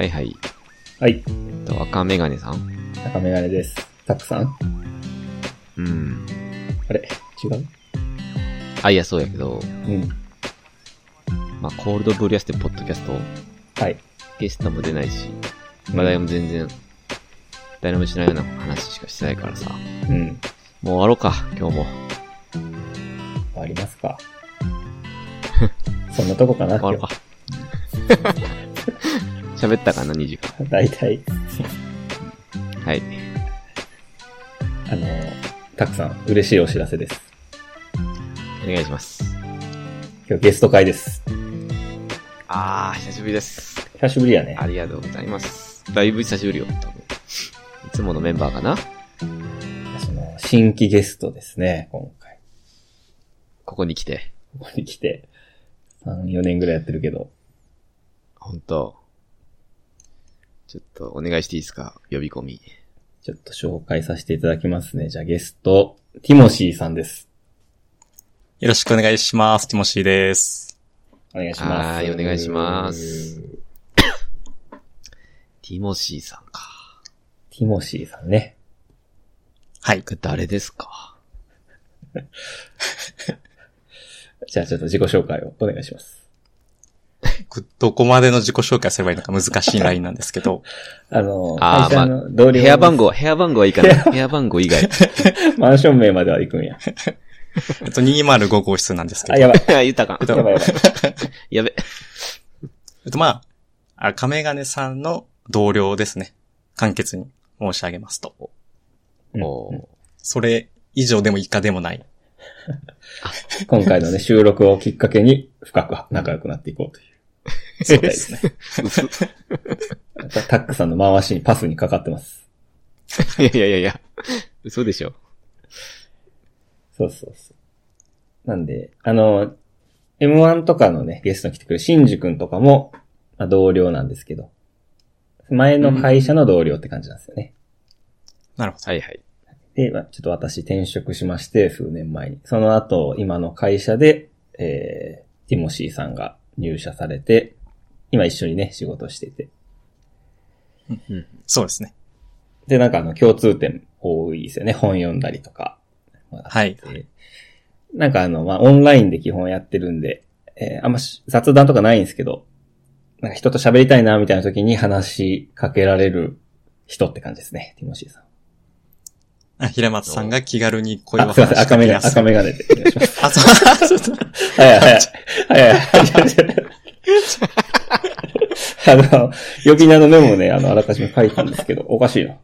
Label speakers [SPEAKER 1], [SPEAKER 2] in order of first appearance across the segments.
[SPEAKER 1] はい。
[SPEAKER 2] えっと、赤メガネさん
[SPEAKER 1] 中メガネです。たくさん
[SPEAKER 2] うん。
[SPEAKER 1] あれ違う
[SPEAKER 2] あ、いや、そうやけど、
[SPEAKER 1] うん。
[SPEAKER 2] まあ、コールドブリュアスってポッドキャスト
[SPEAKER 1] はい。
[SPEAKER 2] ゲストも出ないし、話題も全然、誰もしないような話しかしてないからさ。も
[SPEAKER 1] うん。
[SPEAKER 2] う終わろうか、今日も。
[SPEAKER 1] 終わりますか。そんなとこかな
[SPEAKER 2] 終わろう
[SPEAKER 1] 今
[SPEAKER 2] か。喋ったかな、2時間。
[SPEAKER 1] 日。大体、
[SPEAKER 2] はい。
[SPEAKER 1] あの、たくさん、嬉しいお知らせです。
[SPEAKER 2] お願いします。
[SPEAKER 1] 今日ゲスト会です。
[SPEAKER 2] あー、久しぶりです。
[SPEAKER 1] 久しぶりやね
[SPEAKER 2] あ。りがとうございます。だいぶ久しぶりよ、多分。いつものメンバーかな
[SPEAKER 1] その、新規ゲストですね、今回。
[SPEAKER 2] ここに来て。
[SPEAKER 1] ここに来て、3、4年ぐらいやってるけど。
[SPEAKER 2] ほんと。ちょっとお願いしていいですか呼び込み。
[SPEAKER 1] ちょっと紹介させていただきますね。じゃあゲスト、ティモシーさんです。
[SPEAKER 3] よろしくお願いします。ティモシーです。
[SPEAKER 1] お願いします。
[SPEAKER 2] はいお願いします。ティモシーさんか。
[SPEAKER 1] ティモシーさんね。
[SPEAKER 3] はい。
[SPEAKER 2] これ誰ですか
[SPEAKER 1] じゃあちょっと自己紹介をお願いします。
[SPEAKER 3] こどこまでの自己紹介すればいいのか難しいラインなんです けど、
[SPEAKER 1] あの、
[SPEAKER 2] あー
[SPEAKER 1] 会社の同僚
[SPEAKER 2] 部
[SPEAKER 1] の
[SPEAKER 2] 屋番号、部屋番号はいいかな部屋番号以外。
[SPEAKER 1] マンション名までは行くんや。
[SPEAKER 3] えっと、205号室なんですけ
[SPEAKER 1] あ、
[SPEAKER 3] ど、
[SPEAKER 1] やばい。
[SPEAKER 2] あ 言ったか
[SPEAKER 3] えっ。と
[SPEAKER 1] やばいやばい。
[SPEAKER 2] やべ。
[SPEAKER 3] えっと、まあ、赤メガネさんの同僚ですね。簡潔に申し上げますと。
[SPEAKER 1] うん
[SPEAKER 2] おー
[SPEAKER 3] それ以上でも以下でもない。
[SPEAKER 1] 今回のね、収録をきっかけに深く仲良くなっていこうとい
[SPEAKER 3] そうです ね。
[SPEAKER 1] う。たタックさんの回しにパスにかかってます。
[SPEAKER 2] いやいやいやいや。嘘でしょ。
[SPEAKER 1] そうそうそう。なんで、あの、M1 とかのね、ゲストに来てくるシンジ君とかも、まあ、同僚なんですけど、前の会社の同僚って感じなんですよね。
[SPEAKER 3] なるほど。
[SPEAKER 2] はいはい。
[SPEAKER 1] で、まあ、ちょっと私転職しまして、数年前に。その後、今の会社で、えー、ティモシーさんが入社されて、今一緒にね、仕事してて。
[SPEAKER 3] そうですね。
[SPEAKER 1] で、なんかあの、共通点多いですよね。本読んだりとか。まあ
[SPEAKER 3] はい。
[SPEAKER 1] でなんかあの、まあ、オンラインで基本やってるんで、えーあんまし雑談とかないんですけど、なんか人と喋りたいな、みたいな時に話しかけられる人って感じですね、ティモシーさん。
[SPEAKER 3] あ平松さんが気軽に声を
[SPEAKER 1] あ、すいません、
[SPEAKER 3] 話し
[SPEAKER 1] 赤
[SPEAKER 3] かけ
[SPEAKER 1] メガ
[SPEAKER 3] や
[SPEAKER 1] ネ、
[SPEAKER 3] すい
[SPEAKER 1] 赤メガネでお願いします。
[SPEAKER 3] あ、そう。 ちょっと
[SPEAKER 1] はいはいはい。はいはい。あの、呼び名のメモをね、あの、あらかじめ書いたんですけど、おかしいな。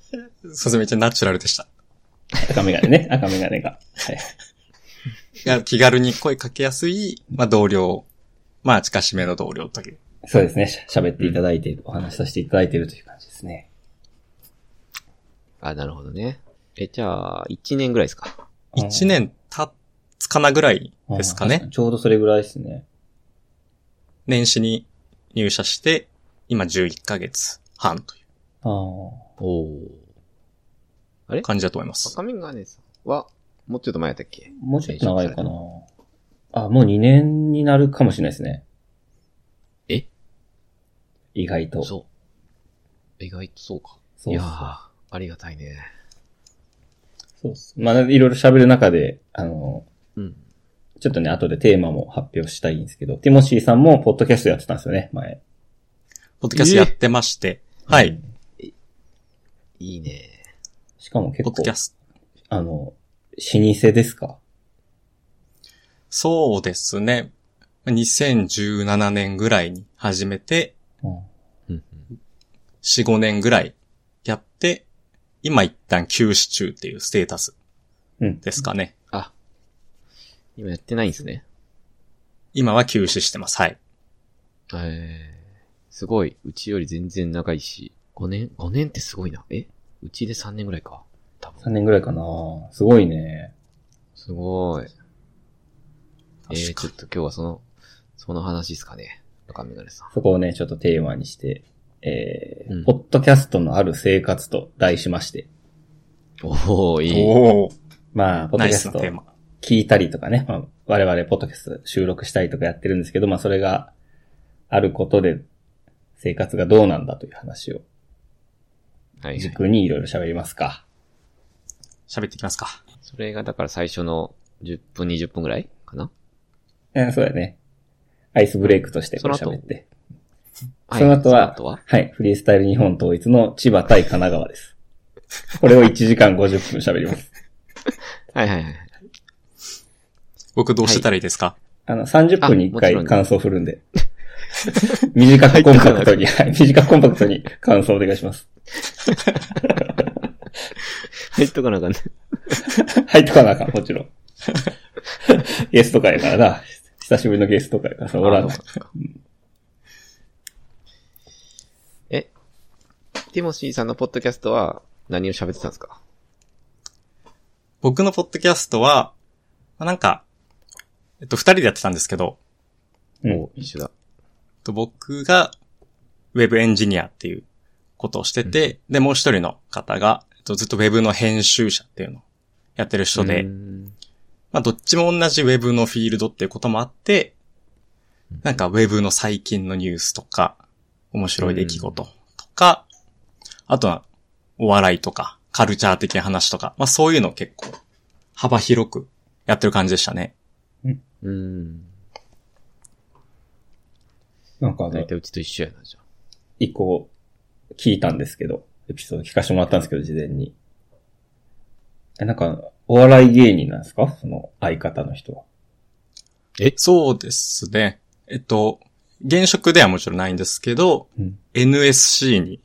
[SPEAKER 3] そうそうめっちゃナチュラルでした。
[SPEAKER 1] 赤メガネね、赤メガネが。はい。
[SPEAKER 3] が気軽に声かけやすい、まあ、同僚。まあ、近しめの同僚という。
[SPEAKER 1] そうですね。し喋っていただいている、お話しさせていただいているという感じですね。
[SPEAKER 2] あ、なるほどね。え、じゃあ、1年ぐらいですか。
[SPEAKER 3] 一年経つかなぐらいですか
[SPEAKER 1] う
[SPEAKER 3] ね
[SPEAKER 1] ん。。ちょうどそれぐらいですね。
[SPEAKER 3] 年始に入社して、今11ヶ月半とい
[SPEAKER 1] ああ。
[SPEAKER 2] おー
[SPEAKER 3] う感じだと思います。
[SPEAKER 2] 赤メガネさんは、もうちょっと前やったっけ
[SPEAKER 1] もうちょっと長いかな。あ、もう2年になるかもしれないですね。
[SPEAKER 2] え
[SPEAKER 1] 意外と。
[SPEAKER 2] そう。意外とそうか。
[SPEAKER 1] そう
[SPEAKER 2] いやー、ありがたいね。
[SPEAKER 1] そうそうまあ、いろいろ喋る中で、あの、
[SPEAKER 2] うん。
[SPEAKER 1] ちょっとね、後でテーマも発表したいんですけど、ティモシーさんもポッドキャストやってたんですよね、前。
[SPEAKER 3] ポッドキャストやってまして、はい。。
[SPEAKER 2] いいね。
[SPEAKER 1] しかも結
[SPEAKER 3] ポッド
[SPEAKER 1] 構
[SPEAKER 3] キ、ャスト。
[SPEAKER 1] あの、老舗ですか
[SPEAKER 3] そうですね。2017年ぐらいに始めて、
[SPEAKER 1] うん。
[SPEAKER 2] うん。
[SPEAKER 3] 4、5年ぐらいやって、今一旦休止中っていうステータス
[SPEAKER 1] うん。
[SPEAKER 3] ですかね。
[SPEAKER 2] あ、今やってないんですね。
[SPEAKER 3] 今は休止してます。はい。
[SPEAKER 2] えー、すごい。うちより全然長いし。5年 ?5 年ってすごいな。えうちで3年ぐらいか。多
[SPEAKER 1] 3
[SPEAKER 2] 分。
[SPEAKER 1] 年ぐらいかなすごいね。
[SPEAKER 2] すごい。えー、ち
[SPEAKER 3] 確か
[SPEAKER 2] ょっと今日はその、その話ですかね。赤メガネさん。
[SPEAKER 1] そこをね、ちょっとテーマにして、えー
[SPEAKER 2] うん
[SPEAKER 1] ポッドキャストのある生活と題しまして、
[SPEAKER 2] おおい
[SPEAKER 3] に。
[SPEAKER 2] い。
[SPEAKER 3] おー
[SPEAKER 1] まあ、ポッド
[SPEAKER 3] ナ
[SPEAKER 1] キ
[SPEAKER 3] イ
[SPEAKER 1] ャ
[SPEAKER 3] ス
[SPEAKER 1] ス
[SPEAKER 3] な
[SPEAKER 1] ト
[SPEAKER 3] テーマ。
[SPEAKER 1] 聞いたりとかね、まあ、我々ポッドキャスト収録したりとかやってるんですけど、まあ、それが、あることで生活がどうなんだという話を
[SPEAKER 2] はい、はい。
[SPEAKER 1] 軸にいろいろ喋りますか。
[SPEAKER 3] 喋っていきますか。
[SPEAKER 2] それがだから最初の10分、20分ぐらいかな
[SPEAKER 1] えそうだね。アイスブレイクとしてこれ
[SPEAKER 2] その後
[SPEAKER 1] 喋って。その後は
[SPEAKER 2] その後は
[SPEAKER 1] はい。フリースタイル日本統一の千葉対神奈川です。これを1時間50分喋ります。
[SPEAKER 2] はいはいはい。
[SPEAKER 3] 僕どうしてたらいいですか、
[SPEAKER 1] あの、30分に1
[SPEAKER 2] あもちろ
[SPEAKER 1] 回
[SPEAKER 2] ん
[SPEAKER 1] 感想振る んで。短くコンパクトに、はい短くコンパクトに感想お願いします。
[SPEAKER 2] 入っとかなあ かんね。
[SPEAKER 1] 入ってこなあかん、もち ろん。ゲスト会やからな。久しぶりのゲスト会やからさ、おら
[SPEAKER 2] あ。
[SPEAKER 1] ん
[SPEAKER 2] そうかえ、ティモシーさんのポッドキャストは何を喋ってたんですか
[SPEAKER 3] 僕のポッドキャストは、まあなんか、えっと、二人でやってたんですけど、
[SPEAKER 1] うん
[SPEAKER 2] お一緒だ。
[SPEAKER 3] えっと僕がウェブエンジニアっていうことをしてて、で、もう一人の方が、えっとずっとウェブの編集者っていうのをやってる人で、
[SPEAKER 2] うん
[SPEAKER 3] まあどっちも同じウェブのフィールドっていうこともあって
[SPEAKER 2] うん、
[SPEAKER 3] なんかウェブの最近のニュースとか、面白い出来事とか、あとはお笑いとか、カルチャー的な話とか、まあそういうのを結構幅広くやってる感じでしたね。
[SPEAKER 2] うん。
[SPEAKER 1] なんかあ
[SPEAKER 2] 大
[SPEAKER 1] の、
[SPEAKER 2] 体うちと一緒やな、じゃあ。
[SPEAKER 1] 一個聞いたんですけど、エピソード聞かせてもらったんですけど、事前に。え、なんか、お笑い芸人なんですかその相方の人は。
[SPEAKER 3] そうですね。えっと、現職ではもちろんないんですけど、
[SPEAKER 1] うん
[SPEAKER 3] NSC に、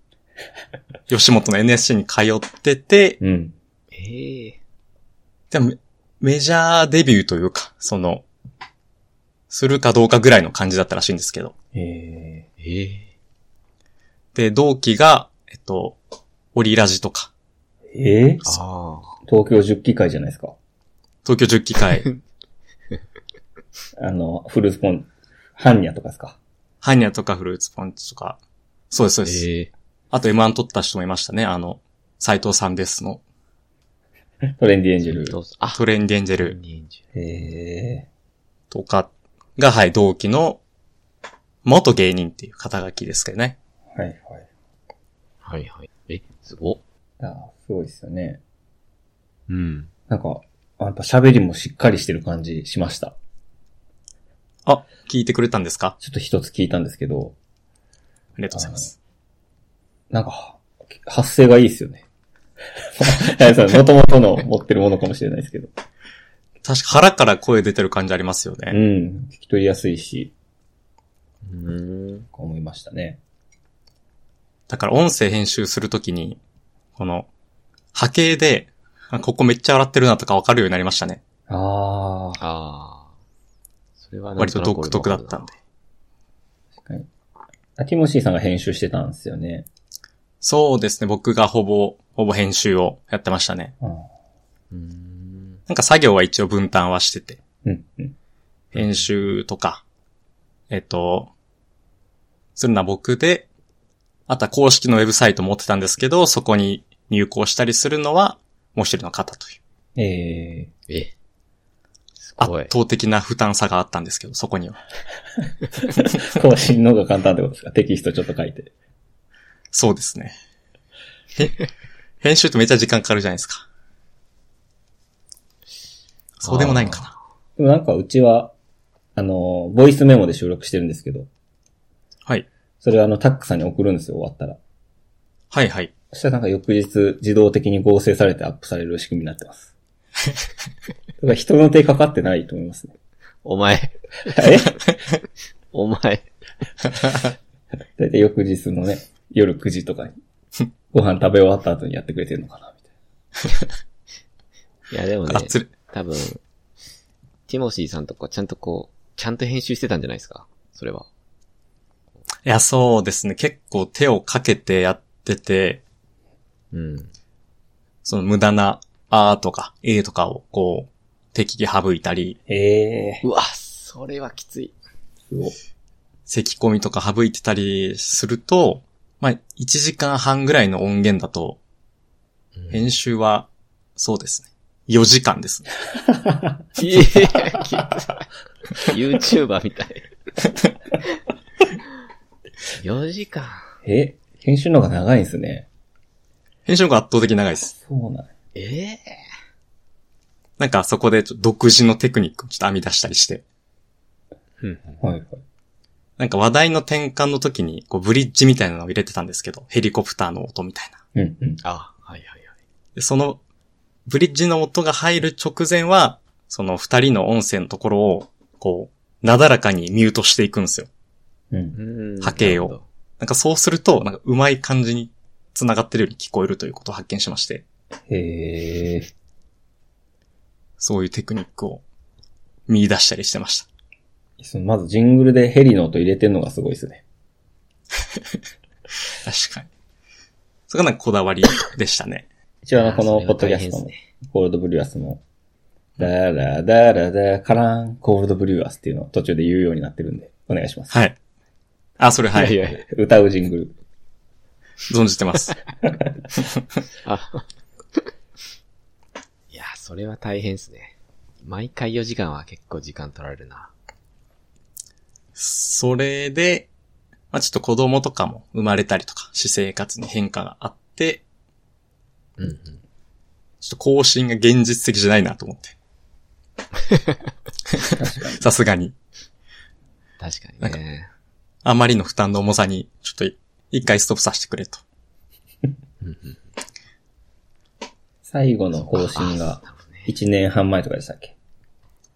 [SPEAKER 3] 吉本の NSC に通ってて、
[SPEAKER 1] うん。
[SPEAKER 2] ええ
[SPEAKER 3] でもメジャーデビューというか、その、するかどうかぐらいの感じだったらしいんですけど。
[SPEAKER 1] え
[SPEAKER 2] ええ
[SPEAKER 3] で、同期が、えっと、オリラジとか、
[SPEAKER 1] ー、えー
[SPEAKER 2] ああ。
[SPEAKER 1] 東京10期会じゃないですか。
[SPEAKER 3] 東京10期会、
[SPEAKER 1] あの、フルーツポン、ハンニャとかですか。
[SPEAKER 3] ハニャとかフルーツポンチとか、そうです、そうです。
[SPEAKER 2] ええ
[SPEAKER 3] あと M1 撮った人もいましたね。あの、斎藤さんですの、
[SPEAKER 1] トレンディエンジェル。
[SPEAKER 2] どうぞあ、
[SPEAKER 3] トレンディエンジェル。
[SPEAKER 2] 人参
[SPEAKER 1] え
[SPEAKER 3] とかが、はい、同期の元芸人っていう肩書きですけどね。
[SPEAKER 1] ー、はいはい。
[SPEAKER 2] はいはい。え、すごっ。
[SPEAKER 1] あーすごいですよね。
[SPEAKER 2] うん。
[SPEAKER 1] なんか、やっぱ喋りもしっかりしてる感じしました。
[SPEAKER 3] あ、聞いてくれたんですか
[SPEAKER 1] ちょっと一つ聞いたんですけど、
[SPEAKER 3] ありがとうございます。
[SPEAKER 1] なんか、発声がいいですよね。 もともとの持ってるものかもしれないですけど。
[SPEAKER 3] 確か腹から声出てる感じありますよ
[SPEAKER 1] う
[SPEAKER 3] ね。
[SPEAKER 1] ん。聞き取りやすいし、
[SPEAKER 2] うん。
[SPEAKER 1] 思いましたね。
[SPEAKER 3] だから音声編集するときに、この波形で、あここめっちゃ笑ってるなとかわかるようになりましたね。
[SPEAKER 1] ああ、
[SPEAKER 2] ああ。それはなん
[SPEAKER 3] 割
[SPEAKER 2] と
[SPEAKER 3] と
[SPEAKER 2] なく
[SPEAKER 3] 独特だったんで。
[SPEAKER 1] 確かに。あティモシーさんが編集してたんですよね。
[SPEAKER 3] そうですね。僕がほぼ、ほぼ編集をやってましたね。
[SPEAKER 1] うん。
[SPEAKER 2] うん。
[SPEAKER 3] なんか作業は一応分担はしてて。
[SPEAKER 1] うん。うん
[SPEAKER 3] 編集とか、えっと、するのは僕で、あとは公式のウェブサイト持ってたんですけど、そこに入稿したりするのは、もう一人の方という、
[SPEAKER 1] ええ
[SPEAKER 2] え。す
[SPEAKER 3] 圧
[SPEAKER 2] ごい。
[SPEAKER 3] 倒的な負担差があったんですけど、そこには。
[SPEAKER 1] 更新の方が簡単ってことですかテキストちょっと書いて。
[SPEAKER 3] そうですね。へ編集ってめっちゃ時間かかるじゃないですか。そうでもないんかな。
[SPEAKER 1] でもなんかうちは、あの、ボイスメモで収録してるんですけど、
[SPEAKER 3] はい。
[SPEAKER 1] それはあの、タックさんに送るんですよ、終わったら。
[SPEAKER 3] はいはい。
[SPEAKER 1] そしたらなんか翌日自動的に合成されてアップされる仕組みになってます。だから人の手かかってないと思いますね。
[SPEAKER 2] お前、
[SPEAKER 1] え
[SPEAKER 2] お前。
[SPEAKER 1] だいたい翌日のね、夜9時とかに、ご飯食べ終わった後にやってくれてるのかな、みた
[SPEAKER 2] い
[SPEAKER 1] い
[SPEAKER 2] やでもね
[SPEAKER 3] がっ、つり。
[SPEAKER 2] 多分、ティモシーさんとかちゃんとこう、ちゃんと編集してたんじゃないですかそれは。
[SPEAKER 3] いや、そうですね。結構手をかけてやってて、
[SPEAKER 2] うん。
[SPEAKER 3] その無駄な、あーとか、えーとかを、こう、適宜省いたり、
[SPEAKER 1] な。へえ
[SPEAKER 2] うわ、それはきつい。
[SPEAKER 1] すごい。
[SPEAKER 3] 咳込みとか省いてたりすると、まあ、1時間半ぐらいの音源だと、編集は、そうですね。4時間ですね。
[SPEAKER 2] いえ、きつい。YouTuber みたい。 4時間。
[SPEAKER 1] え、編集の方が長いんですね。
[SPEAKER 3] 編集の方が圧倒的に長いです。
[SPEAKER 1] そうなん。
[SPEAKER 2] ええ
[SPEAKER 3] なんかそこでちょっと独自のテクニックをちょっと編み出したりして、
[SPEAKER 2] うん。
[SPEAKER 1] はいはい。
[SPEAKER 3] なんか話題の転換の時に、こうブリッジみたいなのを入れてたんですけど、ヘリコプターの音みたいな。
[SPEAKER 1] うんうん。
[SPEAKER 2] あ、はいはいはい。
[SPEAKER 3] でその、ブリッジの音が入る直前は、その二人の音声のところを、こう、なだらかにミュートしていくんですよ。
[SPEAKER 1] うん。
[SPEAKER 2] うん
[SPEAKER 3] 波形を
[SPEAKER 2] なるほ
[SPEAKER 3] なんかそうすると、なんかうまい感じに繋がってるように聞こえるということを発見しまして、
[SPEAKER 1] へえ。
[SPEAKER 3] そういうテクニックを見出したりしてました。
[SPEAKER 1] そのまずジングルでヘリの音入れてんのがすごいですね。
[SPEAKER 3] 確かに。それがなんかこだわりでしたね。
[SPEAKER 1] 一応あの、こ
[SPEAKER 2] いやーそれ
[SPEAKER 1] の
[SPEAKER 2] は
[SPEAKER 1] ポッドキャ
[SPEAKER 2] 大
[SPEAKER 1] ス
[SPEAKER 2] 変
[SPEAKER 1] ト
[SPEAKER 2] です
[SPEAKER 1] も、コールドブリュアスも、ダラダラダカラン、コールドブリュアスっていうのを途中で言うようになってるんで、お願いします。
[SPEAKER 3] はい。あ、それは
[SPEAKER 2] ど。
[SPEAKER 3] い。
[SPEAKER 2] いやいや。
[SPEAKER 1] 歌うジングル。
[SPEAKER 3] 存じてます。
[SPEAKER 2] あいや、それは大変ですね。毎回4時間は結構時間取られるな。
[SPEAKER 3] それで、まあちょっと子供とかも生まれたりとか、私生活に変化があって、
[SPEAKER 2] うんうん。
[SPEAKER 3] ちょっと更新が現実的じゃないなと思って。さすがに。
[SPEAKER 2] 確かにね。
[SPEAKER 3] あまりの負担の重さに、ちょっと一回ストップさせてくれと。
[SPEAKER 2] うんうん
[SPEAKER 1] 最後の更新が
[SPEAKER 2] あなるほどね
[SPEAKER 1] 1年半前とかでしたっけ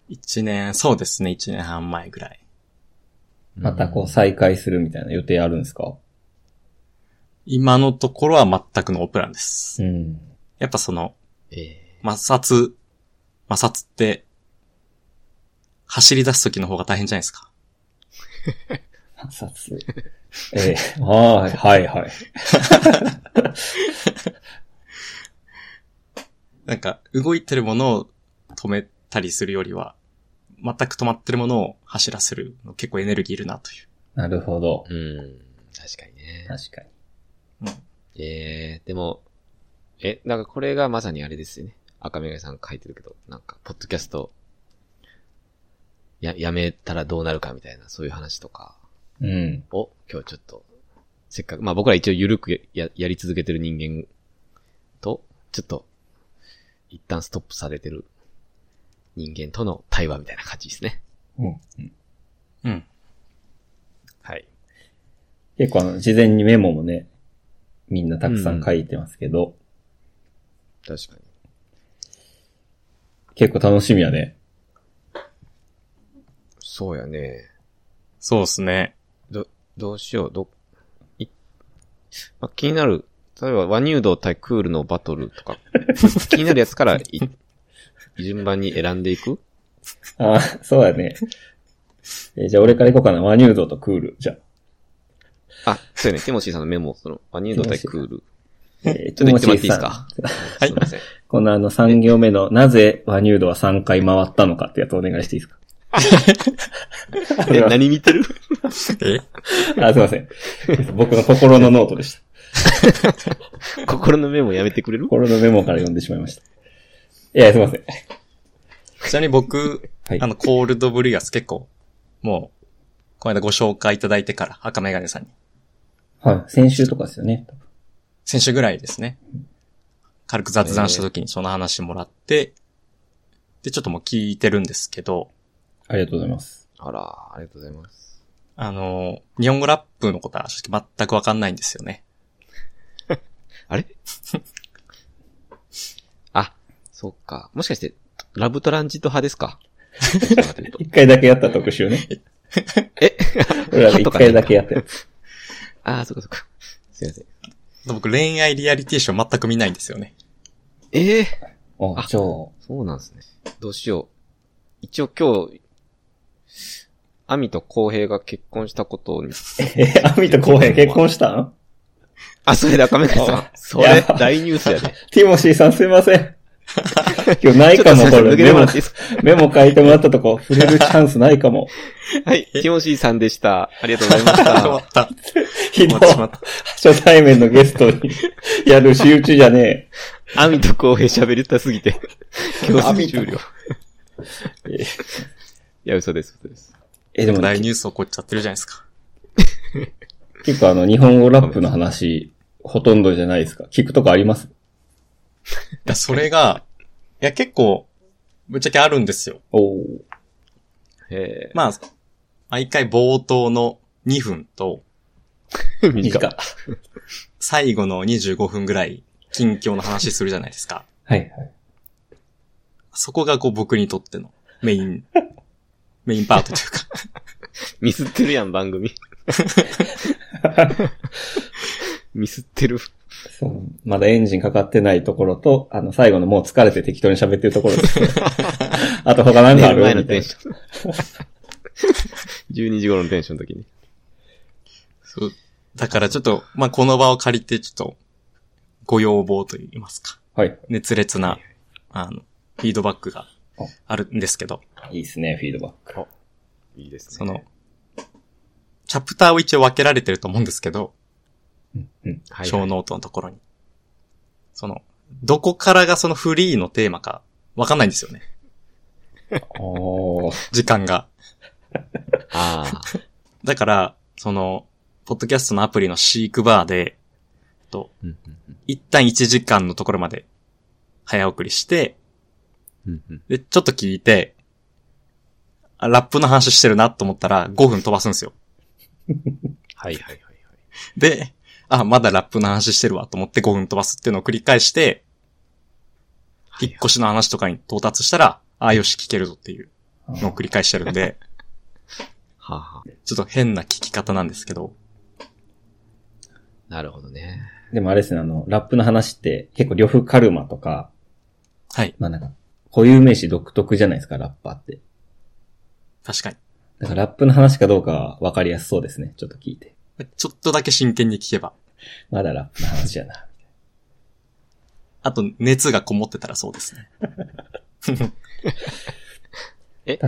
[SPEAKER 3] 一年、そうですね、一年半前ぐらい。
[SPEAKER 1] またこう再開するみたいな予定あるんですか
[SPEAKER 3] 今のところは全くノープランです。
[SPEAKER 1] ん。
[SPEAKER 3] やっぱその、
[SPEAKER 2] ええ
[SPEAKER 3] 摩擦、摩擦って、走り出す時の方が大変じゃないですか。
[SPEAKER 1] 観察。ええはい、はい、はい。
[SPEAKER 3] なんか、動いてるものを止めたりするよりは、全く止まってるものを走らせるの結構エネルギーいるなという。
[SPEAKER 1] なるほど。
[SPEAKER 2] うん。確かにね。
[SPEAKER 1] 確かに。
[SPEAKER 2] ええでも、え、なんかこれがまさにあれですよね。赤目がさん書いてるけど、なんか、ポッドキャスト、や、やめたらどうなるかみたいな、そういう話とか
[SPEAKER 1] うん。
[SPEAKER 2] を、今日ちょっと、せっかく、まあ僕ら一応ゆるくや、ややり続けてる人間と、ちょっと、一旦ストップされてる人間との対話みたいな感じですね。
[SPEAKER 1] うん、
[SPEAKER 3] うん。
[SPEAKER 2] はい。
[SPEAKER 1] 結構あの、事前にメモもね、みんなたくさん書いてますけど、
[SPEAKER 2] 確かに。
[SPEAKER 1] 結構楽しみやね。
[SPEAKER 2] そうやね。
[SPEAKER 3] そうですね。
[SPEAKER 2] ど、どうしよう、ど、い、まあ、気になる、例えば、ワニュード対クールのバトルと か、気になるやつからい、順番に選んでいく
[SPEAKER 1] ああ、そうだね。えーじゃあ俺から行こうかな。ワニュードとクール。じゃあ。
[SPEAKER 2] あ、そうやね、ティモシーさんのメモ、その、ワニュード対クール。
[SPEAKER 1] えー
[SPEAKER 2] ちょっと言ってもらっていいです
[SPEAKER 1] ティモシーさん
[SPEAKER 2] か
[SPEAKER 3] はい
[SPEAKER 2] すいません。
[SPEAKER 1] このあの3行目の、なぜワニュードは3回回ったのかってやつお願いしていいです か これ
[SPEAKER 2] え、
[SPEAKER 1] は
[SPEAKER 2] 何見てる
[SPEAKER 3] え
[SPEAKER 1] あ、すいません。僕の心のノートでした。
[SPEAKER 2] 心のメモやめてくれる
[SPEAKER 1] 心のメモから読んでしまいました。いや、すいません。
[SPEAKER 3] ちなみに僕、
[SPEAKER 1] はい
[SPEAKER 3] あの、コールドブリュアス結構、もう、この間ご紹介いただいてから、赤メガネさんに。
[SPEAKER 1] はい。先週とかですよね。
[SPEAKER 3] 先週ぐらいですね。軽く雑談した時にその話もらって、で、ちょっともう聞いてるんですけど、
[SPEAKER 1] ありがとうございます。
[SPEAKER 2] あら、ありがとうございます。
[SPEAKER 3] あの、日本語ラップのことは正直全くわかんないんですよね。
[SPEAKER 2] あれあ、そっか。もしかして、ラブトランジット派ですかどちらかというと
[SPEAKER 1] 一回だけやった特集ね。
[SPEAKER 2] え
[SPEAKER 1] 俺らが一回だけやったやつ。
[SPEAKER 2] ああ、そっかそっか。すいません。
[SPEAKER 3] 僕恋愛リアリティショー全く見ないんです よね。
[SPEAKER 2] ええー
[SPEAKER 1] あ、
[SPEAKER 2] あ
[SPEAKER 1] 超。
[SPEAKER 2] そうなんですね。どうしよう。一応今日、アミと浩平が結婚したこと に。
[SPEAKER 1] え、アミと浩平結婚したん
[SPEAKER 2] あ、それだ、亀梨さん。そ
[SPEAKER 1] や
[SPEAKER 2] れ
[SPEAKER 1] ば、
[SPEAKER 2] 大ニュースや で。
[SPEAKER 1] ティモシーさんすいません。今日ない
[SPEAKER 2] ちょっ
[SPEAKER 1] か
[SPEAKER 2] と
[SPEAKER 1] も、
[SPEAKER 2] すいません
[SPEAKER 1] こ
[SPEAKER 2] 抜け
[SPEAKER 1] れ。メ
[SPEAKER 2] ても
[SPEAKER 1] モ
[SPEAKER 2] らっていいですか
[SPEAKER 1] メモ書いてもらったとこ、触れるチャンスないかも。
[SPEAKER 2] はい。ティモシーさんでした。ありがとうございまし
[SPEAKER 3] 終わ
[SPEAKER 2] た。
[SPEAKER 3] った。
[SPEAKER 1] ひ
[SPEAKER 3] 終
[SPEAKER 1] どい
[SPEAKER 3] わってしまった。
[SPEAKER 1] 初対面のゲストにやる仕打ちじゃね
[SPEAKER 2] アミと浩平喋りたすぎ て。今日終了。い
[SPEAKER 1] え。
[SPEAKER 2] や、嘘です、嘘です。
[SPEAKER 1] え、でも、
[SPEAKER 3] 大ニュース起こっちゃってるじゃないですか。
[SPEAKER 1] 結構あの、日本語ラップの話、ほとんどじゃないですか。聞くとこあります
[SPEAKER 3] や、それが、いや、結構、ぶっちゃけあるんですよ。
[SPEAKER 1] おお。
[SPEAKER 2] へ
[SPEAKER 3] まあ、毎回冒頭の2分と、
[SPEAKER 2] え。
[SPEAKER 1] 短っ。
[SPEAKER 3] 最後の25分ぐらい、近況の話するじゃないですか。
[SPEAKER 1] はいはい。
[SPEAKER 3] そこがこう僕にとってのメイン、 メインパートというか。
[SPEAKER 2] ミスってるやん、番 組。ミスってる。
[SPEAKER 1] そう。まだエンジンかかってないところと、あの、最後のもう疲れて適当に喋ってるところ ですね。あと他何
[SPEAKER 2] 寝
[SPEAKER 1] かあ
[SPEAKER 2] る
[SPEAKER 1] る
[SPEAKER 2] 前の
[SPEAKER 1] みた
[SPEAKER 2] テ
[SPEAKER 1] い
[SPEAKER 2] ン
[SPEAKER 1] な
[SPEAKER 2] シ。ョン。12時頃のテンションの時に。
[SPEAKER 3] そうだからちょっと、まあ、この場を借りて、ちょっと、ご要望といいますか。
[SPEAKER 1] はい。
[SPEAKER 3] 熱烈な、あの、フィードバックがあるんですけど、
[SPEAKER 1] いいですね、フィードバック。
[SPEAKER 2] いいですね。
[SPEAKER 3] その、、チャプターを一応分けられてると思うんですけど、
[SPEAKER 1] うんうん。
[SPEAKER 2] はい
[SPEAKER 3] 小ノートのところに。その、どこからがそのフリーのテーマか、分かんないんですよね。
[SPEAKER 1] おー。
[SPEAKER 3] 時間が。
[SPEAKER 2] ああ。
[SPEAKER 3] だから、その、ポッドキャストのアプリのシークバーで、と、
[SPEAKER 2] うんうんうん
[SPEAKER 3] 一旦1時間のところまで早送りして、
[SPEAKER 2] うんうん
[SPEAKER 3] で、ちょっと聞いて、あラップの話してるなと思ったら5分飛ばすんですよ。
[SPEAKER 2] はいはいはいはい。
[SPEAKER 3] で、あ、まだラップの話してるわと思って5分飛ばすっていうのを繰り返して、引っ越しの話とかに到達したら、あ、よし、聞けるぞっていうのを繰り返してるんで、
[SPEAKER 2] はあ、はあ、
[SPEAKER 3] ちょっと変な聞き方なんですけど、
[SPEAKER 2] なるほどね。
[SPEAKER 1] でもあれですね、あの、ラップの話って、結構、呂布カルマとか、
[SPEAKER 3] はい、
[SPEAKER 1] まあなんか、固有名詞独特じゃないですか、ラッパーって。
[SPEAKER 3] 確かに。
[SPEAKER 1] だからラップの話かどうかは分かりやすそうですね、ちょっと聞いて。
[SPEAKER 3] ちょっとだけ真剣に聞けば。
[SPEAKER 1] まだラップの話やな。
[SPEAKER 3] あと、熱がこもってたらそうですね。
[SPEAKER 1] 確かに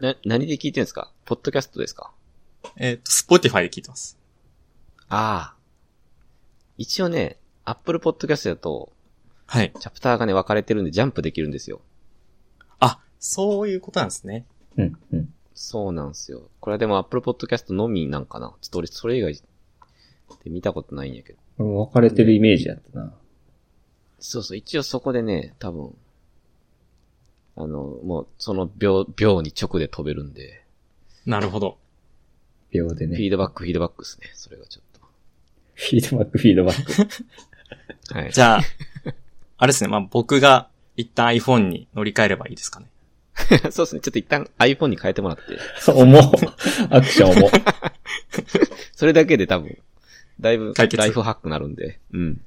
[SPEAKER 1] な。
[SPEAKER 2] な、何で聞いてるんですかポッドキャストですか
[SPEAKER 3] えっと、スポティファイで聞いてます。
[SPEAKER 2] ああ。一応ね、アップルポッドキャストだと、
[SPEAKER 3] はい。
[SPEAKER 2] チャプターがね、分かれてるんでジャンプできるんですよ。
[SPEAKER 3] あ、そういうことなんですね。
[SPEAKER 1] うん、うん。
[SPEAKER 2] そうなんですよ。これはでもアップルポッドキャストのみなんかなちょっと俺それ以外で見たことないんやけど。
[SPEAKER 1] これも分かれてるイメージやったな。
[SPEAKER 2] そうそう、一応そこでね、多分、あの、もうその秒、秒に直で飛べるんで、
[SPEAKER 3] なるほど。
[SPEAKER 1] 秒で
[SPEAKER 2] フィ
[SPEAKER 1] ね。
[SPEAKER 2] ードバック、フィードバックですね。それがちょっ
[SPEAKER 1] フィードバック、フィードバック。
[SPEAKER 2] と。はい。
[SPEAKER 3] じゃあ、 あれですね。まあ、僕が一旦 iPhone に乗り換えればいいですかね。
[SPEAKER 2] そうですね。ちょっと一旦 iPhone に変えてもらって、
[SPEAKER 1] そう、重っ。アクション 重っ。
[SPEAKER 2] それだけで多分、だいぶ、
[SPEAKER 3] 解決
[SPEAKER 2] ライフハックになるんで、うん。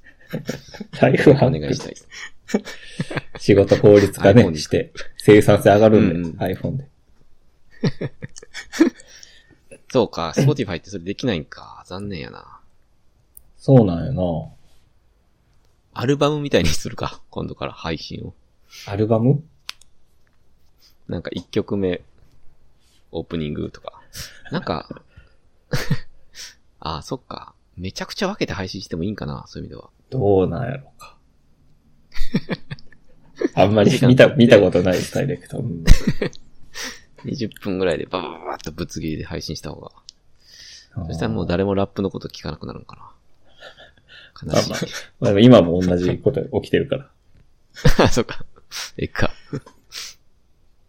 [SPEAKER 1] ライフ
[SPEAKER 2] お
[SPEAKER 1] ハ
[SPEAKER 2] 願
[SPEAKER 1] ッ
[SPEAKER 2] いした
[SPEAKER 1] ク。
[SPEAKER 2] いです。
[SPEAKER 1] 仕事効率化
[SPEAKER 2] iPhone
[SPEAKER 1] ね、
[SPEAKER 2] に
[SPEAKER 1] して、生産性上がるんで、
[SPEAKER 2] うんうん
[SPEAKER 1] iPhone で。
[SPEAKER 2] そうか、Spotify ってそれできないんか。残念やな。
[SPEAKER 1] そうなんよ
[SPEAKER 2] アルバムみたいにするか。今度から配信を。
[SPEAKER 1] な。アルバム
[SPEAKER 2] なんか1曲目、オープニングとか。なんか、 あそっか。めちゃくちゃ分けて配信してもいいんかな、そういう意味では。
[SPEAKER 1] どうなんやろ うか。あんまり見た、見たことないです、ダイレクト。うん
[SPEAKER 2] 20分ぐらいでババババッとぶつ切りで配信した方が。そしたらもう誰もラップのこと聞かなくなるんかな。悲しい
[SPEAKER 1] まあ。まあでも今も同じこと起きてるから。
[SPEAKER 2] あ、 そっか。えっか。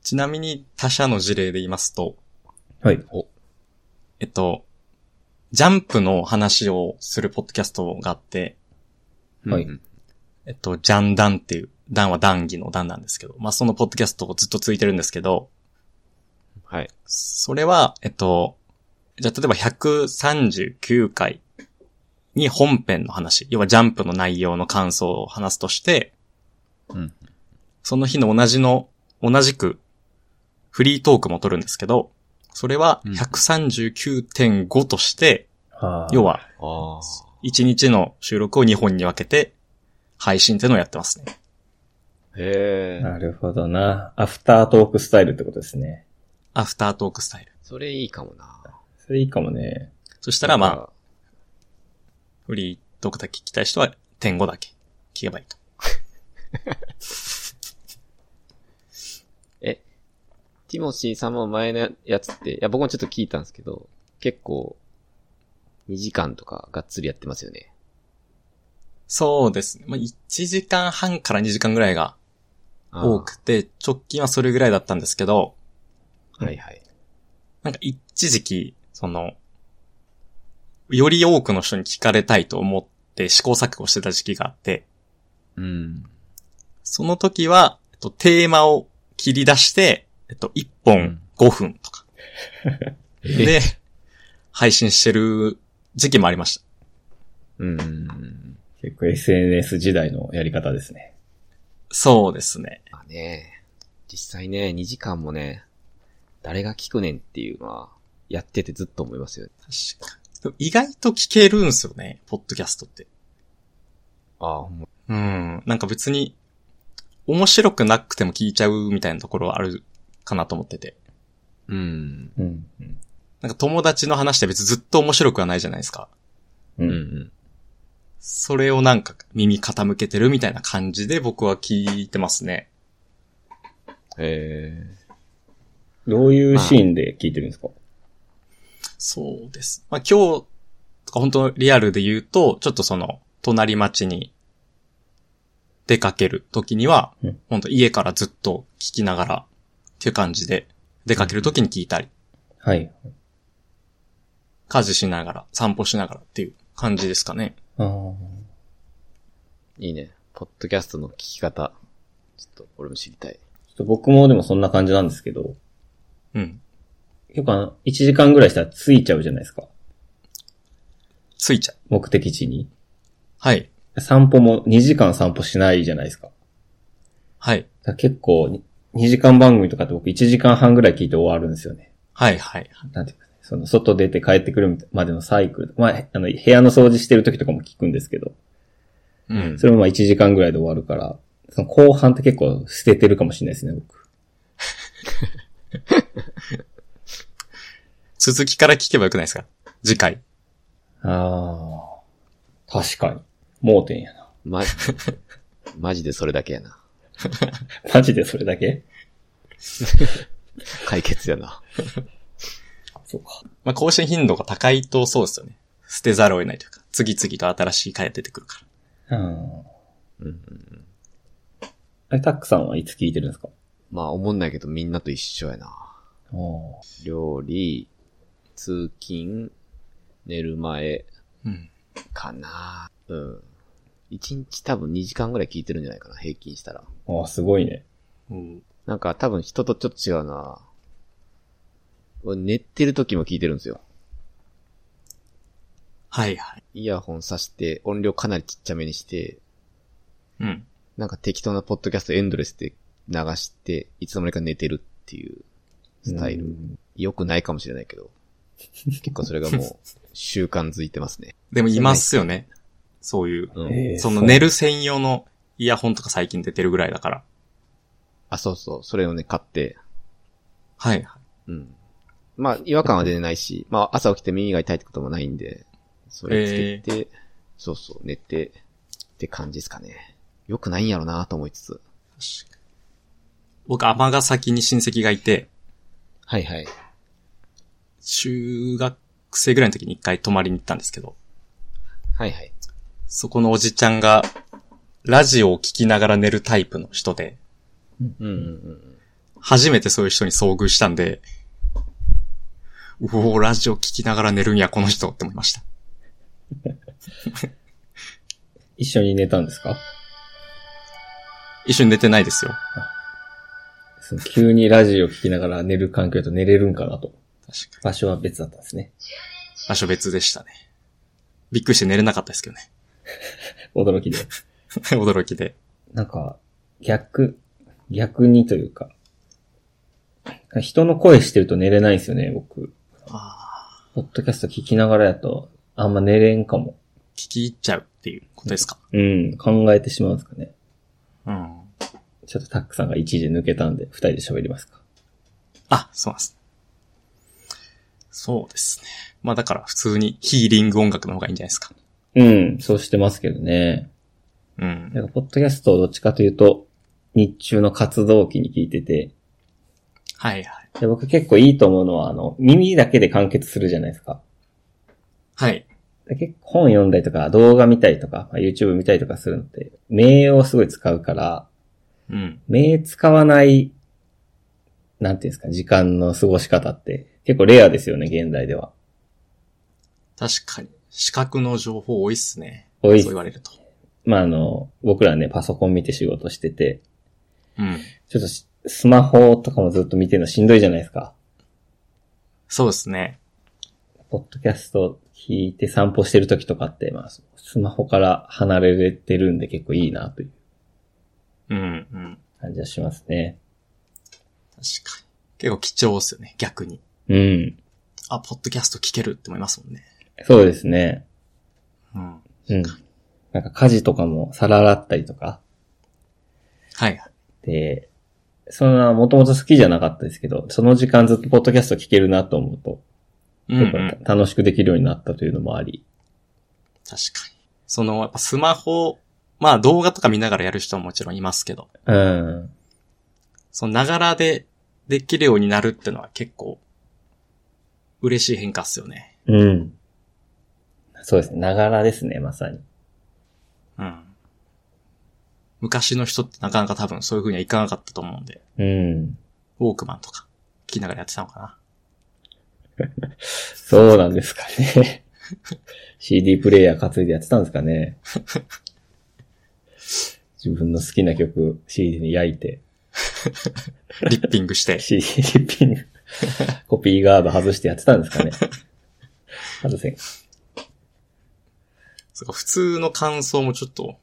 [SPEAKER 3] ちなみに他社の事例で言いますと、
[SPEAKER 1] はい。
[SPEAKER 3] えっと、ジャンプの話をするポッドキャストがあって、
[SPEAKER 1] はい
[SPEAKER 2] うん
[SPEAKER 3] えっと、ジャンダンっていう、ダンは談義のダンなんですけど、まあ、そのポッドキャストをずっと続いてるんですけど、
[SPEAKER 2] はい。
[SPEAKER 3] それは、えっと、じゃあ例えば139回に本編の話、要はジャンプの内容の感想を話すとして、
[SPEAKER 2] うん
[SPEAKER 3] その日の同じの、同じくフリートークも取るんですけど、それは
[SPEAKER 2] うん
[SPEAKER 3] 139.5として、
[SPEAKER 1] は
[SPEAKER 3] 要は
[SPEAKER 2] ああ。
[SPEAKER 3] 1日の収録を2本に分けて配信っていうのをやってますね。
[SPEAKER 2] へえ。
[SPEAKER 1] なるほどな。アフタートークスタイルってことですね。
[SPEAKER 3] アフタートークスタイル。
[SPEAKER 2] それいいかもな。
[SPEAKER 1] それいいかもね。
[SPEAKER 3] そしたらまあ、
[SPEAKER 2] あ。
[SPEAKER 3] フリートークだけ聞きたい人は点5だけ聞けばいいと。
[SPEAKER 2] ティモシーさんも前のやつって、いや、僕もちょっと聞いたんですけど、結構、 2時間とかがっつりやってますよね。
[SPEAKER 3] そうですね。まあ、1時間半から2時間ぐらいが
[SPEAKER 2] あー
[SPEAKER 3] 多くて、直近はそれぐらいだったんですけど、
[SPEAKER 2] はいはい。
[SPEAKER 3] なんか一時期、その、より多くの人に聞かれたいと思って試行錯誤してた時期があって、
[SPEAKER 2] うん。
[SPEAKER 3] その時は、えっと、テーマを切り出して、えっと、1本5分とか
[SPEAKER 2] え、
[SPEAKER 3] で、配信してる時期もありました。
[SPEAKER 2] うん。
[SPEAKER 1] 結構 SNS 時代のやり方ですね。
[SPEAKER 3] そうですね。
[SPEAKER 2] まあね、実際ね、2時間もね、誰が聞くねんっていうのは、やっててずっと思いますよね。
[SPEAKER 3] 確かに。でも意外と聞けるんすよね、ポッドキャストって。
[SPEAKER 2] ああ、ほんま。
[SPEAKER 3] うん。なんか別に、面白くなくても聞いちゃうみたいなところはあるかなと思ってて。
[SPEAKER 2] うん。
[SPEAKER 1] うん。うん
[SPEAKER 3] なんか友達の話って別にずっと面白くはないじゃないですか。
[SPEAKER 1] う。
[SPEAKER 2] うんうんん。
[SPEAKER 3] それをなんか耳傾けてるみたいな感じで僕は聞いてますね。
[SPEAKER 2] え
[SPEAKER 1] どういうシーンで聞いてるんですか
[SPEAKER 3] そうです。まあ今日とか本当リアルで言うと、ちょっとその隣町に出かける時には
[SPEAKER 1] うん、
[SPEAKER 3] 本当家からずっと聞きながらっていう感じで出かける時に聞いたり、
[SPEAKER 1] はい。
[SPEAKER 3] 家事しながら、散歩しながらっていう感じですかね。
[SPEAKER 1] あー
[SPEAKER 2] ー、いいね。ポッドキャストの聞き方。ちょっと、俺も知りたい。
[SPEAKER 1] ちょっと僕もでもそんな感じなんですけど、
[SPEAKER 3] うん。
[SPEAKER 1] 結構あの、1時間ぐらいしたら着いちゃうじゃないですか。
[SPEAKER 3] ついちゃう。
[SPEAKER 1] 目的地に。
[SPEAKER 3] はい。
[SPEAKER 1] 散歩も2時間散歩しないじゃないですか。だか
[SPEAKER 3] はい。
[SPEAKER 1] ら結構に、2時間番組とかって僕1時間半ぐらい聞いて終わるんですよね。
[SPEAKER 3] はい、はい。
[SPEAKER 1] なんていうか、ね、その外出て帰ってくるまでのサイクル。まあ、あの、部屋の掃除してる時とかも聞くんですけど、
[SPEAKER 3] うん。
[SPEAKER 1] それもまあ1時間ぐらいで終わるから、その後半って結構捨ててるかもしれないですね、僕。
[SPEAKER 3] 続きから聞けばよくないですか次回。
[SPEAKER 1] ああ。確かに。盲点やな。
[SPEAKER 2] ま、マジでそれだけやな。
[SPEAKER 1] マジでそれだけ
[SPEAKER 2] 解決やな。
[SPEAKER 1] そうか。
[SPEAKER 3] まあ、更新頻度が高いとそうですよね。捨てざるを得ないというか、次々と新しい回が出てくるから。
[SPEAKER 1] うん。
[SPEAKER 2] うんうんうん。
[SPEAKER 1] え、タックさんはいつ聞いてるんですか
[SPEAKER 2] まあ、思んないけど、みんなと一緒やな。
[SPEAKER 1] おー
[SPEAKER 2] 料理、通勤、寝る前、
[SPEAKER 3] うん。
[SPEAKER 2] かなうん。一日多分2時間ぐらい聞いてるんじゃないかな、平均したら。
[SPEAKER 1] あーすごいね。
[SPEAKER 2] なんか多分人とちょっと違うな俺寝てる時も聞いてるんですよ。
[SPEAKER 3] はいはい。
[SPEAKER 2] イヤホンさして、音量かなりちっちゃめにして、
[SPEAKER 3] うん。
[SPEAKER 2] なんか適当なポッドキャストエンドレスで流して、いつの間にか寝てるっていうスタイ
[SPEAKER 1] う
[SPEAKER 2] ル。
[SPEAKER 1] ん
[SPEAKER 2] 良くないかもしれないけど。結構それが もう習慣づいてますね。
[SPEAKER 3] でもいますよね。そういう。
[SPEAKER 2] う
[SPEAKER 1] え
[SPEAKER 2] ん。
[SPEAKER 1] ー
[SPEAKER 3] その寝る専用のイヤホンとか最近出てるぐらいだから。
[SPEAKER 2] あ、そうそう。それをね、買って、
[SPEAKER 3] はいはい。
[SPEAKER 2] うん。まあ、違和感は出ないし、まあ、朝起きて耳が痛いってこともないんで、それつけて、そうそう、寝て、って感じですかね。よくないんやろなと思いつつ。
[SPEAKER 3] 確かに僕、尼崎に親戚がいて、
[SPEAKER 2] はいはい。
[SPEAKER 3] 中学生ぐらいの時に一回泊まりに行ったんですけど、
[SPEAKER 2] はいはい。
[SPEAKER 3] そこのおじちゃんが、ラジオを聞きながら寝るタイプの人で、
[SPEAKER 2] うんうんうん。
[SPEAKER 3] 初めてそういう人に遭遇したんで、おおラジオ聞きながら寝るんや、この人って思いました。
[SPEAKER 1] 一緒に寝たんですか
[SPEAKER 3] 一緒に寝てないですよ。
[SPEAKER 1] その急にラジオ聞きながら寝る環境だと寝れるんかなと。
[SPEAKER 3] 確か
[SPEAKER 1] 場所は別だったんですね。
[SPEAKER 3] に。場所別でしたね。びっくりして寝れなかったですけどね。
[SPEAKER 1] 驚きで。
[SPEAKER 3] 驚きで。
[SPEAKER 1] なんか、逆、逆にというか。人の声してると寝れないんですよね、僕。ポッドキャスト聞きながらやと、あんま寝れんかも。
[SPEAKER 3] 聞き入っちゃうっていうことですか。
[SPEAKER 1] うん、考えてしまうんですかね。
[SPEAKER 3] うん。
[SPEAKER 1] ちょっとタックさんが一時抜けたんで、二人で喋りますか。
[SPEAKER 3] あ、そうなんです。そうですね。まあだから普通にヒーリング音楽の方がいいんじゃないですか。
[SPEAKER 1] うん、そうしてますけどね。
[SPEAKER 3] うん。
[SPEAKER 1] なんか、ポッドキャストをどっちかというと、日中の活動期に聞いてて、
[SPEAKER 3] はいはい。
[SPEAKER 1] で僕結構いいと思うのは、あの、耳だけで完結するじゃないですか。
[SPEAKER 3] はい。
[SPEAKER 1] 結構本読んだりとか、動画見たりとか、まあ YouTube 見たりとかするのって、名をすごい使うから、
[SPEAKER 3] うん。
[SPEAKER 1] 名使わない、なんていうんですか、時間の過ごし方って、結構レアですよね、現代では。
[SPEAKER 3] 確かに。視覚の情報多いっすね。
[SPEAKER 1] 多い
[SPEAKER 3] そう言われると。
[SPEAKER 1] まあ、あの、僕らね、パソコン見て仕事してて、
[SPEAKER 3] うん。
[SPEAKER 1] ちょっとしスマホとかもずっと見てるのしんどいじゃないですか。
[SPEAKER 3] そうですね。
[SPEAKER 1] ポッドキャスト聞いて散歩してる時とかって、まあ、スマホから離れてるんで結構いいなという
[SPEAKER 3] うん、うん。
[SPEAKER 1] 感じはしますね。
[SPEAKER 3] 確かに。結構貴重っすよね、逆に。
[SPEAKER 1] うん。
[SPEAKER 3] あ、ポッドキャスト聞けるって思いますもんね。
[SPEAKER 1] そうですね。
[SPEAKER 3] うん。は
[SPEAKER 1] うん。なんか家事とかも皿洗ったりとか。
[SPEAKER 3] いはい。
[SPEAKER 1] で、そんな、もともと好きじゃなかったですけど、その時間ずっとポッドキャスト聞けるなと思うと、
[SPEAKER 3] うん、う
[SPEAKER 1] やっ
[SPEAKER 3] ん。確か
[SPEAKER 1] ぱ楽しくできるようになったというのもあり。
[SPEAKER 3] に。その、やっぱスマホ、まあ動画とか見ながらやる人ももちろんいますけど、
[SPEAKER 1] うん。
[SPEAKER 3] そのながらでできるようになるってのは結構、嬉しい変化っすよね。
[SPEAKER 1] うん。そうですね。ながらですね、まさに。
[SPEAKER 3] うん。昔の人ってなかなか多分そういう風にはいかなかったと思うんで、
[SPEAKER 1] うん。
[SPEAKER 3] ウォークマンとか聞きながらやってたのかな。
[SPEAKER 1] そうなんですかね。CD プレイヤー担いでやってたんですかね。自分の好きな曲 CD に焼いて、
[SPEAKER 3] リッピングして。
[SPEAKER 1] CD リピン、コピーガード外してやってたんですかね。外せん。
[SPEAKER 3] そうか普通の感想もちょっと、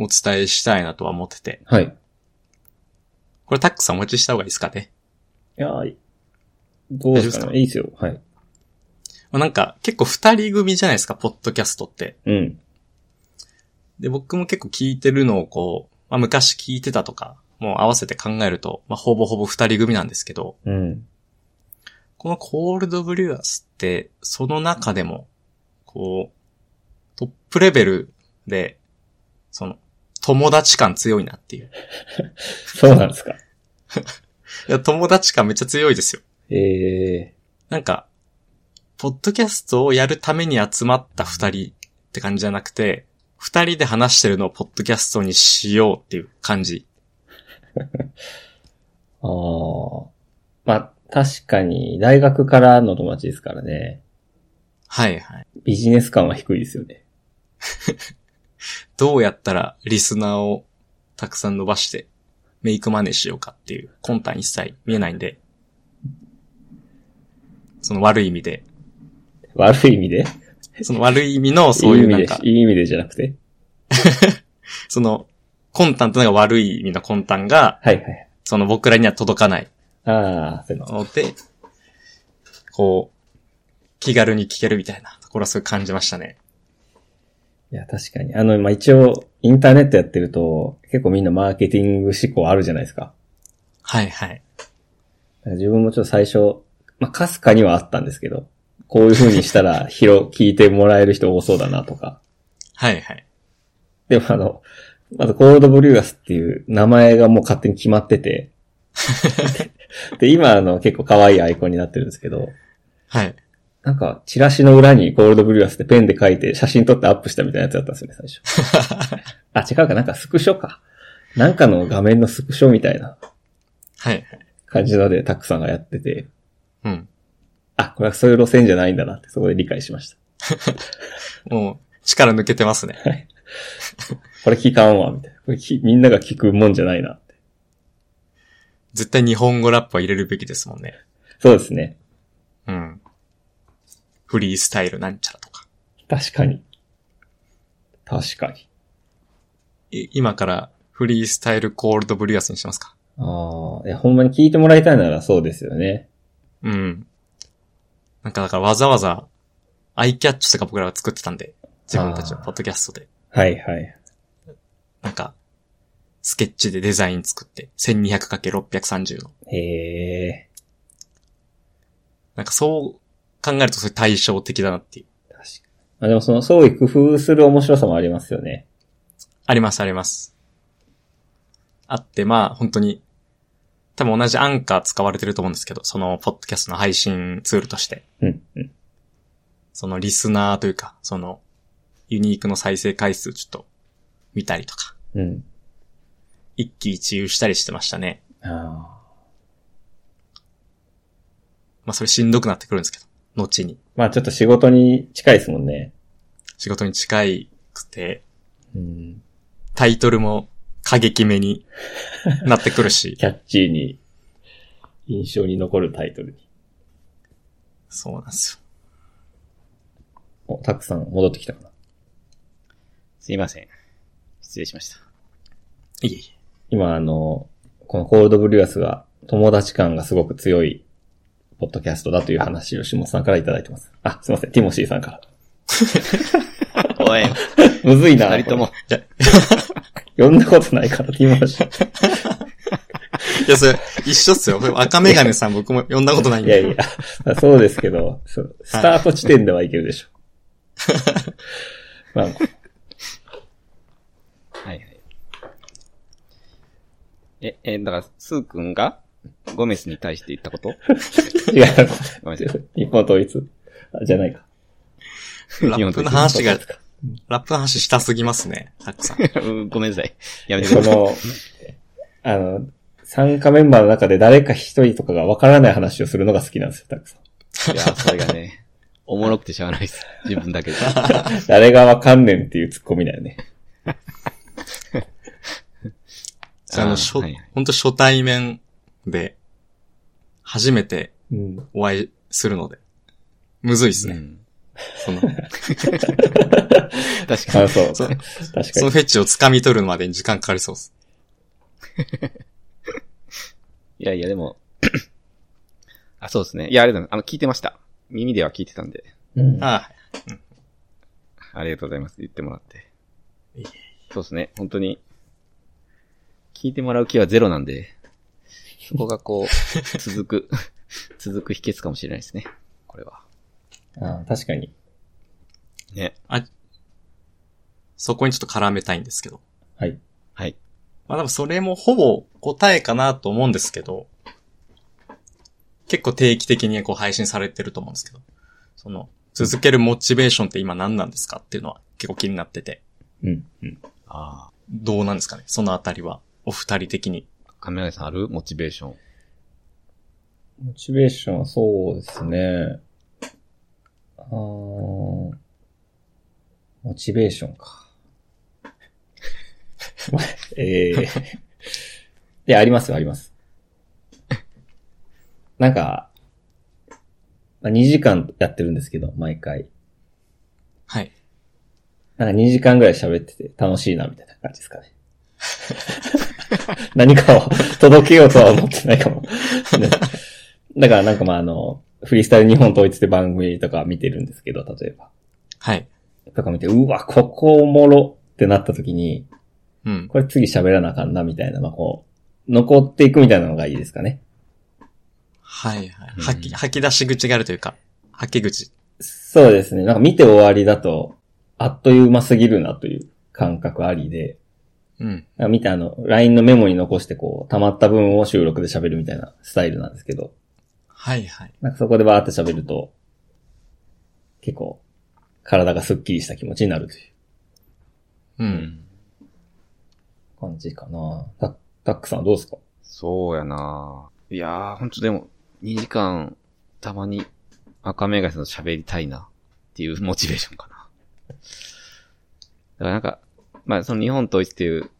[SPEAKER 3] お伝えしたいなとは思ってて。
[SPEAKER 1] はい。い
[SPEAKER 3] これタックさんお持ちした方がいいですかね。
[SPEAKER 1] やーどうですか
[SPEAKER 3] 大丈夫ですか
[SPEAKER 1] ね。いいですよ。はい。
[SPEAKER 3] まあ、なんか、結構二人組じゃないですか、ポッドキャストって。
[SPEAKER 1] うん。
[SPEAKER 3] で、僕も結構聞いてるのをこう、まあ、昔聞いてたとか、もう合わせて考えると、まあ、ほぼほぼ二人組なんですけど、
[SPEAKER 1] うん。
[SPEAKER 3] このコールドブリュアスって、その中でも、こう、トップレベルで、その、友達感強いなっていう。
[SPEAKER 1] そうなんですか。
[SPEAKER 3] いや、友達感めっちゃ強いですよ。
[SPEAKER 1] え
[SPEAKER 3] なんか、ポッドキャストをやるために集まった二人って感じじゃなくて、二人で話してるのをポッドキャストにしようっていう感じ。
[SPEAKER 1] ー、ああ。まあ、確かに、大学からの友達ですからね。
[SPEAKER 3] はいはい。
[SPEAKER 1] ビジネス感は低いですよね。
[SPEAKER 3] どうやったらリスナーをたくさん伸ばして、メイクマネーしようかっていう魂胆一切見えないんで、その悪い意味で、
[SPEAKER 1] 悪い意味で
[SPEAKER 3] その悪い意味のそういうなんか
[SPEAKER 1] い、い意味で、いい意味でじゃなくて。
[SPEAKER 3] その魂胆ってのが悪い意味の魂胆が、
[SPEAKER 1] はいはい。
[SPEAKER 3] その僕らには届かない
[SPEAKER 1] ああ、そういうの。
[SPEAKER 3] ので、こう、気軽に聞けるみたいなところはすごい感じましたね。
[SPEAKER 1] いや、確かに。あの、まあ、一応、インターネットやってると、結構みんなマーケティング思考あるじゃないですか。
[SPEAKER 3] はいはい。
[SPEAKER 1] だから自分もちょっと最初、まあ、かすかにはあったんですけど、こういう風にしたら、 広、聞いてもらえる人多そうだなとか。
[SPEAKER 3] はいはい。
[SPEAKER 1] でもあの、まずコールドブリューガスっていう名前がもう勝手に決まって て、で、今あの、結構可愛いアイコンになってるんですけど、
[SPEAKER 3] はい。
[SPEAKER 1] なんか、チラシの裏にコールドブリュアスってペンで書いて写真撮ってアップしたみたいなやつだったんですよね、最初。 あ、違うか、なんかスクショか。なんかの画面のスクショみたいな
[SPEAKER 3] はいはい。
[SPEAKER 1] 感じので、たくさんがやってて、
[SPEAKER 3] うん。
[SPEAKER 1] あ、これはそういう路線じゃないんだなってそこで理解しました。
[SPEAKER 3] もう、力抜けてますね。
[SPEAKER 1] これ聞かんわ、みたいな。これきみんなが聞くもんじゃないなって。
[SPEAKER 3] 絶対日本語ラップは入れるべきですもんね。
[SPEAKER 1] そうですね。
[SPEAKER 3] うん。フリースタイルなんちゃらとか。
[SPEAKER 1] 確かに。確かに。
[SPEAKER 3] い今からフリースタイルコールドブリュアスにしますか。
[SPEAKER 1] ああ、いや、ほんまに聞いてもらいたいならそうですよね。
[SPEAKER 3] うん。なんかだからわざわざアイキャッチとか僕らが作ってたんで、自分たちの
[SPEAKER 1] あー
[SPEAKER 3] ポッドキャストで。
[SPEAKER 1] はいはい。
[SPEAKER 3] なんか、スケッチでデザイン作って、1200×630 の。
[SPEAKER 1] へえ、
[SPEAKER 3] なんかそう考えるとそれ対照的だなっていう。
[SPEAKER 1] 確かに。まあでもその、創意工夫する面白さもありますよね。
[SPEAKER 3] ありますあります。あって、まあ本当に、多分同じアンカー使われてると思うんですけど、そのポッドキャストの配信ツールとして。
[SPEAKER 1] うん、うん。
[SPEAKER 3] そのリスナーというか、その、ユニークの再生回数ちょっと、見たりとか、
[SPEAKER 1] うん。
[SPEAKER 3] 一喜一憂したりしてましたね。
[SPEAKER 1] ああ。
[SPEAKER 3] まあそれしんどくなってくるんですけど、後に。
[SPEAKER 1] まあちょっと仕事に近いですもんね。
[SPEAKER 3] 仕事に近いくて、
[SPEAKER 1] うん。
[SPEAKER 3] タイトルも過激めになってくるし、
[SPEAKER 1] キャッチーに、印象に残るタイトルに。
[SPEAKER 3] そうなんです
[SPEAKER 1] お、たくさん戻ってきたかな。
[SPEAKER 2] すいません。失礼しました。
[SPEAKER 3] よ。いえいえ。
[SPEAKER 1] 今あの、このコールドブリュアスが友達感がすごく強いポッドキャストだという話を下さんからいただいてます。あ、すいません。ティモシーさんから。
[SPEAKER 2] おい、
[SPEAKER 1] むずいな。
[SPEAKER 2] 二人とも
[SPEAKER 1] これ。読んだことないから、ティモシ ー。
[SPEAKER 3] いや、それ、一緒っすよ。赤メガネさん僕も呼んだことないん
[SPEAKER 1] いやい
[SPEAKER 3] で。
[SPEAKER 1] や、そうですけど、そうスタート地点ではいけるでし ょ。まあ、
[SPEAKER 2] はいはい。え、え、だから、スー君が、ゴメスに対して言ったこと
[SPEAKER 1] 違う。
[SPEAKER 2] ごめんなさい。
[SPEAKER 1] 日本統一あじゃないか。
[SPEAKER 3] ラップの話
[SPEAKER 1] 日
[SPEAKER 3] が
[SPEAKER 1] 本統一か
[SPEAKER 3] ラップの話したすぎますね、たく さん。
[SPEAKER 2] うんごめんなさい。やめてく
[SPEAKER 1] そ
[SPEAKER 2] ださい。
[SPEAKER 1] の、 あの、参加メンバーの中で誰か一人とかがわからない話をするのが好きなんですよ、たくさん。
[SPEAKER 2] いや、それがね、おもろくてしゃあないです。自分だ けで。
[SPEAKER 1] 誰がわかんねんっていうツッコミだよね。
[SPEAKER 3] あの、
[SPEAKER 2] あー
[SPEAKER 3] 初、
[SPEAKER 2] はいはい
[SPEAKER 3] 本当初対面で、初めて
[SPEAKER 1] うん。
[SPEAKER 3] お会いするので、むずいっす
[SPEAKER 2] う
[SPEAKER 3] ね。
[SPEAKER 2] ん
[SPEAKER 3] その、
[SPEAKER 2] 確か
[SPEAKER 1] 感
[SPEAKER 2] に。
[SPEAKER 1] 想。
[SPEAKER 3] そ
[SPEAKER 1] 確か
[SPEAKER 3] うその
[SPEAKER 1] に。
[SPEAKER 3] フェチを掴み取るまでに時間かかりそうっす。
[SPEAKER 2] いやいや、で も、あ、そうですね。いや、ありがとうございます。あの、聞いてました。耳では聞いてたんで、
[SPEAKER 1] うん
[SPEAKER 3] あ
[SPEAKER 2] ありがとうございます。言ってもらって
[SPEAKER 3] いえいえ。
[SPEAKER 2] そうですね。本当に、聞いてもらう気はゼロなんで、そこがこう、 続く、続く秘訣かもしれないですね。これは。
[SPEAKER 1] あ確かに。
[SPEAKER 2] ね。
[SPEAKER 3] そこにちょっと絡めたいんですけど。
[SPEAKER 1] はい。
[SPEAKER 2] はい。
[SPEAKER 3] まあでもそれもほぼ答えかなと思うんですけど、結構定期的にこう配信されてると思うんですけど、その、続けるモチベーションって今何なんですかっていうのは結構気になってて、
[SPEAKER 1] うん。うん。
[SPEAKER 2] ああ。
[SPEAKER 3] どうなんですかねそのあたりは、お二人的に。
[SPEAKER 2] 亀谷さんあるモチベーション。
[SPEAKER 1] モチベーションはそうですね。あーモチベーションか。 ええー。いや、ありますよ、あります。なんか、まあ、2時間やってるんですけど、毎回。
[SPEAKER 3] はい。
[SPEAKER 1] なんか2時間ぐらい喋ってて楽しいなみたいな感じですかね。 何かを届けようとは思ってないかも。ねだからなんかまああの、フリースタイル日本統一って番組とか見てるんですけど、例えば。
[SPEAKER 3] はい。
[SPEAKER 1] とか見て、うわ、ここおもろってなった時に、
[SPEAKER 3] うん。
[SPEAKER 1] これ次喋らなあかんなみたいな、まあこう、残っていくみたいなのがいいですかね。
[SPEAKER 3] はいは
[SPEAKER 2] う
[SPEAKER 3] い。
[SPEAKER 2] ん
[SPEAKER 3] 吐き、吐き出し口があるというか、吐き口。
[SPEAKER 1] そうですね。なんか見て終わりだと、あっという間すぎるなという感覚ありで、
[SPEAKER 3] うん。
[SPEAKER 1] あ見てあの、LINE のメモに残してこう、溜まった分を収録で喋るみたいなスタイルなんですけど、
[SPEAKER 3] はいはい。
[SPEAKER 1] なんかそこでバーって喋ると、結構、体がスッキリした気持ちになるという
[SPEAKER 3] う。。
[SPEAKER 2] うん
[SPEAKER 1] 感じかな。たタックさんはどうですか
[SPEAKER 2] そうやないやー、ほんとでも、2時間、たまに赤目がさんと喋りたいな、っていう モチベーションかな。だからなんか、まあその日本統一っていう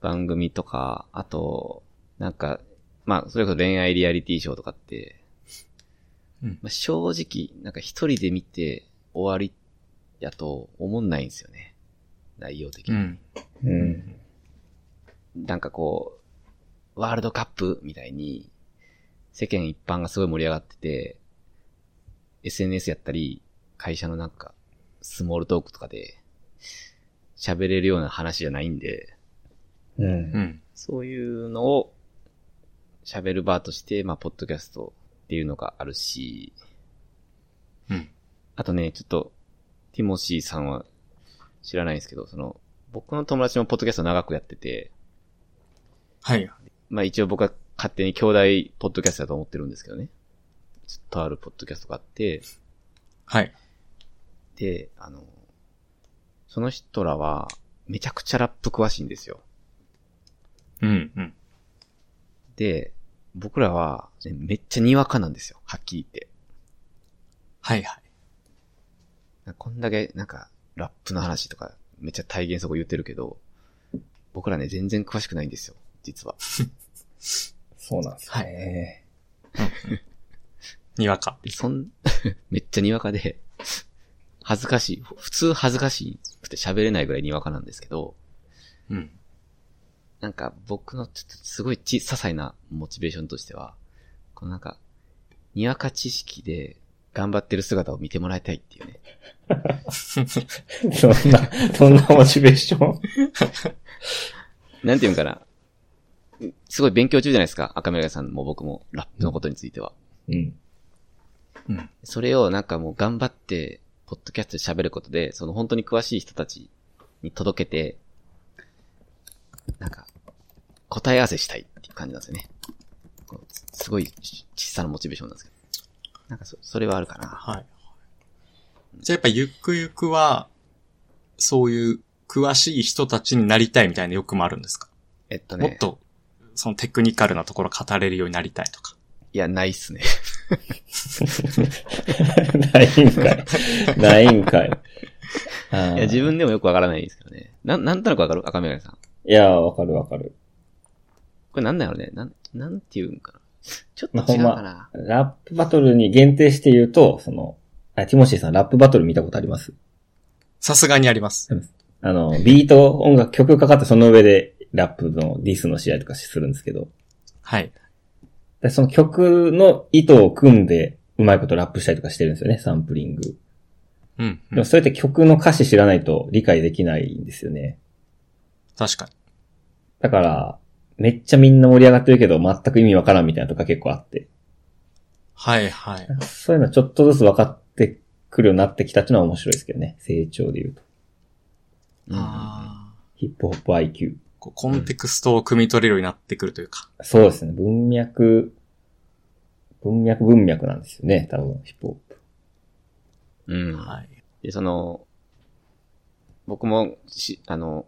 [SPEAKER 2] 番組とか、あと、なんか、まあそれこそ恋愛リアリティショーとかって、
[SPEAKER 3] うん
[SPEAKER 2] まあ、正直、なんか一人で見て終わりやと思んないんですよね。内容的
[SPEAKER 3] う
[SPEAKER 2] に。
[SPEAKER 3] ん。
[SPEAKER 1] うん。
[SPEAKER 2] なんかこう、ワールドカップみたいに、世間一般がすごい盛り上がってて、SNS やったり、会社のなんか、スモールトークとかで、喋れるような話じゃないんで、
[SPEAKER 1] う。
[SPEAKER 3] うんん。
[SPEAKER 2] そういうのを、喋る場として、まあ、ポッドキャストっていうのがあるし、
[SPEAKER 3] うん。
[SPEAKER 2] あとね、ちょっと、ティモシーさんは知らないんですけど、その、僕の友達もポッドキャスト長くやってて、
[SPEAKER 3] はい。
[SPEAKER 2] まあ一応僕は勝手に兄弟ポッドキャストだと思ってるんですけどね。ちょっとあるポッドキャストがあって、
[SPEAKER 3] はい。
[SPEAKER 2] で、あの、その人らは、めちゃくちゃラップ詳しいんですよ。
[SPEAKER 3] うん、うん。
[SPEAKER 2] で、僕らは、ねめっちゃにわかなんですよ。はっきり言って。
[SPEAKER 3] はいはい。
[SPEAKER 2] なんかこんだけ、なんか、ラップの話とか、めっちゃ体現そこ言ってるけど、僕らね、全然詳しくないんですよ。実は。
[SPEAKER 1] そうなんですね。
[SPEAKER 3] にわか。
[SPEAKER 2] でそん、 めっちゃにわかで、恥ずかしい。普通恥ずかしくて喋れないぐらいにわかなんですけど、
[SPEAKER 3] うん。
[SPEAKER 2] なんか僕のちょっとすごいち、些細なモチベーションとしては、このなんか、にわか知識で頑張ってる姿を見てもらいたいっていうね。
[SPEAKER 1] そんな、そんなモチベーション
[SPEAKER 2] なんていうんかな。すごい勉強中じゃないですか。赤目がさんも僕も、ラップのことについては。
[SPEAKER 1] うん。
[SPEAKER 3] うん。
[SPEAKER 2] それをなんかもう頑張って、ポッドキャストで喋ることで、その本当に詳しい人たちに届けて、なんか、答え合わせしたいっていう感じなんですよね。こうすごいち小さなモチベーションなんですけど。なんかそ、それはあるかな。
[SPEAKER 3] はい。じゃあやっぱゆくゆくは、そういう詳しい人たちになりたいみたいな欲もあるんですか、
[SPEAKER 2] えっと
[SPEAKER 3] もっ
[SPEAKER 2] ね。
[SPEAKER 3] と、そのテクニカルなところ語れるようになりたいとか。
[SPEAKER 2] いや、ないっすね。
[SPEAKER 1] ないんかい。ないんかい。あ
[SPEAKER 2] い
[SPEAKER 1] ー
[SPEAKER 2] や、自分でもよくわからないですけどね。なん、なんとなくわかる赤目がさん。
[SPEAKER 1] いやー、わかるわかる。
[SPEAKER 2] これなんだろうね。なん、なんて言うんかな。ちょっ
[SPEAKER 1] まあ
[SPEAKER 2] と違
[SPEAKER 1] ほん
[SPEAKER 2] う
[SPEAKER 1] ま
[SPEAKER 2] かな。
[SPEAKER 1] ラップバトルに限定して言うと、その、あ、ティモシーさん、ラップバトル見たことあります
[SPEAKER 3] さすがにあります。
[SPEAKER 1] あの、ビート、音楽、曲かかってその上で、ラップのディスの試合とかするんですけど、
[SPEAKER 3] はい。
[SPEAKER 1] でその曲の意図を組んで、うまいことラップしたりとかしてるんですよね、サンプリング。
[SPEAKER 3] うん、う
[SPEAKER 1] でも
[SPEAKER 3] ん。
[SPEAKER 1] それって曲の歌詞知らないと理解できないんですよね。
[SPEAKER 3] 確かに。
[SPEAKER 1] だから、めっちゃみんな盛り上がってるけど、全く意味わからんみたいなとか結構あって。
[SPEAKER 3] はい、はい。
[SPEAKER 1] そういうのちょっとずつ分かってくるようになってきたっていうのは面白いですけどね。成長で言うと。
[SPEAKER 2] うんうんうん
[SPEAKER 3] あー
[SPEAKER 1] ヒップホップ IQ。
[SPEAKER 3] こうコンテクストを汲み取れるようになってくるというか。
[SPEAKER 1] そうですね。文脈、文脈文脈なんですよね。多分、ヒップホップ。
[SPEAKER 2] うん。
[SPEAKER 3] はい。
[SPEAKER 2] で、その、僕もし、あの、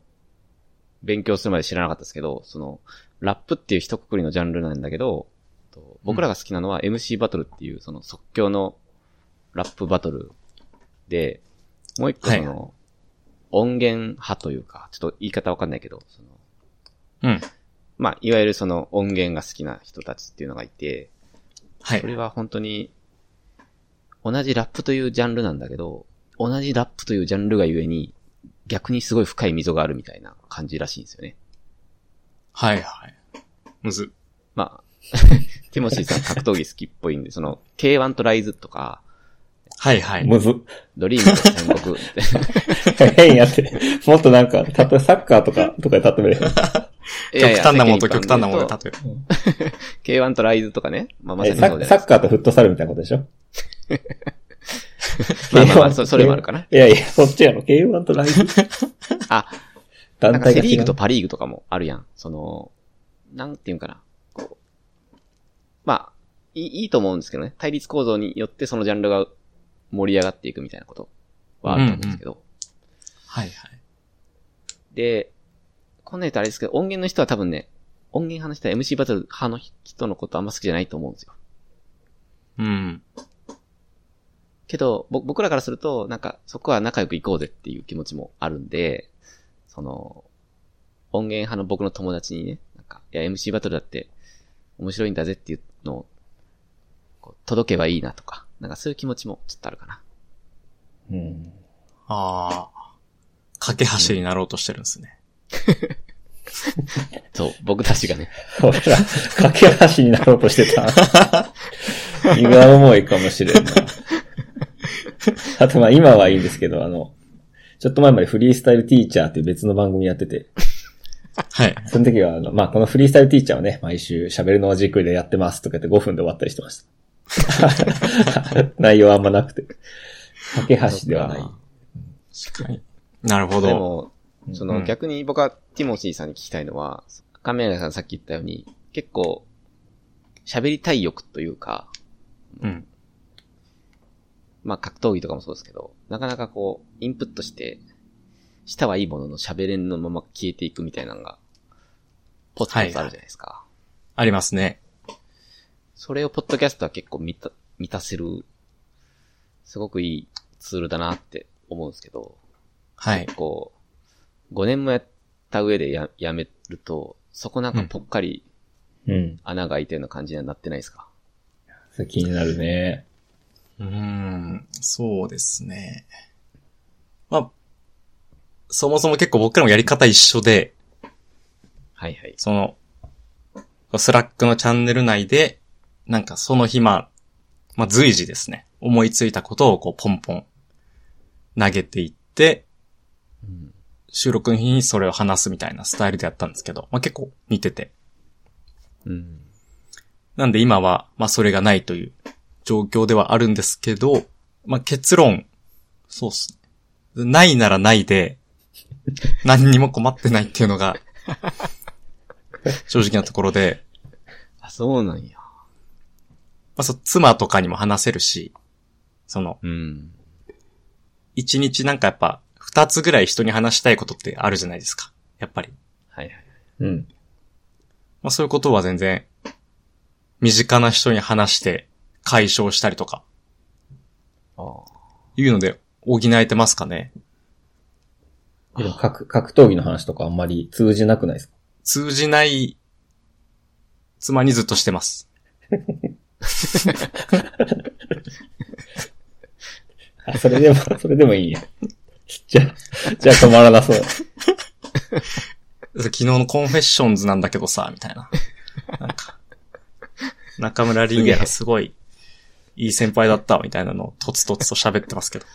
[SPEAKER 2] 勉強するまで知らなかったですけど、その、ラップっていう一括りのジャンルなんだけど、と僕らが好きなのは MC バトルっていう、その即興のラップバトルで、もう一個その、音源派というか、ちょっと言い方わかんないけど、その、
[SPEAKER 3] うん。
[SPEAKER 2] まあ、いわゆるその音源が好きな人たちっていうのがいて、
[SPEAKER 3] は
[SPEAKER 2] これ
[SPEAKER 3] い。
[SPEAKER 2] は本当に、同じラップというジャンルなんだけど、同じラップというジャンルがゆえに、逆にすごい深い溝があるみたいな感じらしいんですよね。
[SPEAKER 3] はい、はい。むず。
[SPEAKER 2] まあ、 ティモシーさん格闘技好きっぽいんで、その、K1 とライズとか、
[SPEAKER 3] はい、はい。
[SPEAKER 1] むずっ。
[SPEAKER 2] ドリームと戦国みたい
[SPEAKER 1] 変 やって。もっとなんか、たとえサッカーとか、とかで例えればいい。
[SPEAKER 2] いやい
[SPEAKER 3] 極
[SPEAKER 2] や
[SPEAKER 3] 端なものと
[SPEAKER 2] 世間
[SPEAKER 3] 極
[SPEAKER 2] 一般で言うと
[SPEAKER 3] 端なもので例える。
[SPEAKER 2] K1 とライズとかね。まあまさ
[SPEAKER 1] え
[SPEAKER 2] に
[SPEAKER 1] サ
[SPEAKER 2] そうじ
[SPEAKER 1] ッ
[SPEAKER 2] ゃな
[SPEAKER 1] サ
[SPEAKER 2] い
[SPEAKER 1] ッカーとフットサルみたいなことでしょ
[SPEAKER 2] まあまあまあそそれもあるかな。
[SPEAKER 1] いやいや、そっちやろ。K1 とライブ
[SPEAKER 2] あ、
[SPEAKER 1] 団
[SPEAKER 2] なんか
[SPEAKER 1] 体
[SPEAKER 2] セ
[SPEAKER 1] が
[SPEAKER 2] リ
[SPEAKER 1] 違
[SPEAKER 2] ーグ
[SPEAKER 1] う
[SPEAKER 2] と。パリーグとかもあるやん。その、なんていうんかな。こう。まあ、いいいいと思うんですけどね。対立構造によってそのジャンルが盛り上がっていくみたいなことはあると思うんですけど。
[SPEAKER 3] はい、はい。
[SPEAKER 2] で、こんなん言うとあれですけど、音源の人は多分ね、音源派の人は MC バトル派の人のことあんま好きじゃないと思うんですよ。
[SPEAKER 3] うん。
[SPEAKER 2] けど、ぼ僕らからすると、なんか、そこは仲良く行こうぜっていう気持ちもあるんで、その、音源派の僕の友達にね、なんか、いや、MC バトルだって面白いんだぜっていうのを、こう届けばいいなとか、なんかそういう気持ちもちょっとあるかな。
[SPEAKER 1] うん。
[SPEAKER 3] ああ。架け橋になろうとしてるんですね。
[SPEAKER 2] そう、僕たちが ね。
[SPEAKER 1] 俺ら、架け橋になろうとしてた。 気が重いかもしれんな。あとまあ今はいいんですけど、あの、ちょっと前までフリースタイルティーチャーっていう別の番組やってて、
[SPEAKER 3] はい。
[SPEAKER 1] その時はあの、まあこのフリースタイルティーチャーをね、毎週喋るのをじっくりでやってますとか言って5分で終わったりしてました。 内容はあんまなくて。架け橋ではない。
[SPEAKER 3] 確かに。なるほ
[SPEAKER 2] で
[SPEAKER 3] ど。
[SPEAKER 2] も、そうの
[SPEAKER 3] ん
[SPEAKER 2] 逆に僕はティモシーさんに聞きたいのは、カメラさんさっき言ったように、結構、喋りたい欲というか、
[SPEAKER 3] うん。
[SPEAKER 2] まあ格闘技とかもそうですけど、なかなかこう、インプットして、したはいいものの喋れんのまま消えていくみたいなのが、ポツポツあるじゃないですか。
[SPEAKER 3] ありますね。
[SPEAKER 2] それをポッドキャストは結構満た、満たせる、すごくいいツールだなって思うんですけど、
[SPEAKER 3] はい。
[SPEAKER 2] こう、5年もやった上でややめると、そこなんかぽっかり
[SPEAKER 1] うん。
[SPEAKER 2] 穴が開いたような感じにはなってないですか、
[SPEAKER 1] それ気になるね。
[SPEAKER 3] うーん、そうですね。まあ、そもそも結構僕らもやり方一緒で、
[SPEAKER 2] はいはい。
[SPEAKER 3] その、スラックのチャンネル内で、なんかその日まあ、まあ随時ですね、思いついたことをこうポンポン投げていって、
[SPEAKER 2] うん。
[SPEAKER 3] 収録の日にそれを話すみたいなスタイルでやったんですけど、まあ結構似てて。
[SPEAKER 2] うん。
[SPEAKER 3] なんで今は、まあそれがないという状況ではあるんですけど、まあ結論、そうっすね。ないならな いで、何にも困ってないっていうのが、正直なところで、
[SPEAKER 2] あ、そうなんや。
[SPEAKER 3] まあそう、妻とかにも話せるし、その、
[SPEAKER 2] うん。
[SPEAKER 3] 一日なんかやっぱ、二つぐらい人に話したいことってあるじゃないですか。やっぱり。
[SPEAKER 2] はいはい。
[SPEAKER 1] うん。
[SPEAKER 3] まあそういうことは全然、身近な人に話して解消したりとか、
[SPEAKER 2] ああ。
[SPEAKER 3] いうので補えてますかね。
[SPEAKER 1] でも格格闘技の話とかあんまり通じなくないですか
[SPEAKER 3] 通じない妻にずっとしてます。
[SPEAKER 1] あそれでも、 それでもいいんや。じゃあ、じゃあ止まらなそう。
[SPEAKER 3] 昨日のコンフェッションズなんだけどさ、みたいな。なんか、中村倫也がすごいいい先輩だった、みたいなのをとつとつと喋ってますけど。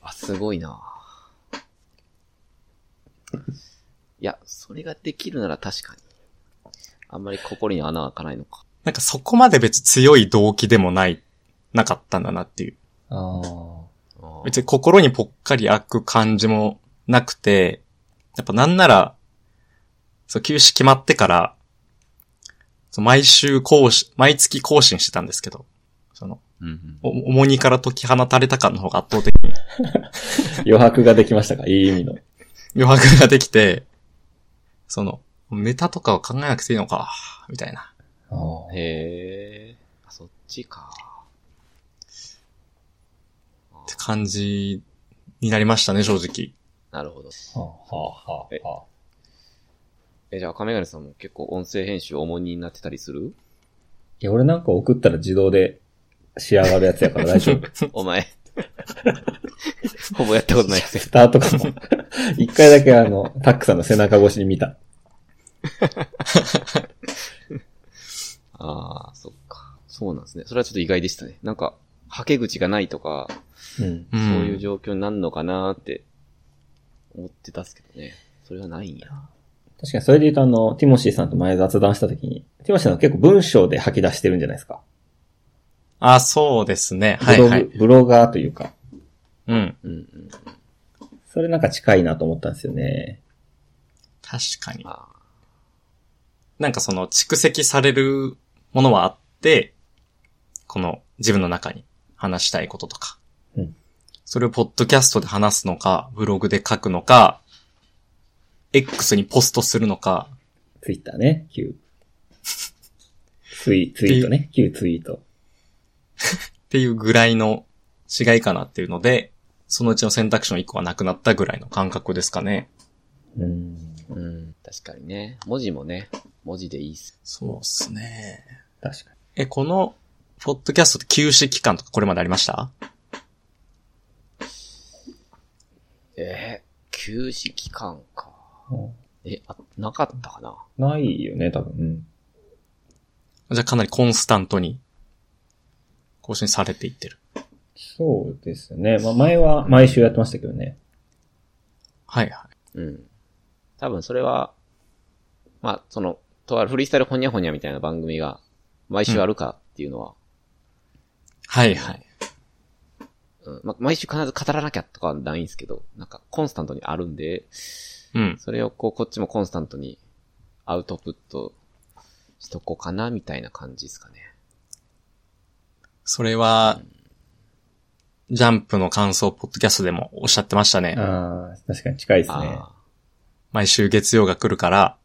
[SPEAKER 2] あ、すごいな。いや、それができるなら確かに。あんまり心に穴は開かないのか。
[SPEAKER 3] なんかそこまで別に強い動機でもない、なかったんだなっていう。
[SPEAKER 1] ああ。
[SPEAKER 2] ああ
[SPEAKER 3] 別に心にぽっかり開く感じもなくて、やっぱなんなら、そう、休止決まってから、そう毎週更新、毎月更新してたんですけど、その、
[SPEAKER 2] うんうん
[SPEAKER 3] お重荷から解き放たれた感の方が圧倒的に
[SPEAKER 1] 余白ができましたかいい意味の。
[SPEAKER 3] 余白ができて、その、ネタとかを考えなくていいのか、みたいな。
[SPEAKER 1] ああ。
[SPEAKER 2] へえ。あ、そっちか。
[SPEAKER 3] って感じになりましたね、正直。
[SPEAKER 2] なるほど。
[SPEAKER 1] はあ、はあ、はあ、はあ。
[SPEAKER 2] え、じゃあ、亀谷さんも結構音声編集重荷になってたりする
[SPEAKER 1] いや、俺なんか送ったら自動で仕上がるやつやから大丈夫。
[SPEAKER 2] お前。ほぼやったことない。
[SPEAKER 1] スタートかも。 一回だけあの、タックさんの背中越しに見た。
[SPEAKER 2] ああ、そっか。そうなんですね。それはちょっと意外でしたね。なんか、はけ口がないとか、
[SPEAKER 1] うん。
[SPEAKER 3] うん
[SPEAKER 2] そういう状況になるのかなーって思ってたっすけどね。それはないんや。
[SPEAKER 1] 確かにそれで言うとあの、ティモシーさんと前雑談した時に、ティモシーさんは結構文章で吐き出してるんじゃないですか。
[SPEAKER 3] あ、そうですね。
[SPEAKER 1] ブ
[SPEAKER 3] は
[SPEAKER 1] ログ、
[SPEAKER 3] いはい。
[SPEAKER 1] ブロガーというか。
[SPEAKER 3] うん。
[SPEAKER 2] うんうん。
[SPEAKER 1] それなんか近いなと思ったんですよね。
[SPEAKER 3] 確かに。
[SPEAKER 2] あ
[SPEAKER 3] なんかその蓄積されるものはあって、この自分の中に話したいこととか。
[SPEAKER 1] うん
[SPEAKER 3] それをポッドキャストで話すのか、ブログで書くのか、X にポストするのか、
[SPEAKER 1] ツイッターね、旧。ツイ、ツイートね、旧ツイート。
[SPEAKER 3] っていうぐらいの違いかなっていうので、そのうちの選択肢の一個はなくなったぐらいの感覚ですかね。
[SPEAKER 1] うん、
[SPEAKER 2] あ。うん。確かにね。文字もね、文字でいいっす。
[SPEAKER 3] そうですね。
[SPEAKER 1] 確かに。
[SPEAKER 3] え、この、ポッドキャストって休止期間とかこれまでありました
[SPEAKER 2] えー、休止期間か。
[SPEAKER 1] うん
[SPEAKER 2] え、あ、なかったかな
[SPEAKER 1] ないよね、多分。
[SPEAKER 3] じゃあかなりコンスタントに更新されていってる。
[SPEAKER 1] そうですね。まあ、前は毎週やってましたけどね。
[SPEAKER 3] はいはい。
[SPEAKER 2] うん。多分それは、まあ、その、とあるフリースタイルほにゃほにゃみたいな番組が、毎週あるかっていうのは、
[SPEAKER 3] はいはい。
[SPEAKER 2] うん、まあ、毎週必ず語らなきゃとかはないんですけど、なんかコンスタントにあるんで、
[SPEAKER 3] うん。
[SPEAKER 2] それをこう、こっちもコンスタントにアウトプットしとこうかなみたいな感じですかね。
[SPEAKER 3] それは、ジャンプの感想、ポッドキャストでもおっしゃってましたね。
[SPEAKER 1] ああ、確かに近いですね。
[SPEAKER 2] あ
[SPEAKER 3] 毎週月曜が来るから、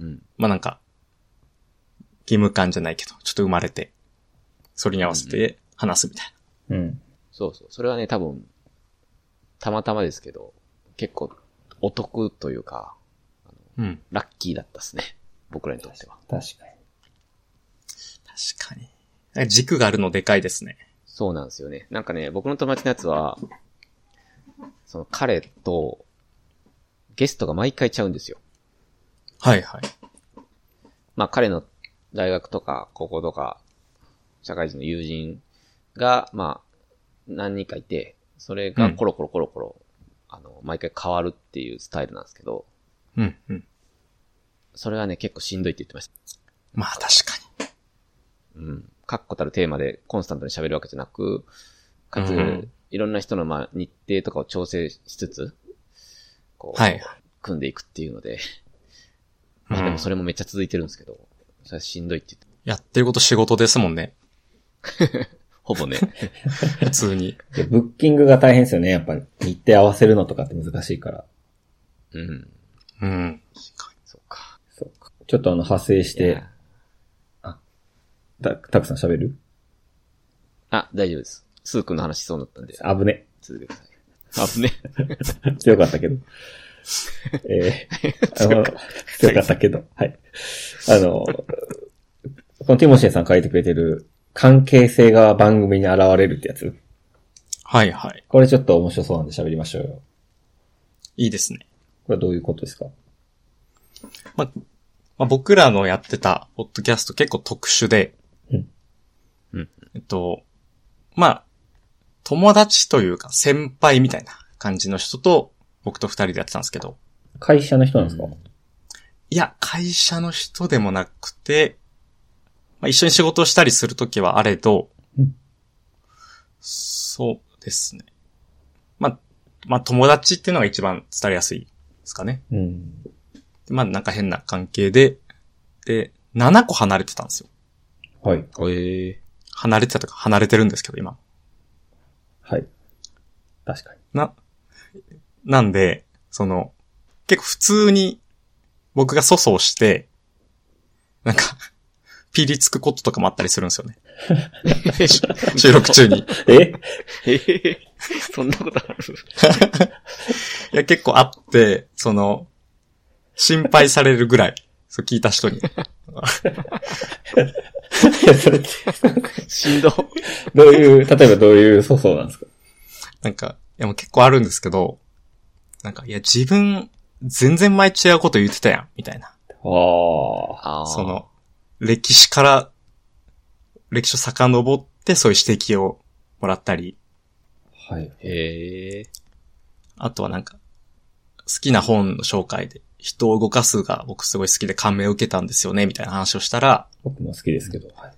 [SPEAKER 2] ーうん。
[SPEAKER 3] まあ、なんか、義務感じゃないけど、ちょっと生まれて、それに合わせて話すみたい
[SPEAKER 1] うん。
[SPEAKER 2] そうそう。それはね、多分、たまたまですけど、結構、お得というか、
[SPEAKER 3] な。うん。
[SPEAKER 2] ラッキーだったっすね。僕らにとっては。
[SPEAKER 1] 確かに。
[SPEAKER 3] 確かに。なんか軸があるのでかいですね。
[SPEAKER 2] そうなんですよね。なんかね、僕の友達のやつは、その彼と、ゲストが毎回ちゃうんですよ。
[SPEAKER 3] はいはい。
[SPEAKER 2] まあ彼の大学とか高校とか、社会人の友人が、まあ、何人かいて、それがコロコロコロコロ、あの、毎回変わるっていうスタイルなんですけど、
[SPEAKER 3] うんうん。
[SPEAKER 2] それはね、結構しんどいって言ってました。
[SPEAKER 3] まあ確かに。
[SPEAKER 2] うん。確固たるテーマでコンスタントに喋るわけじゃなく、かつ、
[SPEAKER 3] うん
[SPEAKER 2] いろんな人の、まあ、日程とかを調整しつつ、こう、
[SPEAKER 3] はい。
[SPEAKER 2] 組んでいくっていうので、まあでもそ
[SPEAKER 3] れ、
[SPEAKER 2] れもめっちゃ続いてるんですけど、それはしんどいって言って、
[SPEAKER 3] やってること仕事ですもんね。
[SPEAKER 2] ほ ぼね、
[SPEAKER 3] 普通に。
[SPEAKER 1] でブッキングが大変ですよね。やっぱ日程合わせるのとかって難しいから。
[SPEAKER 2] うん、
[SPEAKER 3] うん。
[SPEAKER 2] そうか。
[SPEAKER 1] そうか。ちょっとあの、派生し
[SPEAKER 2] い
[SPEAKER 1] て
[SPEAKER 2] や、
[SPEAKER 1] た、たくさん喋る
[SPEAKER 2] あ、大丈夫です。スー君の話しそうになったんで、
[SPEAKER 1] 危ね。
[SPEAKER 2] 続けてください。あぶね。
[SPEAKER 1] 強かったけど。えー、あの強かったけど。はい。あの、このティモシエさん書いてくれてる、関係性が番組に現れるってやつ。
[SPEAKER 3] はいはい。
[SPEAKER 1] これちょっと面白そうなんで喋りましょうよ。
[SPEAKER 3] いいですね。
[SPEAKER 1] これはどういうことですか
[SPEAKER 3] まあ、まあ、僕らのやってたポッドキャスト結構特殊で、
[SPEAKER 1] うん
[SPEAKER 2] うん
[SPEAKER 3] えっと、まあ、友達というか先輩みたいな感じの人と僕と二人でやってたんですけど、
[SPEAKER 1] 会社の人なんですか、
[SPEAKER 2] うん
[SPEAKER 3] いや、会社の人でもなくて、まあ、一緒に仕事をしたりするときはあれど、
[SPEAKER 1] うん
[SPEAKER 3] そうですね。まあ、まあ、友達っていうのが一番伝わりやすいですかね。
[SPEAKER 1] うん。
[SPEAKER 3] でまあ、なんか変な関係で、で、7個離れてたんですよ。
[SPEAKER 1] はい。
[SPEAKER 2] ええ
[SPEAKER 3] 離れてたとか離れてるんですけど、今。
[SPEAKER 1] はい。確かに。
[SPEAKER 3] な、なんで、その、結構普通に僕が粗相して、なんか、 ピリつくこととかもあったりするんですよね。収録中に。い
[SPEAKER 1] え
[SPEAKER 2] そんなことある
[SPEAKER 3] や、結構あって、その、心配されるぐらい、そう聞いた人に。
[SPEAKER 1] いやそれって
[SPEAKER 2] しんど。
[SPEAKER 1] どういう、例えばどういう粗相なんですか
[SPEAKER 3] なんか、いやもう結構あるんですけど、なんか、いや、自分、全然前違うこと言ってたやん、みたいな。
[SPEAKER 1] ああ。
[SPEAKER 2] ああ。
[SPEAKER 3] そ。の、歴史から、歴史を遡ってそういう指摘をもらったり、
[SPEAKER 1] はい。
[SPEAKER 2] へえ
[SPEAKER 3] あとはなんか、好きな本の紹介で、人を動かすが僕すごい好きで感銘を受けたんですよね、みたいな話をしたら、
[SPEAKER 1] 僕も好きですけど。はい、
[SPEAKER 3] い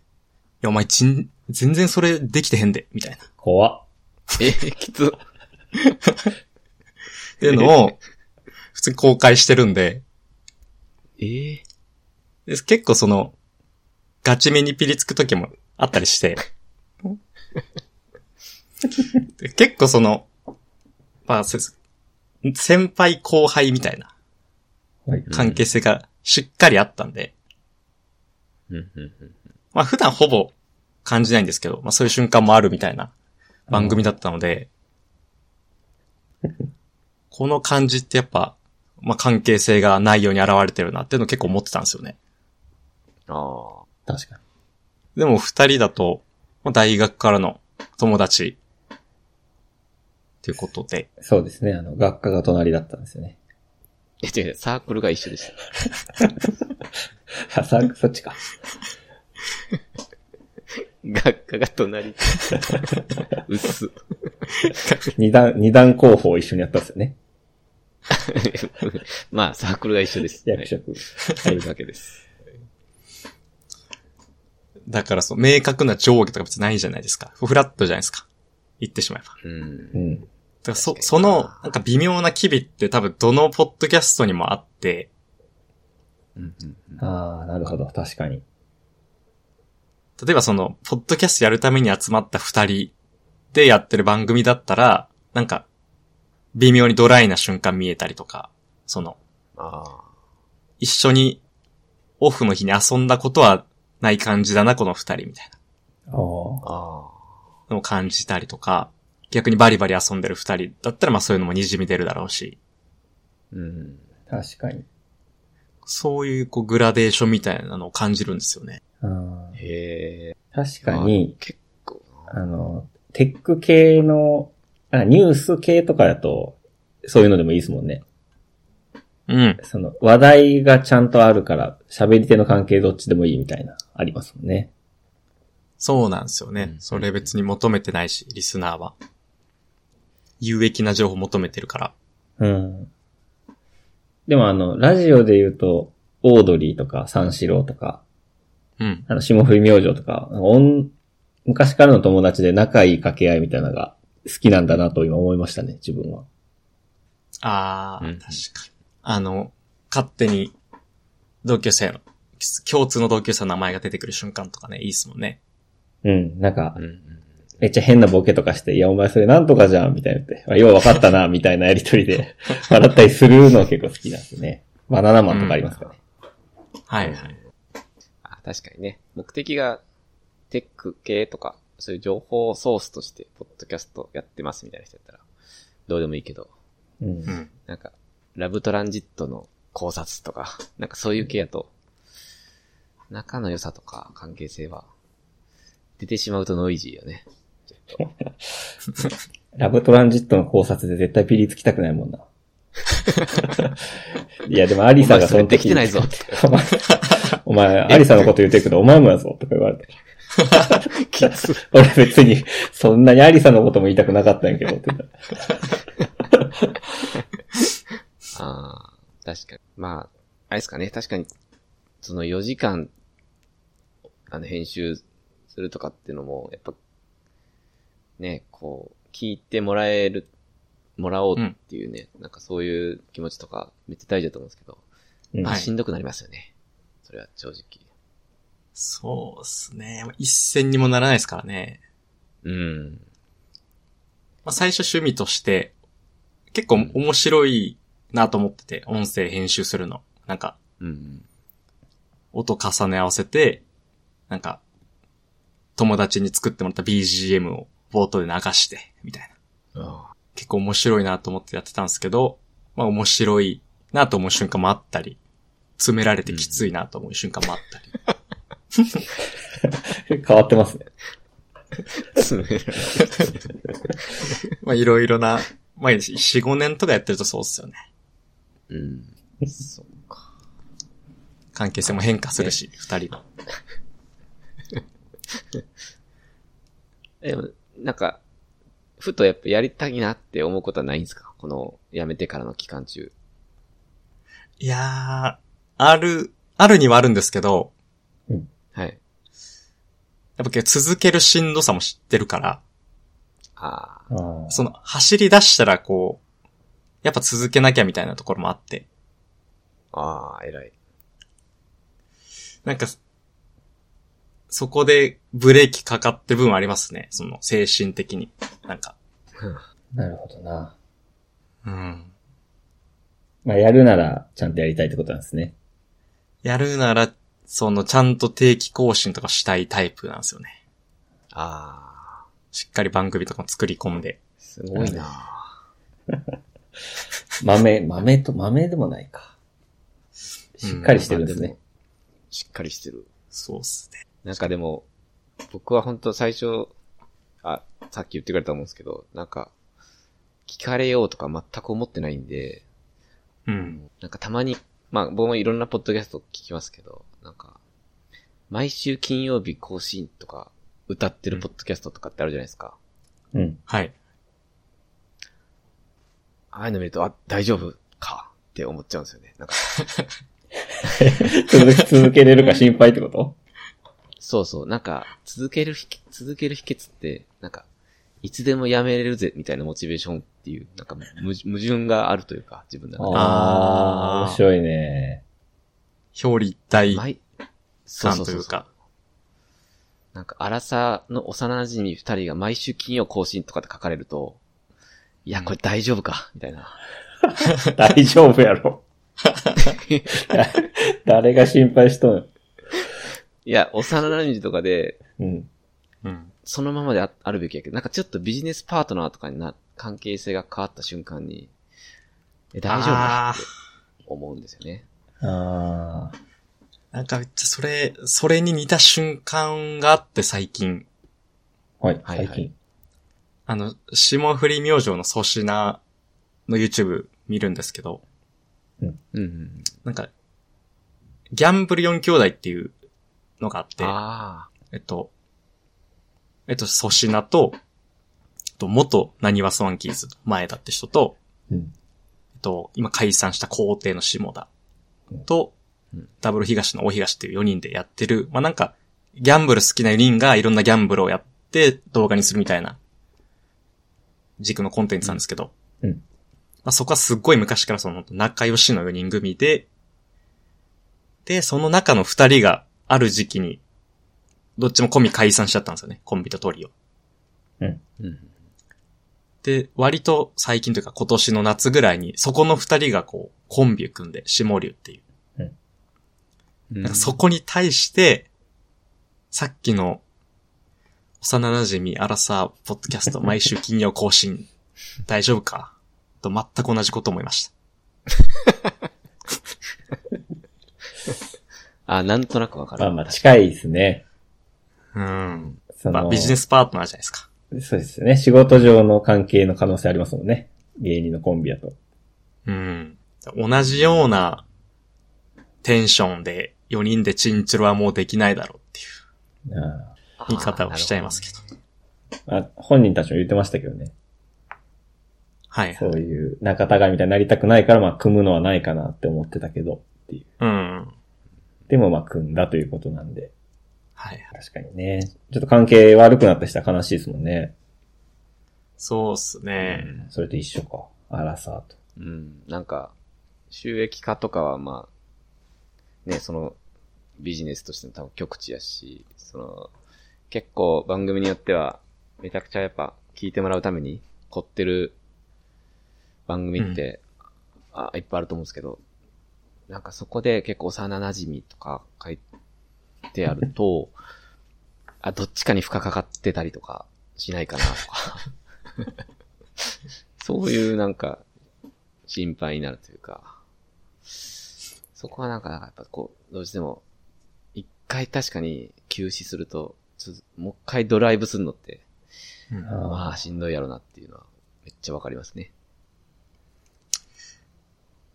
[SPEAKER 3] や、お前ちん、全然それできてへんで、みたいな。っ
[SPEAKER 1] 怖っ。
[SPEAKER 2] えー、きつ。
[SPEAKER 3] ていうのを、普通に公開してるんで、
[SPEAKER 2] ええ
[SPEAKER 3] で結構その、ガチめにピリつく時もあったりして。で結構その、まあ、そうです先輩後輩みたいな
[SPEAKER 1] はい。
[SPEAKER 3] 関係性がしっかりあったんで、
[SPEAKER 2] うんうんうん。
[SPEAKER 3] まあ普段ほぼ感じないんですけど、まあそういう瞬間もあるみたいな番組だったので、この感じってやっぱ、まあ関係性がないように現れてるなっていうのを結構思ってたんですよね。
[SPEAKER 2] ああ。
[SPEAKER 1] 確かに。
[SPEAKER 3] でも二人だと、まあ大学からの友達。ということで。
[SPEAKER 1] そうですね。あの、学科が隣だったんですよね。
[SPEAKER 2] え、違う違う、サークルが一緒でした。
[SPEAKER 1] あ、さ、そっちか。
[SPEAKER 2] 学科が隣。うっす。
[SPEAKER 1] 二段、二段候補を一緒にやったんですよね。
[SPEAKER 2] まあ、サークルが一緒です。
[SPEAKER 1] 役職。
[SPEAKER 2] はいそれだけです。
[SPEAKER 3] だからそう、明確な上下とか別にないじゃないですか。フラットじゃないですか。言ってしまえば。だか
[SPEAKER 2] うん
[SPEAKER 1] う。ん。
[SPEAKER 3] らそ
[SPEAKER 2] 確、かに
[SPEAKER 3] その、なんか微妙な機微って多分どのポッドキャストにもあって、
[SPEAKER 2] うんうんうん
[SPEAKER 1] ああ、なるほど。確かに。
[SPEAKER 3] 例えばその、ポッドキャストやるために集まった二人でやってる番組だったら、なんか、微妙にドライな瞬間見えたりとか、その、
[SPEAKER 2] ああ。
[SPEAKER 3] 一緒にオフの日に遊んだことはない感じだな、この二人みたい
[SPEAKER 1] ああ。
[SPEAKER 2] あ
[SPEAKER 3] なのを感じたりとか、逆にバリバリ遊んでる二人だったら、まあそういうのも滲み出るだろうし、
[SPEAKER 2] うん。
[SPEAKER 1] 確かに。
[SPEAKER 3] そういうこうグラデーションみたいなのを感じるんですよね。
[SPEAKER 1] あー
[SPEAKER 2] へえ。
[SPEAKER 1] 確かに、
[SPEAKER 2] 結構
[SPEAKER 1] あの、テック系の、あニュース系とかだと、そういうのでもいいですもんね。
[SPEAKER 3] うん。
[SPEAKER 1] その、話題がちゃんとあるから、喋り手の関係どっちでもいいみたいな、ありますもんね。
[SPEAKER 3] そうなんですよね。
[SPEAKER 2] うん
[SPEAKER 3] それ別に求めてないし、リスナーは。有益な情報求めてるから。
[SPEAKER 1] うん。でもあの、ラジオで言うと、オードリーとか、三四郎とか、
[SPEAKER 3] うん。
[SPEAKER 1] あの、霜降り明星とか、なんかおん昔からの友達で仲いい掛け合いみたいなのが好きなんだなと今思いましたね、自分は。
[SPEAKER 3] あー、
[SPEAKER 2] うん
[SPEAKER 3] 確かに。あの、勝手に、同級生の、共通の同級生の名前が出てくる瞬間とかね、いいっすもんね。
[SPEAKER 1] うん、なんか
[SPEAKER 2] う、んうん。
[SPEAKER 1] めっちゃ変なボケとかして、いや、お前それなんとかじゃん、みたいなって、あよう分かったな、みたいなやりとりで、笑ったりするの結構好きなんですね。バナナマンとかありますかね。
[SPEAKER 3] はいはい。
[SPEAKER 2] あ、確かにね。目的が、テック系とか、そういう情報ソースとして、ポッドキャストやってますみたいな人だったら、どうでもいいけど、
[SPEAKER 1] うん
[SPEAKER 3] う。ん。
[SPEAKER 2] なんか、ラブトランジットの考察とか、なんかそういう系やと、仲の良さとか関係性は、出てしまうとノイジーよね。
[SPEAKER 1] ラブトランジットの考察で絶対ピリつきたくないもんな。 いや、でもアリサが
[SPEAKER 2] お前それできてないぞ。
[SPEAKER 1] お前、お前アリサのこと言ってるけど、お前もやぞ、とか言われて。
[SPEAKER 2] きつ。
[SPEAKER 1] 俺別に、そんなにアリサのことも言いたくなかったんやけど、って言った
[SPEAKER 2] ああ、確かに。まあ、あれですかね。確かに、その4時間、あの、編集するとかっていうのも、やっぱ、ね、こう、聞いてもらえる、もらおうっていうね、なんかそういう気持ちとか、めっちゃ大事だと思うんですけど、
[SPEAKER 1] うん
[SPEAKER 3] はい
[SPEAKER 2] しんどくなりますよね。それは正直。
[SPEAKER 3] そうっすね。一戦にもならないですからね。
[SPEAKER 2] うん。
[SPEAKER 3] まあ、最初趣味として、結構面白いなと思ってて、音声編集するの。なんか、
[SPEAKER 2] うん。
[SPEAKER 3] 音重ね合わせて、なんか、友達に作ってもらった BGM を冒頭で流して、みたいな。
[SPEAKER 2] あ
[SPEAKER 3] 結構面白いなと思ってやってたんですけど、まあ面白いなと思う瞬間もあったり、詰められてきついなと思う瞬間もあったり。
[SPEAKER 1] 変わってますね。
[SPEAKER 3] まあいろいろな、まあ4、5年とかやってるとそうっすよね。
[SPEAKER 2] うん。そうか。
[SPEAKER 3] 関係性も変化するし、二人の。
[SPEAKER 2] でも、なんか、ふとやっぱやりたいなって思うことはないんですかこの、辞めてからの期間中。
[SPEAKER 3] いやー、ある、あるにはあるんですけど、
[SPEAKER 2] はい。
[SPEAKER 3] やっぱ続けるしんどさも知ってるから、
[SPEAKER 2] ああ、
[SPEAKER 1] あ
[SPEAKER 3] その走り出したらこう、やっぱ続けなきゃみたいなところもあって、
[SPEAKER 2] ああ、偉い。
[SPEAKER 3] なんか、そこでブレーキかかって分ありますね。その精神的に。なんか。
[SPEAKER 1] ーなるほどな。
[SPEAKER 3] うん。
[SPEAKER 1] まあ、やるなら、ちゃんとやりたいってことなんですね。
[SPEAKER 3] やるなら、そのちゃんと定期更新とかしたいタイプなんですよね。
[SPEAKER 2] ああ、
[SPEAKER 3] しっかり番組とかも作り込んで。
[SPEAKER 2] すごいな。
[SPEAKER 1] 豆、豆と、豆でもないか。しっかりしてるんですね。
[SPEAKER 2] しっかりしてる。
[SPEAKER 3] そうっすね。
[SPEAKER 2] なんかでも、僕は本当最初、あ、さっき言ってくれたと思うんですけど、なんか、聞かれようとか全く思ってないんで、
[SPEAKER 3] うん。
[SPEAKER 2] なんかたまに、まあ僕もいろんなポッドキャスト聞きますけど、なんか、毎週金曜日更新とか、歌ってるポッドキャストとかってあるじゃないですか。
[SPEAKER 1] うん。
[SPEAKER 3] はい。
[SPEAKER 2] ああいうの見ると、あ、大丈夫かって思っちゃうんですよね。なんか、
[SPEAKER 1] 続続けれ るか心配ってこと
[SPEAKER 2] そうそう、なんか、続ける秘訣、続ける秘訣って、なんか、いつでもやめれるぜ、みたいなモチベーションっていう、なんか矛、矛盾があるというか、自分の中で。
[SPEAKER 1] ああ、
[SPEAKER 3] あー
[SPEAKER 1] 面白いね。
[SPEAKER 3] 表裏一体
[SPEAKER 2] 毎、そう
[SPEAKER 3] 感
[SPEAKER 2] そう
[SPEAKER 3] と
[SPEAKER 2] そ
[SPEAKER 3] いうう
[SPEAKER 2] そう
[SPEAKER 3] か。。
[SPEAKER 2] なんか、荒さの幼馴染み二人が毎週金曜更新とかって書かれると、いや、これ大丈夫か、みたいな。
[SPEAKER 1] 大丈夫やろ。 誰が心配しとん。
[SPEAKER 2] いや、幼馴染とかで、
[SPEAKER 1] うん。
[SPEAKER 3] うん。
[SPEAKER 2] そのままでああるべきやけど、なんかちょっとビジネスパートナーとかにな、関係性が変わった瞬間に、え、大丈夫か
[SPEAKER 3] あ
[SPEAKER 2] って思うんですよね。
[SPEAKER 1] ああ。
[SPEAKER 3] なんか、それ、それに似た瞬間があって最近、
[SPEAKER 1] はい、
[SPEAKER 2] はいはい
[SPEAKER 1] 最近。
[SPEAKER 3] あの、霜降り明星の粗品の YouTube 見るんですけど、
[SPEAKER 2] うんうんうん。
[SPEAKER 3] なんか、ギャンブル4兄弟っていうのがあって、
[SPEAKER 2] あ
[SPEAKER 3] えっと、えっと、粗品と、えっと、元何はスワンキーズの前田って人と、
[SPEAKER 1] うん。
[SPEAKER 3] えっと、今解散した皇帝の下田と
[SPEAKER 2] うん、
[SPEAKER 3] ダブル東の大東っていう4人でやってる、まあ、なんか、ギャンブル好きな4人がいろんなギャンブルをやって動画にするみたいな、軸のコンテンツなんですけど、
[SPEAKER 1] うんうん
[SPEAKER 3] まあ、そこはすっごい昔からその仲良しの4人組で、で、その中の2人がある時期に、どっちもコンビ解散しちゃったんですよね、コンビとトリオ。
[SPEAKER 2] あ。うん。
[SPEAKER 3] で、割と最近というか今年の夏ぐらいに、そこの二人がこう、コンビを組んで、下流っていう。
[SPEAKER 2] うん
[SPEAKER 3] なんかそこに対して、さっきの、幼馴染み、アラサー、ポッドキャスト、毎週金曜更 新、大丈夫かと全く同じこと思いました。
[SPEAKER 2] あ、なんとなくわかる。
[SPEAKER 1] まあまあ、近いですね。
[SPEAKER 3] うん。
[SPEAKER 1] そ
[SPEAKER 3] まあ、ビジネスパートナーじゃないですか。
[SPEAKER 1] そうですよね。仕事上の関係の可能性ありますもんね。芸人のコンビだと。
[SPEAKER 3] うん。同じような、テンションで、4人でチンチロはもうできないだろうっていう
[SPEAKER 1] あ
[SPEAKER 2] あー
[SPEAKER 3] 言い方をしちゃいますけど。
[SPEAKER 1] ーあ本人たちも言ってましたけどね。
[SPEAKER 3] はいは
[SPEAKER 1] そ
[SPEAKER 3] い。
[SPEAKER 1] ういう仲違いみたいになりたくないから、まあ、組むのはないかなって思ってたけど。
[SPEAKER 3] うん。
[SPEAKER 1] でも、まあ、組んだということなんで。
[SPEAKER 3] はい。
[SPEAKER 1] 確かにね。ちょっと関係悪くなった人は悲しいですもんね。
[SPEAKER 3] そうっすね。
[SPEAKER 1] それと一緒か。アラサーと。
[SPEAKER 2] うん。なんか、収益化とかはまあ、ね、その、ビジネスとしての多分極地やし、その、結構番組によっては、めちゃくちゃやっぱ聞いてもらうために凝ってる番組って、あ、いっぱいあると思うんですけど、なんかそこで結構幼馴染とか書いてあると、あ、どっちかに負荷かかってたりとかしないかなとか。 そういうなんか心配になるというか、そこはなんか、やっぱこう、どうしても、一回確かに休止すると、つづもう一回ドライブするのって、
[SPEAKER 3] うん
[SPEAKER 2] まあしんどいやろなっていうのは、めっちゃわかりますね。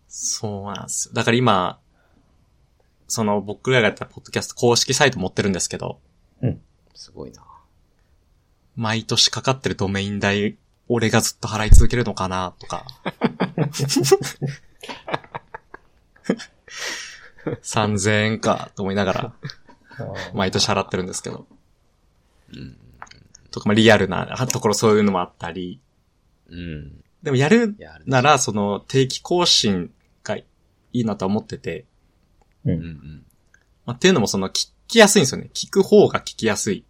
[SPEAKER 3] そうなんですよ。だから今、その僕らがやったポッドキャスト公式サイト持ってるんですけど、
[SPEAKER 2] すごいな。
[SPEAKER 3] 毎年かかってるドメイン代、俺がずっと払い続けるのかな、と か。3000円か、と思いながら、毎年払ってるんですけど。
[SPEAKER 2] うん。
[SPEAKER 3] とか、まあリアルなところそういうのもあったり。
[SPEAKER 2] うん。
[SPEAKER 3] でもやる
[SPEAKER 2] いや、あるでしょ
[SPEAKER 3] な、ら、その定期更新がいいなとは思ってて、
[SPEAKER 2] うんうん。
[SPEAKER 3] まあ、っていうのもその聞きやすいんですよね。聞く方が聞きやすい。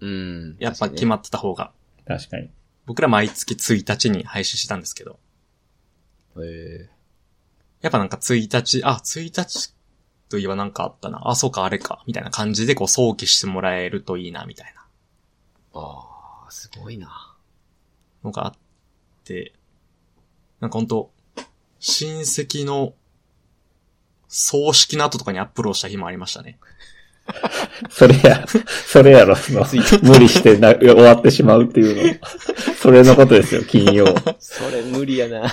[SPEAKER 2] うん。
[SPEAKER 3] やっぱ決
[SPEAKER 2] ま
[SPEAKER 3] まってた方が。
[SPEAKER 1] 確かに。
[SPEAKER 3] 僕ら毎月1日に配信してたんですけど。
[SPEAKER 2] え
[SPEAKER 3] やっぱなんか1日、あ、1日といえばなんかあったな。あ、そうか、あれか。みたいな感じでこう想起してもらえるといいな、みたい
[SPEAKER 2] ー、
[SPEAKER 3] な
[SPEAKER 2] ああ、すごい な。
[SPEAKER 3] のがあって。なんかほんと、親戚の葬式の後とかにアップロードした日もありましたね。
[SPEAKER 1] それや、 それやろ、その、無理してな 終わってしまうっていうの。 それのことですよ、金曜。
[SPEAKER 2] それ無理やな。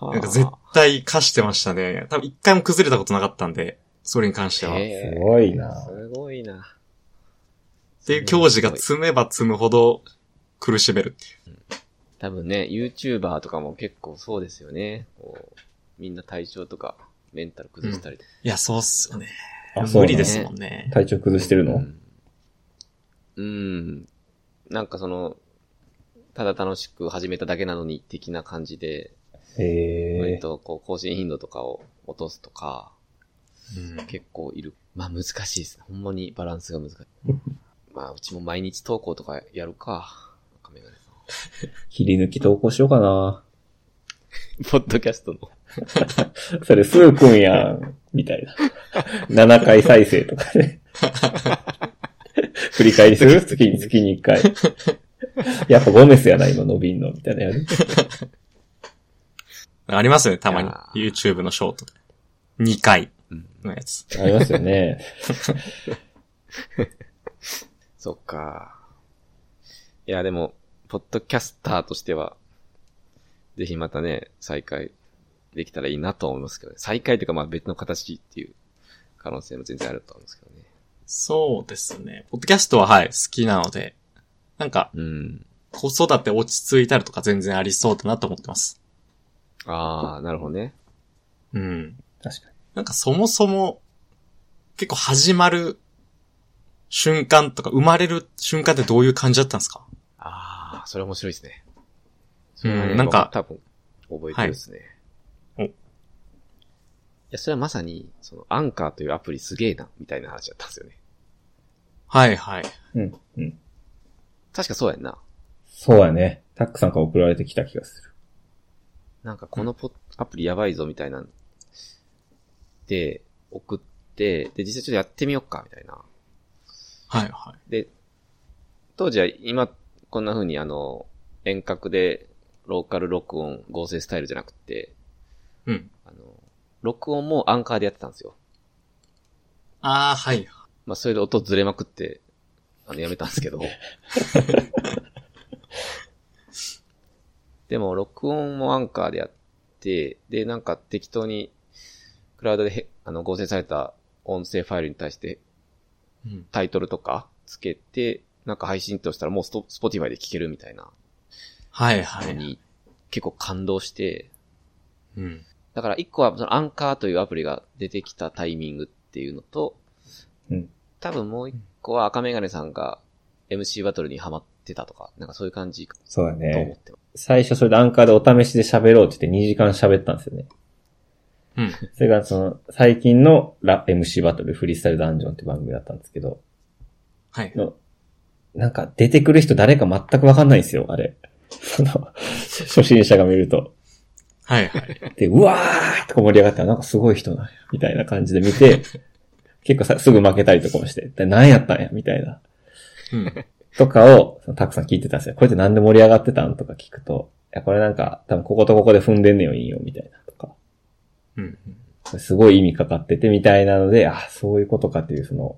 [SPEAKER 2] は
[SPEAKER 3] なんか絶対貸してましたね。多分一回も崩れたことなかったんで、それに関しては。
[SPEAKER 2] へー
[SPEAKER 1] すごいな
[SPEAKER 2] すごいな。
[SPEAKER 3] っていう教授が積めば積むほど苦しめるっていう。
[SPEAKER 2] 多分ね、YouTuber とかも結構そうですよね。こうみんな体調とかメンタル崩したりとか。
[SPEAKER 3] いや、そうっすよね。
[SPEAKER 1] あそうな
[SPEAKER 3] 無
[SPEAKER 1] の
[SPEAKER 3] 理ですもんね。
[SPEAKER 1] 体調崩してる
[SPEAKER 2] う
[SPEAKER 1] の、
[SPEAKER 2] ん。うんなんかその、ただ楽しく始めただけなのに的な感じで、
[SPEAKER 1] え
[SPEAKER 2] 割
[SPEAKER 1] え
[SPEAKER 2] とこう更新頻度とかを落とすとか、
[SPEAKER 3] うん
[SPEAKER 2] 結構いる。まあ難しいですね。ほんまにバランスが難しい。 まあうちも毎日投稿とかやるか。赤メガネさん。
[SPEAKER 1] 切り抜き投稿しようかな。
[SPEAKER 2] ポッドキャストの。
[SPEAKER 1] それ、スーくんやん、みたいな。7回再生とかで。 振り返り する月に、月に1回。やっぱゴメスやな、今伸びんの、みたいなやる。
[SPEAKER 3] ありますよね、たまに
[SPEAKER 2] いや。ー
[SPEAKER 3] YouTube のショートで。2回
[SPEAKER 2] うん
[SPEAKER 3] のやつ。
[SPEAKER 1] ありますよね。
[SPEAKER 2] そっか。いや、でも、ポッドキャスターとしては、ぜひまたね、再開できたらいいなと思いますけどね。再開というか、まあ別の形っていう可能性も全然あると思うんですけどね。
[SPEAKER 3] そうですね。ポッドキャストははい、好きなので、なんか、
[SPEAKER 2] うん。
[SPEAKER 3] 子育て落ち着いたりとか全然ありそうだなと思ってます。
[SPEAKER 2] ああ、なるほどね。
[SPEAKER 3] うん。
[SPEAKER 1] 確かに。
[SPEAKER 3] なんかそもそも、結構始まる瞬間とか、生まれる瞬間ってどういう感じだったんですか
[SPEAKER 2] ああ、それ面白いですね。
[SPEAKER 3] うん
[SPEAKER 2] それはね
[SPEAKER 3] なんか
[SPEAKER 2] 多分、覚えてるですね。
[SPEAKER 3] はいお
[SPEAKER 2] いや、それはまさに、その、アンカーというアプリすげえな、みたいな話だったんですよね。
[SPEAKER 3] はいはい。
[SPEAKER 1] うん、うん。
[SPEAKER 2] 確かそうやんな。
[SPEAKER 1] そうやね。タックさんから送られてきた気がする。
[SPEAKER 2] なんかこのポッアプリやばいぞみたいなんで、送って、で、実際ちょっとやってみよっか、みたいな。
[SPEAKER 3] はいはい。
[SPEAKER 2] で、当時は今、こんな風にあの、遠隔でローカル録音合成スタイルじゃなくて、
[SPEAKER 3] うん。
[SPEAKER 2] あの、録音もアンカーでやってたんですよ。
[SPEAKER 3] ああ、はい。
[SPEAKER 2] まあ、それで音ずれまくって、あの、やめたんですけど。でも、録音もアンカーでやって、で、なんか適当に、クラウドでへあの合成された音声ファイルに対して
[SPEAKER 3] うん。
[SPEAKER 2] タイトルとかつけて、なんか配信としたらもうスト Spotify で聴けるみたいな
[SPEAKER 3] はいは
[SPEAKER 2] の
[SPEAKER 3] い。
[SPEAKER 2] に結構感動して、
[SPEAKER 3] うん。
[SPEAKER 2] だから一個はそのアンカーというアプリが出てきたタイミングっていうのと、
[SPEAKER 1] うん
[SPEAKER 2] 多分もう一個は赤メガネさんが MC バトルにハマってたとか、なんかそういう感じか
[SPEAKER 1] そうや
[SPEAKER 2] と思っ
[SPEAKER 1] ね。
[SPEAKER 2] てます。
[SPEAKER 1] 最初それでアンカーでお試しで喋ろうって言って2時間喋ったんですよね。
[SPEAKER 3] うん。
[SPEAKER 1] それがその、最近のラ MC バトルフリースタイルダンジョンって番組だったんですけど、
[SPEAKER 3] はい。
[SPEAKER 1] のなんか出てくる人誰か全くわかんないんですよ、あれ。その、初心者が見ると。
[SPEAKER 3] はいはい。
[SPEAKER 1] で、うわーとか盛り上がったらなんかすごい人なんや、みたいな感じで見て、結構さ、すぐ負けたりとかもして、で何やったんや、みたいな。
[SPEAKER 3] うん。
[SPEAKER 1] とかを、そのたくさん聞いてたんですよ。これってなんで盛り上がってたんとか聞くと、いや、これなんか、多分こことここで踏んでんねよ、いいよ、みたいなとか。
[SPEAKER 3] うん。
[SPEAKER 1] すごい意味かかっててみたいなので、あ、そういうことかっていう、その、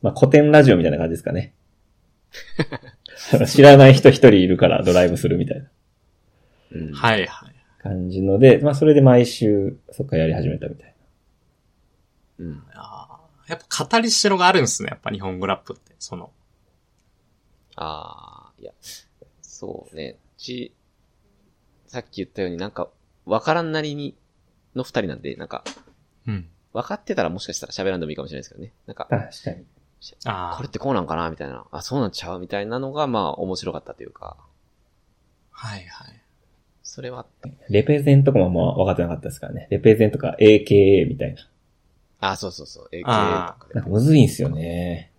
[SPEAKER 1] まあ、古典ラジオみたいな感じですか ね。知らない人一人いるからドライブするみたいな
[SPEAKER 2] うん
[SPEAKER 3] はいはい。
[SPEAKER 1] 感じので、まあ、それで毎週、そっかやり始めたみたい
[SPEAKER 2] うん
[SPEAKER 3] あーやっぱ語りしろがあるんですね。やっぱ日本語ラップって。その。
[SPEAKER 2] ああ、いや、そうね。ち、さっき言ったようになんか、わからんなりに、の二人なんで、なんか、
[SPEAKER 3] うん。
[SPEAKER 2] 分かってたらもしかしたら喋らんでもいいかもしれないですけどね。なんか、
[SPEAKER 1] な。確かに。
[SPEAKER 3] ああ。
[SPEAKER 2] これってこうなんかなみたいな。あ、そうなんちゃうみたいなのが、まあ、面白かったというか、
[SPEAKER 3] はいはい。
[SPEAKER 2] それはあった。
[SPEAKER 1] レペゼンとかもまあ分かってなかったですからね。レペゼンとか AKA みたいな。
[SPEAKER 2] あ、そうそうそう。AKA と
[SPEAKER 3] あ
[SPEAKER 2] か
[SPEAKER 3] ー
[SPEAKER 2] で
[SPEAKER 1] なんかむずいんすよね。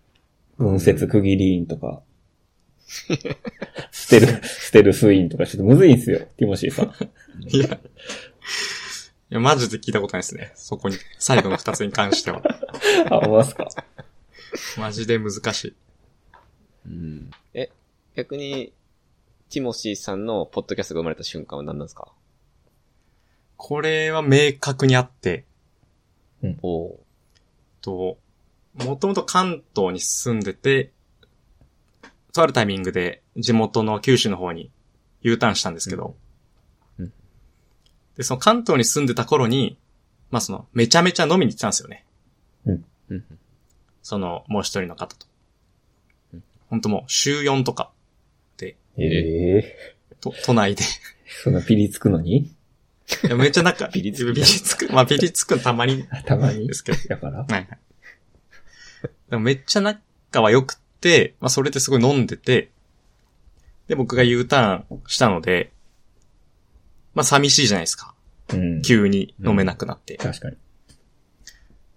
[SPEAKER 1] 文節区切り員と か。捨てる、捨てるスインとか、ちょっとむずいんすよ。ティモシー さん。
[SPEAKER 3] いや。いや、マジで聞いたことないですね。そこに、最後の二つに関 しては。
[SPEAKER 1] あ、思いますか
[SPEAKER 3] マジで難しい。
[SPEAKER 2] うん。え、逆に、ティモシーさんのポッドキャストが生まれた瞬間は何なんですか
[SPEAKER 3] これは明確にあって、
[SPEAKER 2] おう
[SPEAKER 3] と、もともと関東に住んでて、とあるタイミングで地元の九州の方に U ターンしたんですけど、
[SPEAKER 2] うんうん
[SPEAKER 3] で、その関東に住んでた頃に、まあその、めちゃめちゃ飲みに行ってたんですよね。
[SPEAKER 2] うん。
[SPEAKER 3] その、もう一人の方と
[SPEAKER 2] うん。
[SPEAKER 3] 本当もう、週4とか、
[SPEAKER 1] ええ
[SPEAKER 3] と、都内 で。
[SPEAKER 1] そんなピリつくのに
[SPEAKER 3] いやめっちゃ なんか、
[SPEAKER 2] ピリつく
[SPEAKER 3] ピリつく。まあ、ピリつくのたまに
[SPEAKER 1] たまに
[SPEAKER 3] で。すけど。
[SPEAKER 1] だから
[SPEAKER 3] はいはい。でもめっちゃ仲は良くて、まあそれですごい飲んでて、で、僕が U ターンしたので、まあ寂しいじゃないですか。
[SPEAKER 1] うん。
[SPEAKER 3] 急に飲めなくなって。
[SPEAKER 1] 確かに。
[SPEAKER 3] っ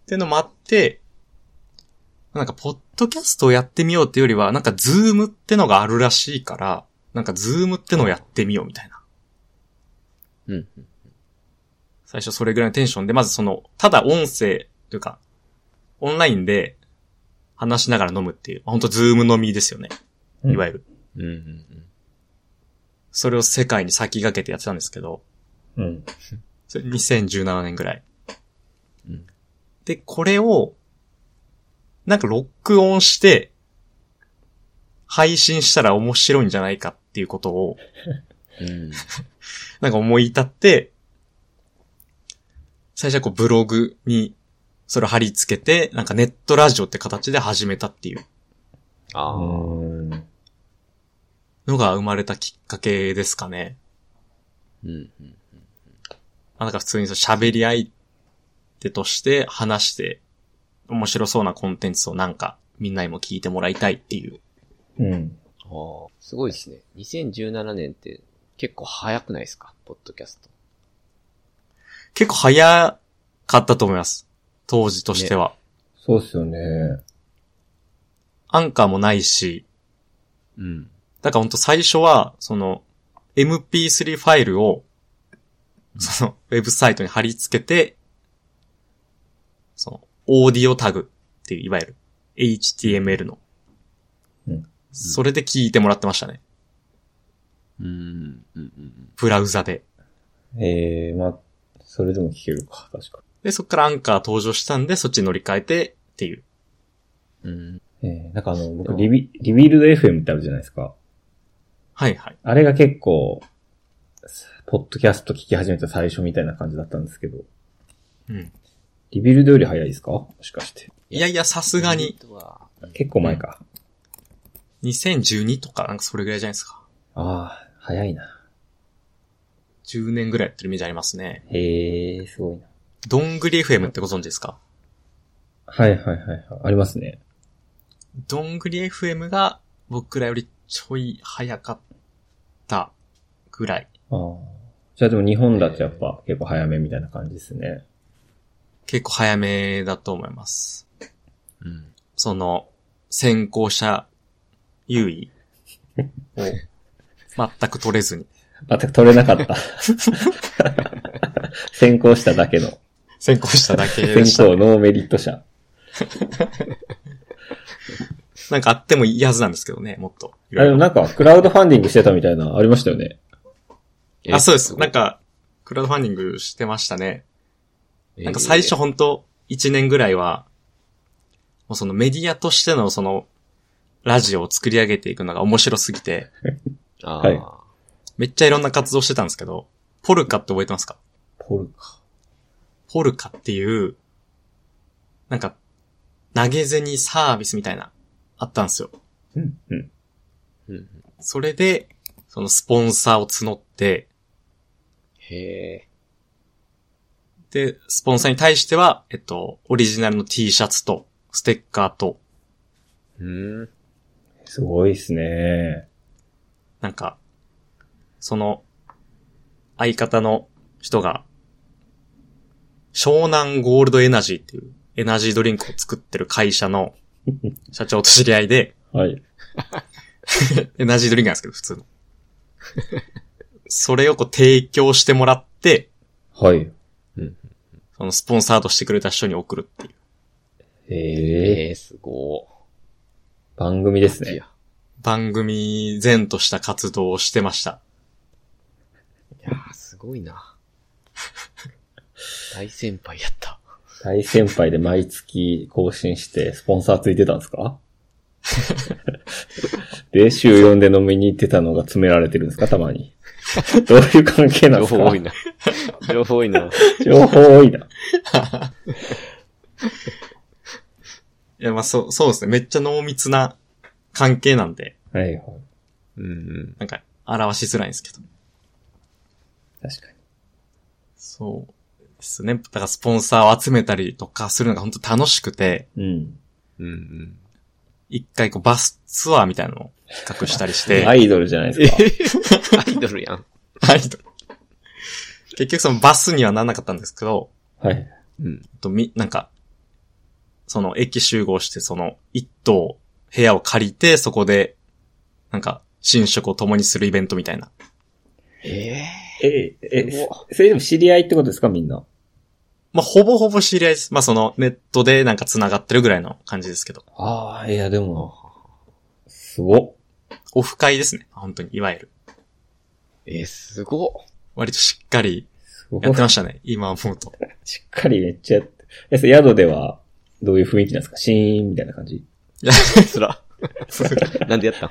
[SPEAKER 3] ていうのもあって、なんか、ポッドキャストをやってみようっていうよりは、なんか、ズームってのがあるらしいから、なんか、ズームってのをやってみようみたいな。
[SPEAKER 2] うん。
[SPEAKER 3] 最初それぐらいのテンションで、まずその、ただ音声というか、オンラインで話しながら飲むっていう、本当ズーム飲みですよね。
[SPEAKER 1] うん
[SPEAKER 3] いわゆる。
[SPEAKER 2] うん。うん。
[SPEAKER 3] それを世界に先駆けてやってたんですけど、
[SPEAKER 1] うん。
[SPEAKER 3] それ2017年ぐらい。
[SPEAKER 2] うん
[SPEAKER 3] で、これを、なんかロックオンして、配信したら面白いんじゃないかっていうことを、
[SPEAKER 2] うん。
[SPEAKER 3] なんか思い立って、最初はこうブログにそれを貼り付けて、なんかネットラジオって形で始めたっていう
[SPEAKER 2] ああ。
[SPEAKER 1] うん。
[SPEAKER 3] のが生まれたきっかけですかね。
[SPEAKER 2] うん。
[SPEAKER 3] まあなんか普通にそう喋り相手として話して、面白そうなコンテンツをなんかみんなにも聞いてもらいたいっていう。
[SPEAKER 1] うん。
[SPEAKER 2] ああ。すごいですね。2017年って結構早くないですかポッドキャスト。
[SPEAKER 3] 結構早かったと思います。当時としては。
[SPEAKER 1] そうっすよね。
[SPEAKER 3] アンカーもないし、
[SPEAKER 2] うん。
[SPEAKER 3] だからほんと最初は、その、MP3 ファイルを、その、ウェブサイトに貼り付けて、その、オーディオタグっていう、いわゆる、HTML の。
[SPEAKER 1] うん
[SPEAKER 3] それで聞いてもらってましたね。
[SPEAKER 2] うん。うん。うん。
[SPEAKER 3] ブラウザで。
[SPEAKER 1] ええまあ、それでも聞けるか、確か
[SPEAKER 3] で、そっからアンカー登場したんで、そっちに乗り換えてっていう。
[SPEAKER 2] うん。
[SPEAKER 1] に。ええなんかあの、僕、リビ、リビルド FM ってあるじゃないですか。
[SPEAKER 3] はいはい。
[SPEAKER 1] あれが結構、ポッドキャスト聞き始めた最初みたいな感じだったんですけど、
[SPEAKER 3] うん。
[SPEAKER 1] リビルドより早いですかもしかして。
[SPEAKER 3] いやいや、さすがに、。
[SPEAKER 1] 結構前か。
[SPEAKER 3] 2012とか、なんかそれぐらいじゃないですか。
[SPEAKER 1] ああ、早いな。
[SPEAKER 3] 10年ぐらいやってるイメージありますね。
[SPEAKER 1] へえ、すごいな。
[SPEAKER 3] どんぐり FM ってご存知ですか
[SPEAKER 1] はいはいはいはい。ありますね。
[SPEAKER 3] どんぐり FM が僕らよりちょい早かったぐらい。
[SPEAKER 1] ああ。じゃあでも日本だとやっぱ結構早めみたいな感じですね。
[SPEAKER 3] 結構早めだと思います。
[SPEAKER 2] うん。
[SPEAKER 3] その、先行者優位を全く取れずに。
[SPEAKER 1] 全く取れなかった。 先行しただけの。
[SPEAKER 3] 先行しただけでし
[SPEAKER 1] 先
[SPEAKER 3] た。
[SPEAKER 1] 行ノーメリット者。
[SPEAKER 3] なんかあってもいいはずなんですけどね、もっと。
[SPEAKER 1] あでもなんかクラウドファンディングしてたみたいなありましたよね。
[SPEAKER 3] あ、そうです。なん、か、クラウドファンディングしてましたね。なんか最初
[SPEAKER 2] え
[SPEAKER 3] ほんと1年ぐらいは、もうそのメディアとしてのその、ラジオを作り上げていくのが面白すぎて、
[SPEAKER 2] ー、あ
[SPEAKER 1] はい
[SPEAKER 2] あ。
[SPEAKER 3] めっちゃいろんな活動してたんですけど、ポルカって覚えてますか
[SPEAKER 1] ポルカ。
[SPEAKER 3] ポルカっていう、なんか、投げ銭サービスみたいな、あったんですよ。
[SPEAKER 1] うん、うん。
[SPEAKER 2] うん。
[SPEAKER 3] それで、そのスポンサーを募って、
[SPEAKER 2] へえ。
[SPEAKER 3] で、スポンサーに対しては、えっと、オリジナルの T シャツと、ステッカーと、
[SPEAKER 2] うん。
[SPEAKER 1] すごいですね。
[SPEAKER 3] なんか、その、相方の人が、湘南ゴールドエナジーっていうエナジードリンクを作ってる会社の社長と知り合いで、
[SPEAKER 1] はい。
[SPEAKER 3] エナジードリンクなんですけど、普通の。それをこう提供してもらって、
[SPEAKER 1] はい。
[SPEAKER 3] そのスポンサードしてくれた人に送るっていう。
[SPEAKER 1] ええ
[SPEAKER 2] ええ、すご
[SPEAKER 1] 番組です
[SPEAKER 2] い。い
[SPEAKER 1] ね。
[SPEAKER 2] や。
[SPEAKER 3] 番組前とした活動をしてました。
[SPEAKER 2] いやー、すごい な。大先輩やった。
[SPEAKER 1] 大先輩で毎月更新して、スポンサーついてたんですか で、週4で飲みに行ってたのが詰められてるんですかたまに。どういう関係な
[SPEAKER 2] 情
[SPEAKER 1] んです
[SPEAKER 2] 報
[SPEAKER 1] か
[SPEAKER 2] 多いな。情報多いな。
[SPEAKER 1] 情報多いな。
[SPEAKER 3] いや、まあ、そう、そうですね。めっちゃ濃密な関係なんで、
[SPEAKER 1] はいはい。
[SPEAKER 2] うんうん。
[SPEAKER 3] なんか、表しづらいんですけど。
[SPEAKER 1] 確かに。
[SPEAKER 3] そうですね。だからスポンサーを集めたりとかするのが本当楽しくて、
[SPEAKER 1] うん。
[SPEAKER 2] うんうん。
[SPEAKER 3] 一回こうバスツアーみたいなのを企画したりして、
[SPEAKER 1] アイドルじゃないですか。
[SPEAKER 2] アイドルやん。
[SPEAKER 3] はい結局そのバスにはならなかったんですけど、
[SPEAKER 1] はい。
[SPEAKER 2] うん。
[SPEAKER 3] とみ、なんか、その駅集合して、その一棟部屋を借りて、そこで、なんか、寝食を共にするイベントみたいな。
[SPEAKER 2] ええ
[SPEAKER 1] え、え、
[SPEAKER 2] す
[SPEAKER 1] そ
[SPEAKER 2] ご
[SPEAKER 1] それでも知り合いってことですかみんな。
[SPEAKER 3] まあ、ほぼほぼ知り合いです。まあ、そのネットでなんか繋がってるぐらいの感じですけど。
[SPEAKER 1] ああ、いや、でも、すごっ。
[SPEAKER 3] オフ会ですね。本当に、いわゆる。
[SPEAKER 2] えー、すごっ。
[SPEAKER 3] 割としっかり
[SPEAKER 1] すごっ
[SPEAKER 3] やってましたね。今思うと。
[SPEAKER 1] しっかりめっちゃやって。え、それ宿では、どういう雰囲気なんですかシーンみたいな感じ。
[SPEAKER 2] つら。 なんでやった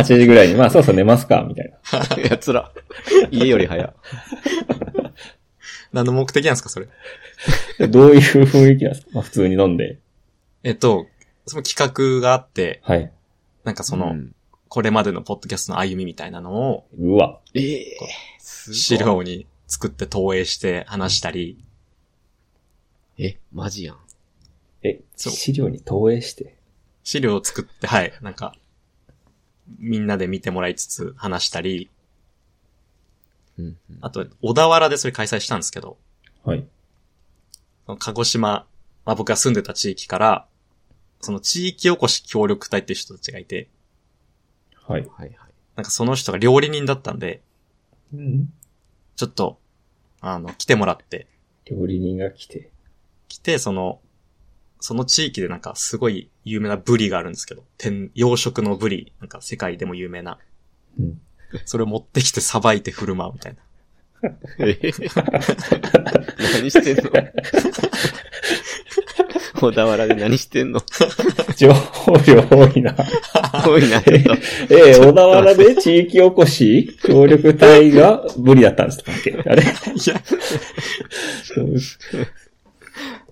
[SPEAKER 1] 8時ぐらいに、まあ、そうそう寝ますかみたいな。
[SPEAKER 2] ん いや、つら。家より早。
[SPEAKER 3] 何の目的なんですか、それ。
[SPEAKER 1] で どういう雰囲気なんですかまあ、普通に飲んで。
[SPEAKER 3] えっと、その企画があって、
[SPEAKER 1] はい。
[SPEAKER 3] なんかそうの、
[SPEAKER 2] ん
[SPEAKER 3] これまでのポッドキャストの歩みみたいなのを、
[SPEAKER 1] うわ。
[SPEAKER 2] ええすごい
[SPEAKER 3] 資。料に作って投影して話したり、
[SPEAKER 2] え、マジやん。
[SPEAKER 1] え、
[SPEAKER 3] そう
[SPEAKER 1] 資料に投影して。
[SPEAKER 3] 資料を作って、はい、なんか、みんなで見てもらいつつ話したり、
[SPEAKER 2] うん
[SPEAKER 3] あと、小田原でそれ開催したんですけど、
[SPEAKER 1] はい。
[SPEAKER 3] その鹿児島、まあ、僕が住んでた地域から、その地域おこし協力隊っていう人たちがいて、
[SPEAKER 1] はい。
[SPEAKER 2] はいはい。
[SPEAKER 3] なんかその人が料理人だったんで、
[SPEAKER 1] うん。
[SPEAKER 3] ちょっと、あの、来てもらって、
[SPEAKER 1] 料理人が来て。
[SPEAKER 3] 来て、その、その地域でなんかすごい有名なブリがあるんですけど、天、養殖のブリ、なんか世界でも有名な。
[SPEAKER 1] うん。
[SPEAKER 3] それを持ってきてさばいて振る舞うみたいな。
[SPEAKER 2] ええ 何してんの小田原で何してんの
[SPEAKER 1] 情報量多い な。
[SPEAKER 2] 多いな、ちょっと。
[SPEAKER 1] えー、小田原で地域おこし協力隊が無理だったんですかあ れ
[SPEAKER 3] いや、
[SPEAKER 1] そう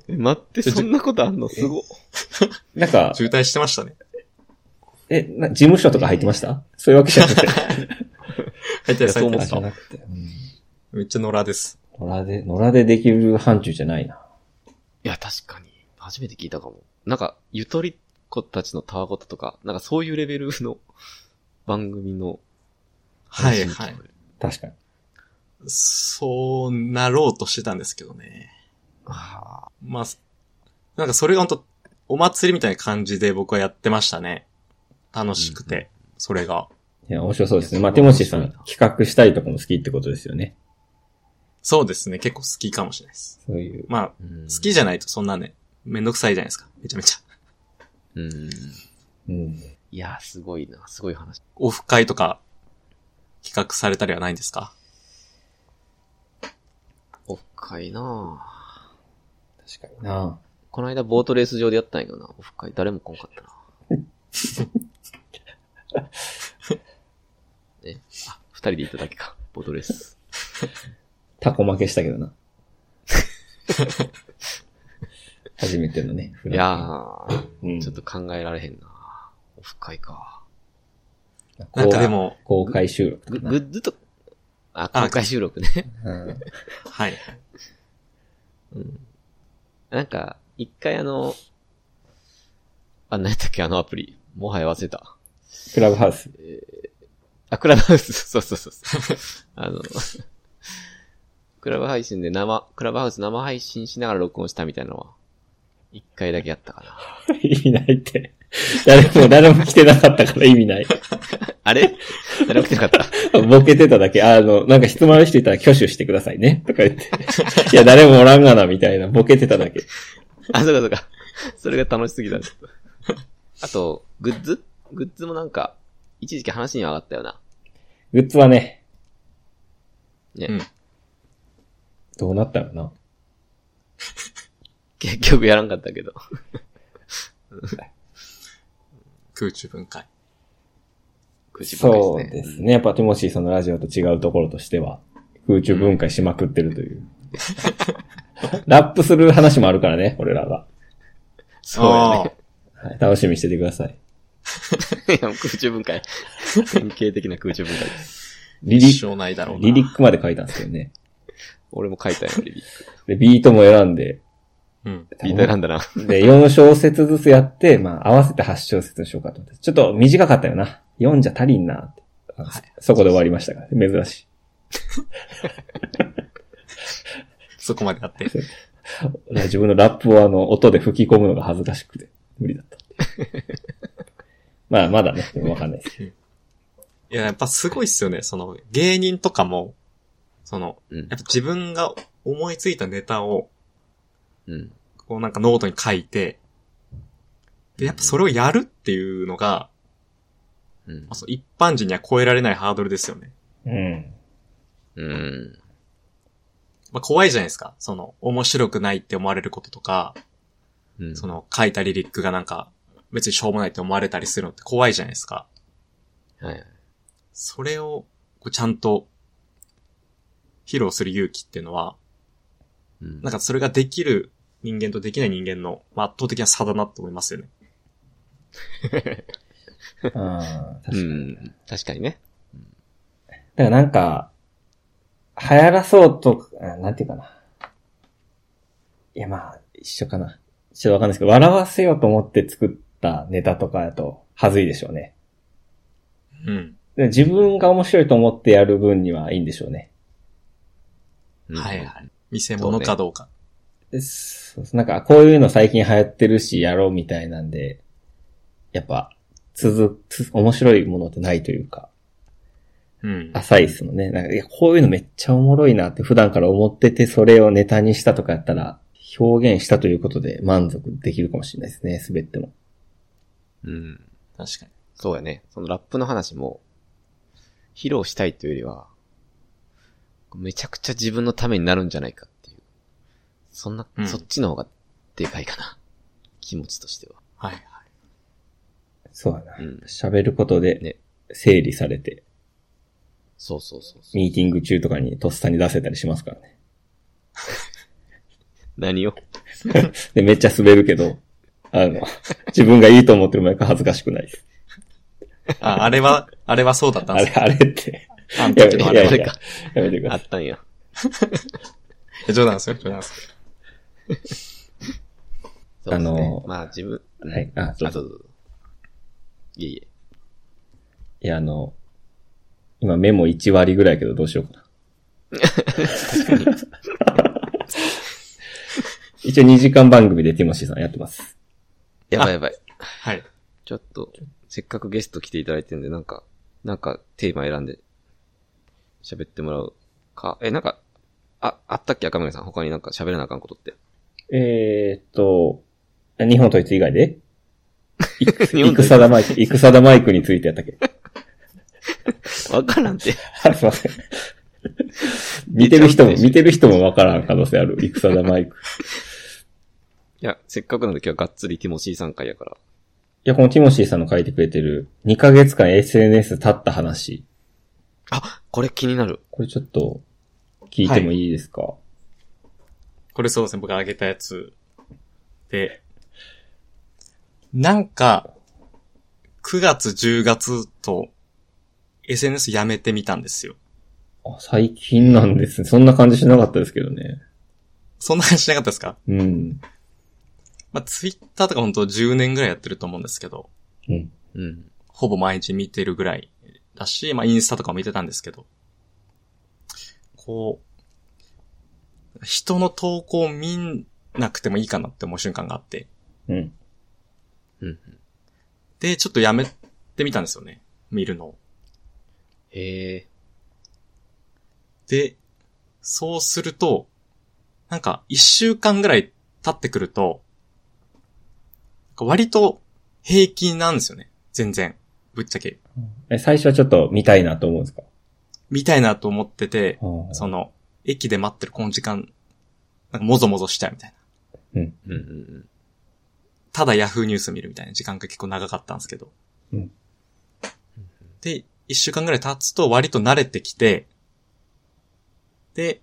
[SPEAKER 2] え待って、そんなことあんのすごっ。
[SPEAKER 1] なんか、
[SPEAKER 3] 渋滞してましたね。
[SPEAKER 1] え、な事務所とか入ってましたそういうわけじゃな くて。
[SPEAKER 3] 入ったりされてま
[SPEAKER 1] あ
[SPEAKER 3] し
[SPEAKER 1] じゃ
[SPEAKER 3] た。
[SPEAKER 1] なくて。
[SPEAKER 3] めっちゃ野良です。
[SPEAKER 1] 野良で、野良でできる範疇じゃないな。
[SPEAKER 2] いや、確かに。初めて聞いたかも。なんか、ゆとりっ子たちのたわごととか、なんかそういうレベルの番組の
[SPEAKER 3] はい
[SPEAKER 2] 話に聞こ
[SPEAKER 3] は
[SPEAKER 2] え
[SPEAKER 3] い
[SPEAKER 2] る。。
[SPEAKER 1] 確かに。
[SPEAKER 3] そうなろうとしてたんですけどね。
[SPEAKER 2] ああ。
[SPEAKER 3] まあ、なんかそれが本当お祭りみたいな感じで僕はやってましたね。楽しくて、
[SPEAKER 2] うんう
[SPEAKER 3] それが。
[SPEAKER 1] いや、面白そうですね。まあ、
[SPEAKER 2] いや
[SPEAKER 1] ティモシーさ
[SPEAKER 2] 面
[SPEAKER 1] ん
[SPEAKER 2] 白いな
[SPEAKER 1] 企画したりとかも好きってことですよね。
[SPEAKER 3] そうですね、結構好きかもしれないです。
[SPEAKER 1] そういう。
[SPEAKER 3] まあ、
[SPEAKER 2] 好
[SPEAKER 3] 好きじゃないとそんなね、めんどくさいじゃないですか。めちゃめちゃ。
[SPEAKER 2] ゃん。うん。
[SPEAKER 1] うん。
[SPEAKER 2] いや、すごいな。すごい話。
[SPEAKER 3] オフ会とか、企画されたりはないんですか
[SPEAKER 2] おっかいな
[SPEAKER 1] 確かにな
[SPEAKER 2] この間ボートレース場でやったんやけどな。オフ会誰も来んかったな。 ね。あ、二人で行っただけか。ボートレース。
[SPEAKER 1] タコ負けしたけどな。初めてのね。フ
[SPEAKER 2] い
[SPEAKER 1] ラ
[SPEAKER 2] や
[SPEAKER 1] ッグ、う
[SPEAKER 2] ー、
[SPEAKER 1] ん
[SPEAKER 2] ちょっと考えられへんな。オフ会か。
[SPEAKER 3] なんかで。も、
[SPEAKER 1] 公開収録
[SPEAKER 2] グ
[SPEAKER 1] とか
[SPEAKER 2] グ
[SPEAKER 1] な。
[SPEAKER 2] ッズと、あ、
[SPEAKER 3] あ
[SPEAKER 2] 公開収録ね。
[SPEAKER 1] うん
[SPEAKER 3] はい。
[SPEAKER 2] うん。なんか、一回あの、あ、何やったっけ、あのアプリ。もはや忘れた。
[SPEAKER 1] クラブハウス。
[SPEAKER 2] あ、クラブハウス、 そうそうそうそう。あの、 クラブ配信で生、クラブハウス生配信しながら録音したみたいなのは、一回だけやったかな。
[SPEAKER 1] 意味ないって。誰も、誰も来てなかったから意味ない。
[SPEAKER 2] あれ誰も来てなかった。
[SPEAKER 1] ボケてただけ、あの、なんか質問ある人いたら挙手してくださいね。とか言って。いや、誰もおらんがな、みたいな。ボケてただけ。
[SPEAKER 2] あ、そうかそうか。それが楽しすぎたんです。あと、グッズグッズもなんか、一時期話には上がったよな。
[SPEAKER 1] グッズはね、
[SPEAKER 2] ね。
[SPEAKER 3] うん
[SPEAKER 1] どうなったのかな
[SPEAKER 2] 結局やらんかったけど。
[SPEAKER 3] 空中分解。
[SPEAKER 2] 9時ばっか
[SPEAKER 1] そう
[SPEAKER 2] りで
[SPEAKER 1] ですす
[SPEAKER 2] ね。
[SPEAKER 1] ね。やっぱティモシーさんのラジオと違うところとしては、空中分解しまくってるという。ラップする話もあるからね、俺らが。
[SPEAKER 2] そうやね。
[SPEAKER 1] はい、楽しみにしててください。
[SPEAKER 2] いや、もう 空中分解。典型的な空中分解です。
[SPEAKER 1] リリ
[SPEAKER 3] 一
[SPEAKER 1] ッ
[SPEAKER 3] 生ないだろう
[SPEAKER 1] ク、
[SPEAKER 3] な。
[SPEAKER 1] リリックまで書いたんですけどね。
[SPEAKER 2] 俺も書いたよ、リリ。
[SPEAKER 1] で、ビートも選んで、
[SPEAKER 3] うん。
[SPEAKER 2] リーダーなんだな。
[SPEAKER 1] で、4小節ずつやって、まあ、合わせて8小節にしようかと思って。ちょっと短かったよな。4じゃ足りんなって。あそこで終わりましたから、珍し
[SPEAKER 3] そこまであって。
[SPEAKER 1] い。俺は自分のラップをあの、音で吹き込むのが恥ずかしくて、無理だ った。まあ、まだね、でもわかんないです。
[SPEAKER 3] いや、やっぱすごいっすよね。その、芸人とかも、その、
[SPEAKER 2] うん
[SPEAKER 3] やっぱ自分が思いついたネタを、
[SPEAKER 2] うん。
[SPEAKER 3] こうなんかノートに書いて、で、やっぱそれをやるっていうのが、
[SPEAKER 2] うん
[SPEAKER 3] まあ。そう一般人には超えられないハードルですよね。
[SPEAKER 1] うん。
[SPEAKER 2] うん。
[SPEAKER 3] まあ怖いじゃないですか。その、面白くないって思われることとか、
[SPEAKER 2] うん。
[SPEAKER 3] その、書いたリリックがなんか、別にしょうもないって思われたりするのって怖いじゃないですか。
[SPEAKER 2] はい。
[SPEAKER 3] それを、こうちゃんと、披露する勇気っていうのは、
[SPEAKER 2] うん
[SPEAKER 3] なんかそれができる人間とできない人間の、まあ、圧倒的な差だなと思いますよね。
[SPEAKER 1] あー確か
[SPEAKER 2] う
[SPEAKER 1] に。
[SPEAKER 2] ん。確かにね。
[SPEAKER 1] だからなんか、流行らそうと、あなんていうかな。いやまあ、一緒かな。ちょっとわかんないですけど、笑わせようと思って作ったネタとかだと、はずいでしょうね。
[SPEAKER 3] うん。
[SPEAKER 1] で自分が面白いと思ってやる分にはいいんでしょうね。
[SPEAKER 2] うん
[SPEAKER 3] はいはい。見せ物かどうか。
[SPEAKER 1] そうそうなんか、こういうの最近流行ってるし、やろうみたいなんで、やっぱ、続く、つ面白いものってないというか、
[SPEAKER 3] うん。
[SPEAKER 1] 浅いですもんね。なんか、いや、こういうのめっちゃおもろいなって普段から思ってて、それをネタにしたとかやったら、表現したということで満足できるかもしれないですね、滑っても。
[SPEAKER 2] うん。
[SPEAKER 3] 確かに。
[SPEAKER 2] そうやね。そのラップの話も、披露したいというよりは、めちゃくちゃ自分のためになるんじゃないかっていう。そんな、
[SPEAKER 3] うん
[SPEAKER 2] そっちの方がでかいかな。気持ちとしては。
[SPEAKER 3] はいはい。
[SPEAKER 1] そうだな
[SPEAKER 2] うん。
[SPEAKER 1] 喋、ること
[SPEAKER 2] ね
[SPEAKER 1] で、整理されて、
[SPEAKER 2] そうそうそうそう。
[SPEAKER 1] ミーティング中とかにとっさに出せたりしますからね。
[SPEAKER 2] 何を
[SPEAKER 1] で、めっちゃ滑るけど、あの、自分がいいと思ってる前から恥ずかしくないです。
[SPEAKER 3] あ、あれは、あれはそうだった ん
[SPEAKER 1] あ
[SPEAKER 3] で
[SPEAKER 1] れ、
[SPEAKER 3] す
[SPEAKER 1] あれって。
[SPEAKER 3] あの
[SPEAKER 1] や
[SPEAKER 3] 時
[SPEAKER 1] め
[SPEAKER 3] のあ
[SPEAKER 1] や
[SPEAKER 3] れ
[SPEAKER 1] め
[SPEAKER 2] あれ
[SPEAKER 1] やめ
[SPEAKER 3] は。
[SPEAKER 2] か
[SPEAKER 1] やめてく
[SPEAKER 2] あ
[SPEAKER 1] だ
[SPEAKER 2] っ
[SPEAKER 1] さ
[SPEAKER 2] たんや。
[SPEAKER 3] いや冗談ですよ、冗談です
[SPEAKER 2] そ
[SPEAKER 3] よ。
[SPEAKER 2] うです
[SPEAKER 1] あ
[SPEAKER 2] ね
[SPEAKER 1] の。
[SPEAKER 2] まあ自分、
[SPEAKER 1] い。はい。あ、
[SPEAKER 2] あ、
[SPEAKER 1] そう
[SPEAKER 2] どうぞどうぞ。いえいえ。
[SPEAKER 1] いや、あの、今メモ1割ぐらいやけどどうしようかな。一応2時間番組でティモシーさんやってます。
[SPEAKER 2] やばいやばい。
[SPEAKER 3] はい。
[SPEAKER 2] ちょっと、せっかくゲスト来ていただいてるんで、なんか、なんかテーマ選んで、喋ってもらうか。え、なんか、あ、あったっけ赤嶺さん。他になんか喋らなあかんことって。
[SPEAKER 1] えーっと、日本統一以外でい
[SPEAKER 2] 日本統一
[SPEAKER 1] 戦田マイク、戦田マイクについてやったっけ
[SPEAKER 2] わからんて。
[SPEAKER 1] あすいません。見てる人も、見てる人もわからん可能性ある。戦田マイク。
[SPEAKER 2] いや、せっかくなんで今日はがっつりティモシーさん会やから。
[SPEAKER 1] いや、このティモシーさんの書いてくれてる、2ヶ月間 SNS 経った話。
[SPEAKER 2] あ、これ気になる。
[SPEAKER 1] これちょっと、聞いてもいいですか、
[SPEAKER 3] これそうですね、僕があげたやつ。で、なんか、9月、10月と、SNS やめてみたんですよ。
[SPEAKER 1] あ最近なんですね。そんな感じしなかったですけどね。
[SPEAKER 3] そんな感じしなかったですか
[SPEAKER 1] うん。
[SPEAKER 3] まあ、ツイッターとか本当10年ぐらいやってると思うんですけど、
[SPEAKER 1] うん。
[SPEAKER 2] うん。
[SPEAKER 3] ほぼ毎日見てるぐらいだし、まあ、インスタとかも見てたんですけど、こう、人の投稿を見なくてもいいかなって思う瞬間があって、
[SPEAKER 1] うん。
[SPEAKER 2] うん。
[SPEAKER 3] で、ちょっとやめてみたんですよね。見るのを。
[SPEAKER 2] へえ。
[SPEAKER 3] で、そうすると、なんか一週間ぐらい経ってくると、なんか割と平均なんですよね。全然。ぶっちゃけ。
[SPEAKER 1] え、最初はちょっと見たいなと思うんですか
[SPEAKER 3] みたいなと思ってて、
[SPEAKER 1] そ
[SPEAKER 3] その、駅で待ってるこの時間、なんかもぞもぞしちゃうみたいな。
[SPEAKER 2] うんうんうん。
[SPEAKER 3] ただヤフーニュース見るみたいな時間が結構長かったんですけど。
[SPEAKER 1] うん。
[SPEAKER 3] で、一週間ぐらい経つと割と慣れてきて、で、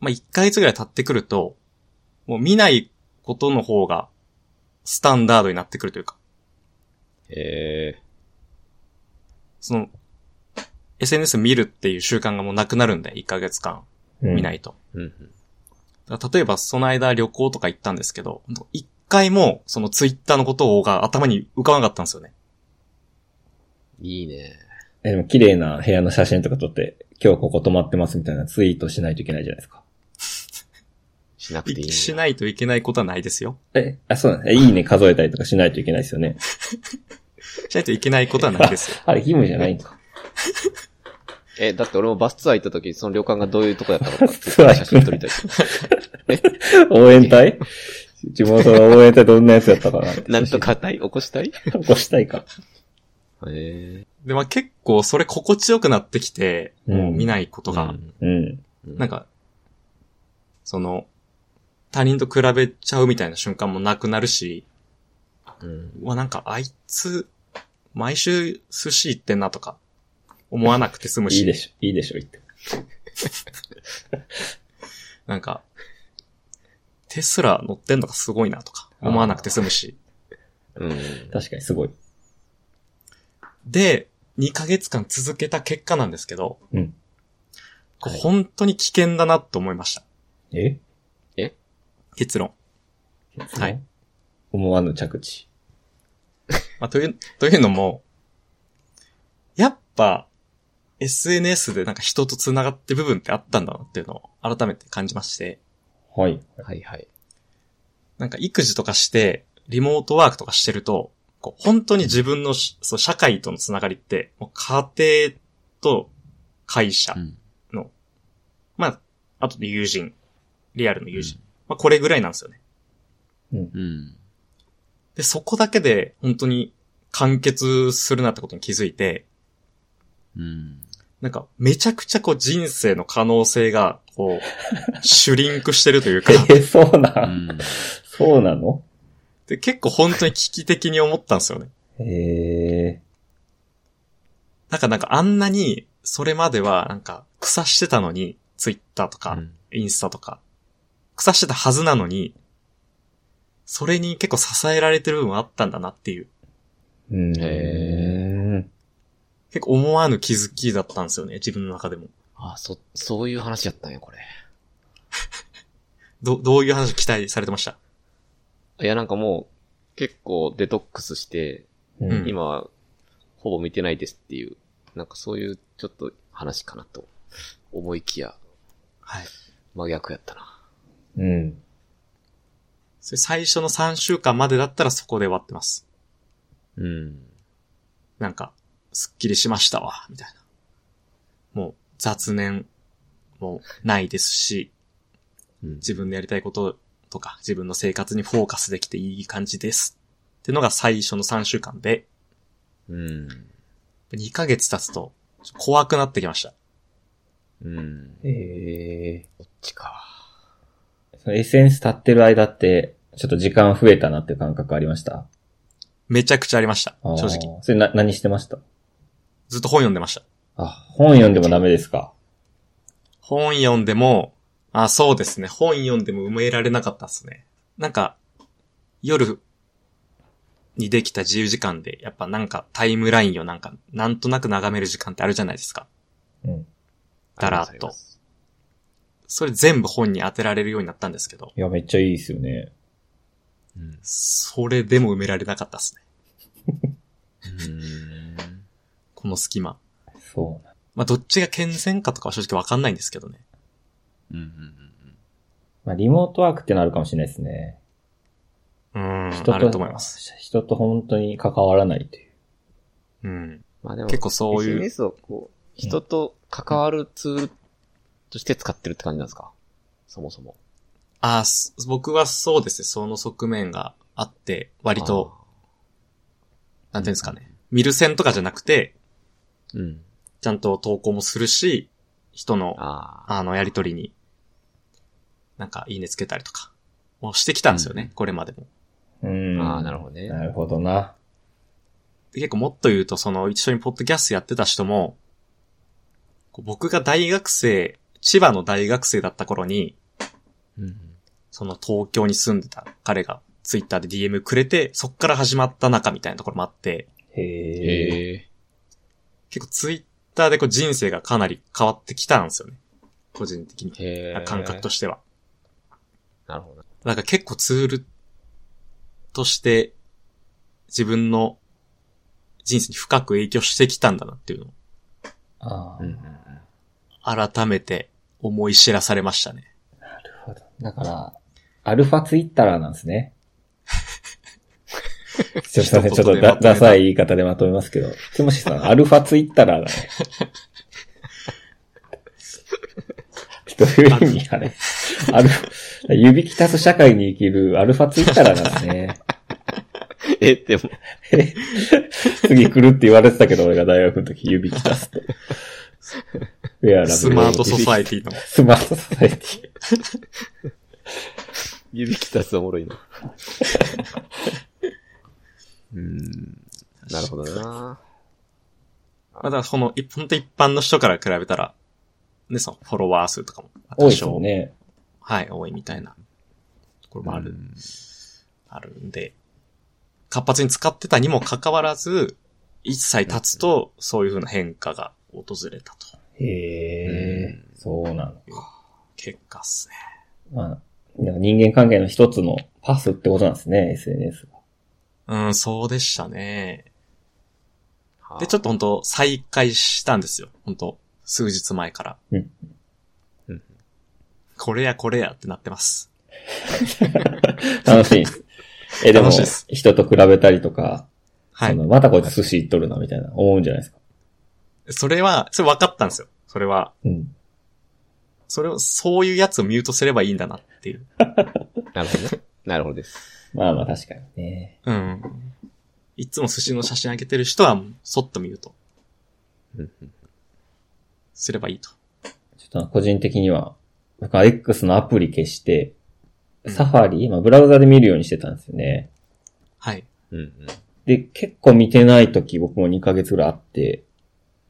[SPEAKER 3] まあ、一ヶ月ぐらい経ってくると、もう見ないことの方がスタンダードになってくるというか、
[SPEAKER 2] へえ。
[SPEAKER 3] その、SNS 見るっていう習慣がもうなくなるんで、一ヶ月間見ないいと。
[SPEAKER 2] うんうん。
[SPEAKER 3] だから例えばその間旅行とか行ったんですけど、ほんと一回もそのツイッターのことが頭に浮かばなかったんですよね。
[SPEAKER 2] いいね。
[SPEAKER 1] え、でも綺麗な部屋の写真とか撮って、今日ここ泊まってますみたいなツイートしないといけないじゃないですか。
[SPEAKER 2] ししなくていいんだ。
[SPEAKER 3] しないといけないことはないですよ。
[SPEAKER 1] え、あ、そうなんですね。いいね数えたりとかしないといけないですよね。
[SPEAKER 3] しないといけないことはない ですよ。
[SPEAKER 1] あれ、義務じゃないんか。
[SPEAKER 2] え、だって俺もバスツアー行った時、その旅館がどういうとこやったのかって
[SPEAKER 1] ツアー
[SPEAKER 2] 写真撮りたい。
[SPEAKER 1] 応援隊地元の応援隊どんなやつやったかなって
[SPEAKER 2] なんとかたい起こしたい
[SPEAKER 1] 起こしたいか。
[SPEAKER 2] え
[SPEAKER 3] で、まあ結構それ心地よくなってきて、
[SPEAKER 1] うん
[SPEAKER 3] もう見ないことが、
[SPEAKER 1] うん。
[SPEAKER 3] なんか、その、他人と比べちゃうみたいな瞬間もなくなるし、
[SPEAKER 2] うん。
[SPEAKER 3] うわ、なんかあいつ、毎週寿司行ってんなとか、思わなくて済むし、
[SPEAKER 1] いいでしょ、いいでしょ、言って。
[SPEAKER 3] なんか、テスラ乗ってんのがすごいなとか、思わなくて済むし、
[SPEAKER 2] うん。
[SPEAKER 1] 確かに、すごい。
[SPEAKER 3] で、2ヶ月間続けた結果なんですけど、
[SPEAKER 1] うん
[SPEAKER 3] これ本当に危険だなと思いました。
[SPEAKER 1] え
[SPEAKER 3] 結論。はい。
[SPEAKER 1] 思わぬ着地。
[SPEAKER 3] まあ、という、というのも、やっぱ、SNS でなんか人と繋がってる部分ってあったんだなっていうのを改めて感じまして、
[SPEAKER 1] はい。
[SPEAKER 2] はいはい。
[SPEAKER 3] なんか育児とかして、リモートワークとかしてると、こう本当に自分のし、そう、社会とのつながりって、もう家庭と会社、
[SPEAKER 2] ん。
[SPEAKER 3] まあ、あとで友人、リアルの友人、まあこれぐらいなんですよね。
[SPEAKER 2] うん。
[SPEAKER 3] で、そこだけで本当に完結するなってことに気づいて、
[SPEAKER 2] うん。
[SPEAKER 3] なんかめちゃくちゃこう人生の可能性が、こう、シュリンクしてるというか、
[SPEAKER 1] え、そうな、
[SPEAKER 2] うんん。
[SPEAKER 1] そうなの
[SPEAKER 3] で結構本当に危機的に思ったんですよね。
[SPEAKER 1] え
[SPEAKER 3] なんかなんかあんなに、それまではなんか、草してたのに、ツイッターとか、インスタとか、草してたはずなのに、それに結構支えられてる部分はあったんだなっていう、
[SPEAKER 1] ー。うん。
[SPEAKER 2] へ
[SPEAKER 3] 結構思わぬ気づきだったんですよね、自分の中でも。
[SPEAKER 2] あ、そ、そういう話やったんや、これ。
[SPEAKER 3] ど、どういう話期待されてました
[SPEAKER 2] いや、なんかもう、結構デトックスして、
[SPEAKER 1] うん
[SPEAKER 3] うん
[SPEAKER 2] 今は、ほぼ見てないですっていう、なんかそういう、ちょっと話かなと、思いきや、
[SPEAKER 3] はい。
[SPEAKER 2] 真逆やったな。
[SPEAKER 1] うん。
[SPEAKER 3] それ最初の3週間までだったらそこで終わってます。
[SPEAKER 2] うん。
[SPEAKER 3] なんか、すっきりしましたわ、みたいな。もう、雑念もないですし、
[SPEAKER 2] うん。
[SPEAKER 3] 自分のやりたいこととか、自分の生活にフォーカスできていい感じです。ってのが最初の3週間で、
[SPEAKER 2] うん。
[SPEAKER 3] 2ヶ月経つと、ちょっと怖くなってきました。
[SPEAKER 2] うん。こ
[SPEAKER 1] え
[SPEAKER 2] っちか。
[SPEAKER 1] ー。その SNS 立ってる間って、ちょっと時間増えたなっていう感覚ありました
[SPEAKER 3] めちゃくちゃありました。
[SPEAKER 1] あー
[SPEAKER 3] 正直。
[SPEAKER 1] それな、何してました
[SPEAKER 3] ずっと本読んでました。
[SPEAKER 1] あ、本読んでもダメですか
[SPEAKER 3] 本読んでも、あ、そうですね。本読んでも埋められなかったですね。なんか、夜にできた自由時間で、やっぱなんかタイムラインをなんか、なんとなく眺める時間ってあるじゃないですか。
[SPEAKER 1] うん。
[SPEAKER 3] だらっと
[SPEAKER 2] あります
[SPEAKER 3] それ全部本に当てられるようになったんですけど、
[SPEAKER 1] いや、めっちゃいいですよね。
[SPEAKER 2] あります
[SPEAKER 3] それでも埋められなかったですね。
[SPEAKER 2] うん。うん
[SPEAKER 3] この隙間。
[SPEAKER 1] そうな。
[SPEAKER 3] まあ、どっちが健全かとかは正直わかんないんですけどね。
[SPEAKER 2] うんうんうん
[SPEAKER 1] まあ、リモートワークってのあるかもしれないですね。
[SPEAKER 3] うん。
[SPEAKER 1] 人と、
[SPEAKER 3] あると思います。
[SPEAKER 1] 人と本当に関わらないという。
[SPEAKER 3] うん。
[SPEAKER 2] まあでも、
[SPEAKER 3] 結構そういう
[SPEAKER 2] SNS をこう、人と関わるツールとして使ってるって感じなんですかそもそも。
[SPEAKER 3] あーす僕はそうですね。その側面があって、割と、なんていうんですかね。見る線とかじゃなくて、
[SPEAKER 2] あー。うん。
[SPEAKER 3] ちゃんと投稿もするし、人の、
[SPEAKER 2] ああ。
[SPEAKER 3] あの、やりとりに、なんか、いいねつけたりとか、もうしてきたんですよね、
[SPEAKER 2] うん
[SPEAKER 3] これまでも。
[SPEAKER 1] うん。
[SPEAKER 2] ああ、なるほどね。
[SPEAKER 1] なるほどな。
[SPEAKER 3] で結構もっと言うと、その、一緒にポッドキャストやってた人も、こう僕が大学生、千葉の大学生だった頃に、
[SPEAKER 2] うん。
[SPEAKER 3] その東京に住んでた彼が、ツイッターで DM くれて、そっから始まった仲みたいなところもあって、
[SPEAKER 1] へえ。
[SPEAKER 2] へえ。
[SPEAKER 3] 結構ツイッターでこう人生がかなり変わってきたんですよね。個人的に。
[SPEAKER 2] へえ。
[SPEAKER 3] 感覚と
[SPEAKER 2] して。
[SPEAKER 3] しては。
[SPEAKER 2] なるほど。
[SPEAKER 3] なんか結構ツールとして自分の人生に深く影響してきたんだなっていうのを
[SPEAKER 1] ああ、
[SPEAKER 2] うんうんう。
[SPEAKER 1] なん
[SPEAKER 3] 改めて思い知らされましたね。
[SPEAKER 1] るほど。だから、アルファツイッターなんですね。ちょっとすいませんちょっと
[SPEAKER 3] 一言でま
[SPEAKER 1] ダ
[SPEAKER 3] とめた
[SPEAKER 1] ダサい言い方でまとめますけど、つむし さん、アルファツイッターだね。一人にあれ、アルファ、指きたす社会に生きるアルファツイッターなんですね。
[SPEAKER 2] え、でも、
[SPEAKER 1] 次来るって言われてたけど、俺が大学の時指きたすと。ウェアラブル
[SPEAKER 3] スマートソサエティの。
[SPEAKER 1] スマートソサエティ。
[SPEAKER 2] 指きたすおもろいな。うん。なるほどな。
[SPEAKER 3] まあだからこの、一本と一般の人から比べたら、ね、そのフォロワー数とかも
[SPEAKER 1] 多い
[SPEAKER 3] 多
[SPEAKER 1] ですよ
[SPEAKER 3] 少、
[SPEAKER 1] ね。
[SPEAKER 3] はい、多いみたいなところもある、
[SPEAKER 2] うん
[SPEAKER 3] あるんで、活発に使ってたにもかかわらず、一歳経つと、そういう風な変化が訪れたと
[SPEAKER 1] へえ、そうなの。
[SPEAKER 3] いう結果っすね。
[SPEAKER 1] まあ、でも人間関係の一つのパスってことなんですね、SNS が。
[SPEAKER 3] うん、そうでしたね。
[SPEAKER 2] はあ
[SPEAKER 3] で、ちょっと本当再開したんですよ。本当数日前から。
[SPEAKER 1] うん
[SPEAKER 2] うん
[SPEAKER 3] これやこれやってなってます。
[SPEAKER 1] 楽しいんです。え、でも
[SPEAKER 3] 楽しいです、
[SPEAKER 1] 人と比べたりとか、
[SPEAKER 3] はい
[SPEAKER 1] そ。のまたこいつ寿司行っとるな、みたいな、思うんじゃないですか。
[SPEAKER 3] それは、それ分かったんですよ。それは、
[SPEAKER 1] うん。
[SPEAKER 3] それを、そういうやつをミュートすればいいんだなっていう。
[SPEAKER 2] なるほどね。なるほどです。
[SPEAKER 1] まあまあ確かにね。
[SPEAKER 3] うん。いつも寿司の写真上げてる人は、そっとミュート
[SPEAKER 2] うんうん
[SPEAKER 3] すればいいと。
[SPEAKER 1] ちょっと個人的には、僕は X のアプリ消して、
[SPEAKER 3] うん
[SPEAKER 1] サファリ、まあブラウザで見るようにしてたんですよね。
[SPEAKER 3] はい。
[SPEAKER 2] うんうん。
[SPEAKER 1] で、結構見てない時、僕も2ヶ月ぐらいあって、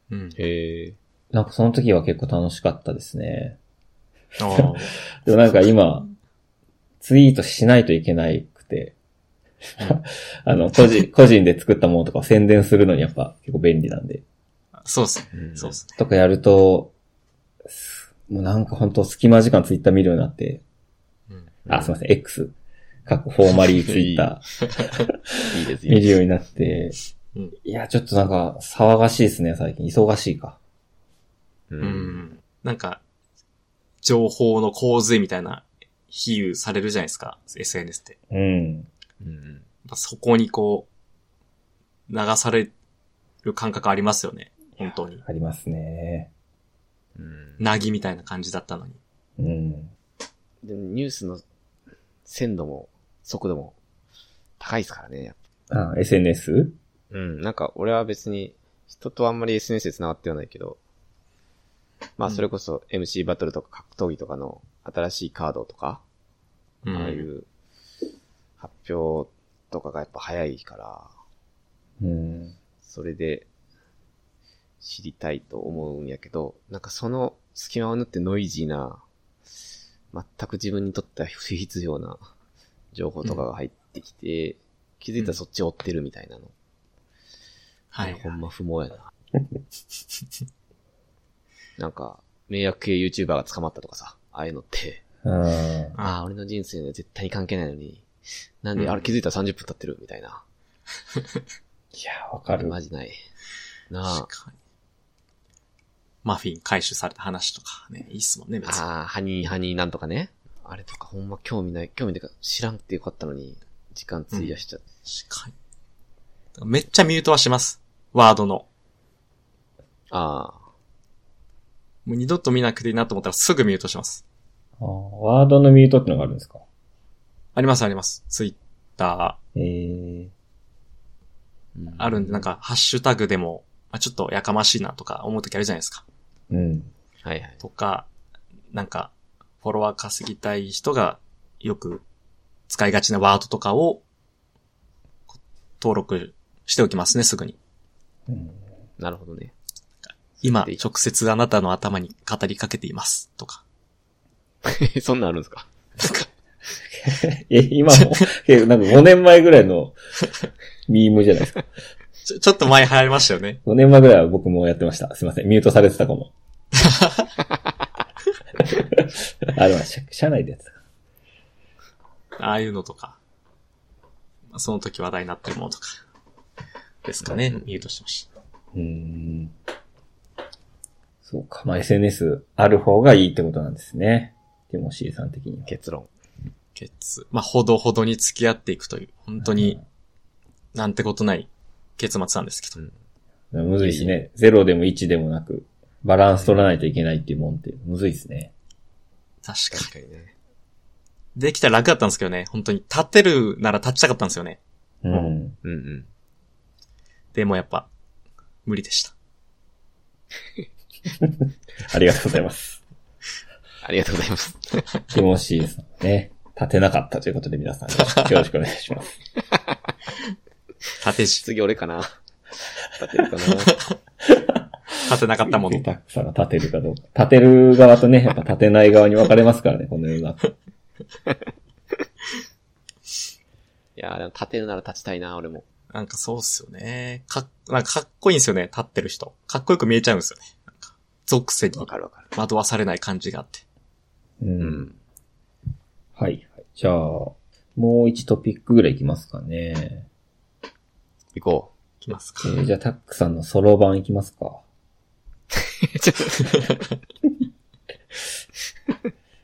[SPEAKER 3] うん。
[SPEAKER 2] へえ。
[SPEAKER 1] なんかその時は結構楽しかったですね。
[SPEAKER 3] あー
[SPEAKER 1] でもなんか今、ツイートしないといけないくて、 あの、個人、個人で作ったものとかを宣伝するのにやっぱ結構便利なんで、
[SPEAKER 3] そうっすね。
[SPEAKER 2] うん
[SPEAKER 3] そうっすね。
[SPEAKER 1] とかやると、すもうなんか本当隙間時間ツイッター見るようになって、
[SPEAKER 3] うん
[SPEAKER 1] あ、すいません、X、かっこフォーマリーツイッタ
[SPEAKER 2] いいです、
[SPEAKER 1] ー
[SPEAKER 2] いい
[SPEAKER 1] 見
[SPEAKER 2] で
[SPEAKER 1] る
[SPEAKER 2] す。
[SPEAKER 1] ようになって
[SPEAKER 3] うん、
[SPEAKER 1] いや、ちょっとなんか騒がしいですね、最近。忙しいか。
[SPEAKER 2] う。
[SPEAKER 3] うんん。なんか、情報の洪水みたいな比喩されるじゃないですか。SNS って。
[SPEAKER 1] うん。
[SPEAKER 2] うん。
[SPEAKER 3] まあそこにこう、流される感覚ありますよね。本当に。
[SPEAKER 1] ありますね。
[SPEAKER 2] うん
[SPEAKER 3] なぎみたいな感じだったのに。
[SPEAKER 1] うん。
[SPEAKER 2] でもニュースの鮮度も速度も高いですからね。
[SPEAKER 1] あ、SNS?
[SPEAKER 2] うん。なんか俺は別に人とあんまり SNS で繋がってはないけど、まあ
[SPEAKER 3] うん
[SPEAKER 2] それこそ MC バトルとか格闘技とかの新しいカードとか、
[SPEAKER 3] うん
[SPEAKER 2] ああいう発表とかがやっぱ早いから、
[SPEAKER 1] うん。
[SPEAKER 2] それで知りたいと思うんやけど、なんかその隙間を縫ってノイジーな、全く自分にとっては不必要な情報とかが入ってきて、気づいたらそっちを追ってるみたいなの。
[SPEAKER 3] はい。
[SPEAKER 2] ほんま不毛やな。なんか、迷惑系 YouTuber が捕まったとかさ、ああいうのって、
[SPEAKER 1] うん。
[SPEAKER 2] ああ、俺の人生には絶対に関係ないのに、なん
[SPEAKER 3] う
[SPEAKER 2] で、
[SPEAKER 3] ん
[SPEAKER 2] あれ気づいたら30分経ってるみたいな。
[SPEAKER 1] いや、わかる。
[SPEAKER 2] マジない。なあ
[SPEAKER 3] 確、かに。マフィン回収された話とかね、いいっすもんね、別に。
[SPEAKER 2] ああ、ハニーハニーなんとかね。あれとかほんま興味ない、興味ないか知らんってよかったのに、時間費やしちゃって。
[SPEAKER 3] 確かに。めっちゃミュートはします。ワードの。
[SPEAKER 2] ああ、
[SPEAKER 3] もう二度と見なくていいなと思ったらすぐミュートします。
[SPEAKER 1] あーワードのミュートってのがあるんですか
[SPEAKER 3] ありますあります。ツイッター
[SPEAKER 1] ええ
[SPEAKER 2] うん
[SPEAKER 3] あるんで、なん。か、ハッシュタグでも、まあ、ちょっとやかましいなとか思うときあるじゃないですか。
[SPEAKER 1] うん。
[SPEAKER 2] はいはい。
[SPEAKER 3] とか、なんか、フォロワー稼ぎたい人がよく使いがちなワードとかをこ登録しておきますね、すぐに。
[SPEAKER 1] うん
[SPEAKER 2] なるほどね。
[SPEAKER 3] 今、
[SPEAKER 2] で
[SPEAKER 3] 直接あなたの頭に語りかけています。とか。
[SPEAKER 2] そんなんあるんですか
[SPEAKER 1] え、今 も、え、なんか5年前ぐらいのミームじゃないですか。
[SPEAKER 3] ちょ、ちょっと前流行りましたよね。
[SPEAKER 1] 5年前ぐらいは僕もやってました。すいません。ミュートされてたかも。あれは社社内でやってたか
[SPEAKER 3] ああいうのとか。まあその時話題になってるものとか。ですかね。ミュートしてました。
[SPEAKER 1] うーん。そうか。まあ、SNS ある方がいいってことなんですね。でも、C さん的には。
[SPEAKER 2] 結論。
[SPEAKER 3] ゲッツ。まあ、ほどほどに付き合っていくという、本当に、なんてことない結末なんですけど。
[SPEAKER 1] むずいですね。ゼロでも1でもなく、バランス取らないといけないっていうもんって、むずいですね。
[SPEAKER 3] 確かに。
[SPEAKER 2] 確かにね。
[SPEAKER 3] できたら楽だったんですけどね、本当に立てるなら立ちたかったんですよね。
[SPEAKER 1] うん。
[SPEAKER 2] うんうん。
[SPEAKER 3] でもやっぱ、無理でした。
[SPEAKER 1] ありがとうございます。
[SPEAKER 2] ありがとうございます。
[SPEAKER 1] ティモシーさんね、立てなかったということで 皆さん、よろしくお願いします。
[SPEAKER 3] 縦軸。
[SPEAKER 2] 次俺かな。立てるか な。
[SPEAKER 3] 立てなかったもの。
[SPEAKER 1] たくさんが立てるかどうか。立てる側とね、やっぱ立てない側に分かれますからね、この世の中。
[SPEAKER 2] いやーでも立てるなら立ちたいな、俺も。
[SPEAKER 3] なんかそうっすよね。かっ、なんかかっこいいんですよね、立ってる人。かっこよく見えちゃうんですよね。なんか属性に
[SPEAKER 2] わかるわかる。
[SPEAKER 3] 惑わされない感じがあって。
[SPEAKER 1] う。
[SPEAKER 2] うんん。
[SPEAKER 1] はいはい。じゃあ、もう一トピックぐらいいきますかね。
[SPEAKER 2] 行こ
[SPEAKER 3] きますか
[SPEAKER 1] え。 ーじゃあ、タックさんのソロ版いきますか。
[SPEAKER 2] う。 ちょっと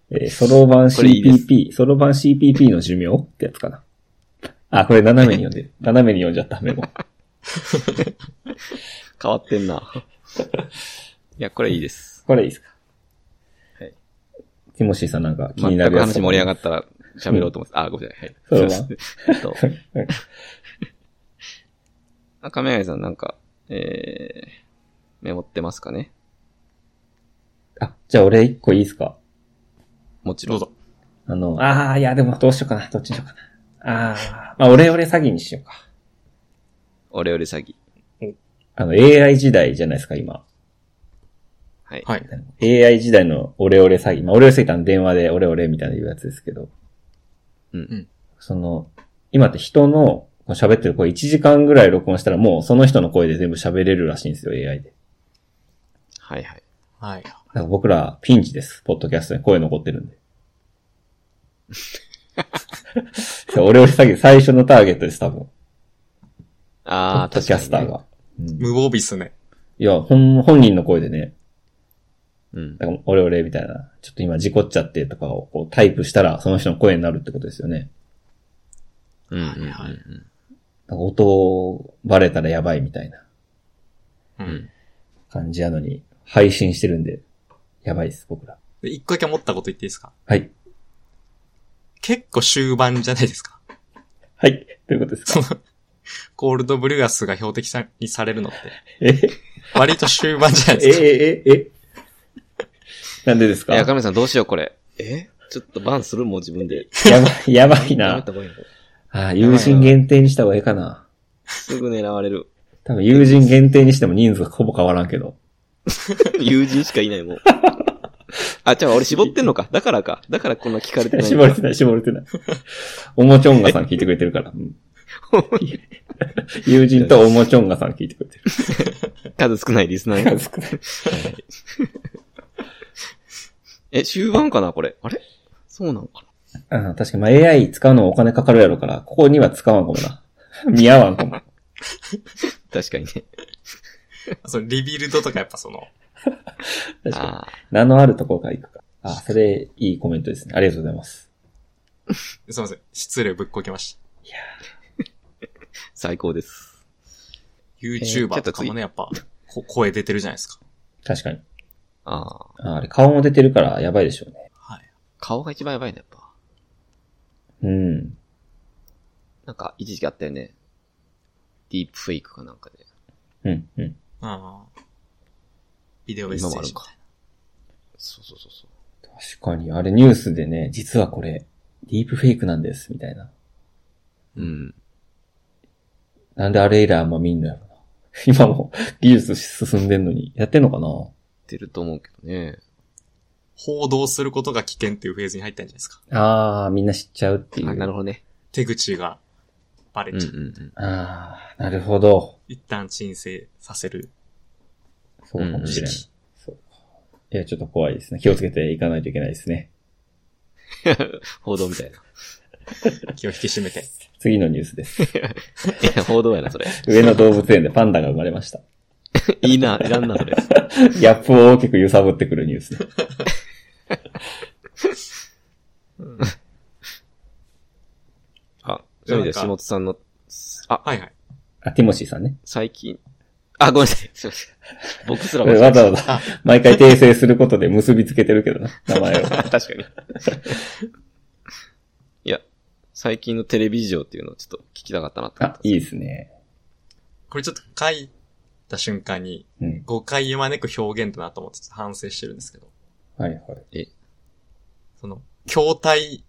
[SPEAKER 1] えーソロ版
[SPEAKER 2] これいいです
[SPEAKER 1] CPP、ソロ版 CPP の寿命ってやつかな。あ、これ斜めに読 んでる、斜めに読んじゃった、メモ。
[SPEAKER 2] 変わってんな。 いや、これいいです。
[SPEAKER 1] これいいですか
[SPEAKER 2] はい。
[SPEAKER 1] ティモシーさんなんか気に
[SPEAKER 2] 全
[SPEAKER 1] なる
[SPEAKER 2] く
[SPEAKER 1] やつ。
[SPEAKER 2] 話盛り上が
[SPEAKER 1] っ
[SPEAKER 2] ったら喋ろうと思って、あ、ごめんなさい。
[SPEAKER 1] そ
[SPEAKER 2] は
[SPEAKER 1] う
[SPEAKER 2] い。そうで
[SPEAKER 1] だ
[SPEAKER 2] すね。えっと
[SPEAKER 1] はい。
[SPEAKER 2] あ亀谷さんなんか、えー、メモってますかね
[SPEAKER 1] あ、じゃあ俺一個いいですか
[SPEAKER 2] もちろ
[SPEAKER 3] ど
[SPEAKER 2] ん。
[SPEAKER 3] うぞ。
[SPEAKER 1] あの、あー、いや、でもどうしようかな、どっちにしようかな。あー、まあ、オレオレ詐欺にしようか。
[SPEAKER 2] 俺より詐欺。
[SPEAKER 1] あの、AI 時代じゃないですか、今。
[SPEAKER 2] はい。
[SPEAKER 3] はい。
[SPEAKER 1] AI 時代のオレオレ詐欺。まあ、オレオレ詐欺ってあの電話でオレオレみたいな言うやつですけど。
[SPEAKER 2] うん
[SPEAKER 3] ん
[SPEAKER 1] その、今って人のこう喋ってる声1時間ぐらい録音したらもうその人の声で全部喋れるらしいんですよ、AI で。
[SPEAKER 2] はいはい。
[SPEAKER 3] はい。
[SPEAKER 1] だから僕らピンチです、ポッドキャストに声残ってる んで。そうオレオレ詐欺最初のターゲットです、多分。ポ
[SPEAKER 2] あ
[SPEAKER 1] ッ
[SPEAKER 2] あ、
[SPEAKER 1] ドキャスター
[SPEAKER 2] 確
[SPEAKER 1] が。うん
[SPEAKER 3] 無防備っすね。
[SPEAKER 1] いや、本、本人の声でね、
[SPEAKER 2] かにね。
[SPEAKER 1] なんかオレオレみたいな、ちょっと今事故っちゃってとかをこうタイプしたらその人の声になるってことですよね。
[SPEAKER 2] うん。うん。
[SPEAKER 3] はいはい
[SPEAKER 1] なんか音バレたらやばいみたいな
[SPEAKER 3] う
[SPEAKER 2] うん。うんん。。
[SPEAKER 1] 感じやのに、配信してるんで、やばいです、僕ら。
[SPEAKER 3] で、一個だけ思ったこと言っていいですか
[SPEAKER 1] はい。
[SPEAKER 3] 結構終盤じゃないですか。
[SPEAKER 1] はい。ということです か。
[SPEAKER 3] コールドブリュアスが標的さにされるのって。
[SPEAKER 1] え、
[SPEAKER 3] 割と終盤じゃない
[SPEAKER 1] え、
[SPEAKER 3] ですか。
[SPEAKER 1] え、え、え。なんでですか
[SPEAKER 2] いや、
[SPEAKER 1] やば
[SPEAKER 2] 亀さんどうしよう、これ。えちょっとバンするもう自分で。
[SPEAKER 1] い、やばい
[SPEAKER 2] やめ
[SPEAKER 1] な
[SPEAKER 2] た。方がいいの
[SPEAKER 1] あー友人限定にした方がいいかな。
[SPEAKER 2] すぐ狙われる。
[SPEAKER 1] 多分友人限定にしても人数がほぼ変わらんけど。
[SPEAKER 2] 友人しかいないもん。あ、じゃあ俺絞ってんのか。だからか。だからこんな聞かれてない。
[SPEAKER 1] 絞れてない、絞れてない。おもちょんがさん聞いてくれてるから。うん友人とおもちょんがさん聞いてくれてる。
[SPEAKER 2] 数少ないリスナーが。え、終盤かなこれ。あれそうなのか
[SPEAKER 1] うん、確かに、まあ、AI 使うのもお金かかるやろから、ここには使わんかもな。見合わんかも。
[SPEAKER 2] な確かにね。
[SPEAKER 3] そのリビルドとかやっぱその、
[SPEAKER 1] 確かに。
[SPEAKER 2] ああ。
[SPEAKER 1] 名のあるところから行くか。あ、それ、いいコメントですね。ありがとうございます。
[SPEAKER 3] すいません。失礼ぶっこけました。
[SPEAKER 2] 最高です。
[SPEAKER 3] YouTuber とかもね、やっぱ、こ声出てるじゃないですか。
[SPEAKER 1] 確かに。
[SPEAKER 2] ああ。
[SPEAKER 1] ああれ、顔も出てるから、やばいでしょうね。
[SPEAKER 3] はい。
[SPEAKER 2] 顔が一番やばいね、やっぱ。
[SPEAKER 1] うん。
[SPEAKER 2] なんか、一時期あったよね。ディープフェイクかなんかで。
[SPEAKER 1] うん、うん。
[SPEAKER 3] ああ。ビデオメッセージみたい
[SPEAKER 2] そうそうそうそう。
[SPEAKER 1] 確かに、あれニュースでね、実はこれ、ディープフェイクなんです、みたいな。
[SPEAKER 2] うん。
[SPEAKER 1] なんであれ以来あんま見んのやろな。 今も技術進んでんのに、やってんのかな
[SPEAKER 2] 出ると思うけどね。
[SPEAKER 3] 報道することが危険っていうフェーズに入ったんじゃないですか。
[SPEAKER 1] ああ、みんな知っちゃうっていう。
[SPEAKER 2] あ、なる
[SPEAKER 1] ほ
[SPEAKER 2] ほどね。
[SPEAKER 3] 手口がバレ
[SPEAKER 2] うんう
[SPEAKER 3] ちゃ
[SPEAKER 2] ん
[SPEAKER 3] う。
[SPEAKER 2] うん。
[SPEAKER 1] ど。ああ、なるほど。
[SPEAKER 3] 一旦鎮静させる。
[SPEAKER 1] そうかもしれない。
[SPEAKER 3] うん
[SPEAKER 1] そうか。いや、ちょっと怖いですね。気をつけていかないといけないですね。
[SPEAKER 2] 報道みたいな。
[SPEAKER 3] 気を引き締めて。
[SPEAKER 1] 次のニュースです。
[SPEAKER 2] いや、報道やな、それ。
[SPEAKER 1] 上野動物園でパンダが生まれま した。
[SPEAKER 2] いいな、いらんな、それ。
[SPEAKER 1] ギャップを大きく揺さぶってくるニュース。
[SPEAKER 2] そういう意味では
[SPEAKER 3] じゃあ
[SPEAKER 2] 下
[SPEAKER 3] なん
[SPEAKER 2] 本さんの、あ、
[SPEAKER 3] はいはい。
[SPEAKER 1] あ、ティモシーさんね。
[SPEAKER 2] 最近、あ、ごめんなさい。すいません。僕すら
[SPEAKER 1] これわざわ
[SPEAKER 2] わ
[SPEAKER 1] ざ、毎回訂正することで結びつけてるけどな、名前を。
[SPEAKER 2] 確かに。いや、最近のテレビ事情っていうのをちょっと聞きたかったなって思っ
[SPEAKER 1] あ
[SPEAKER 2] た、
[SPEAKER 1] いい
[SPEAKER 2] す。
[SPEAKER 1] ですね。
[SPEAKER 3] これちょっと書いた瞬間に
[SPEAKER 1] うん。
[SPEAKER 3] 誤解を招く表現だなと思ってちょっと反省してるんですけど、
[SPEAKER 1] はいはい。
[SPEAKER 3] その、筐体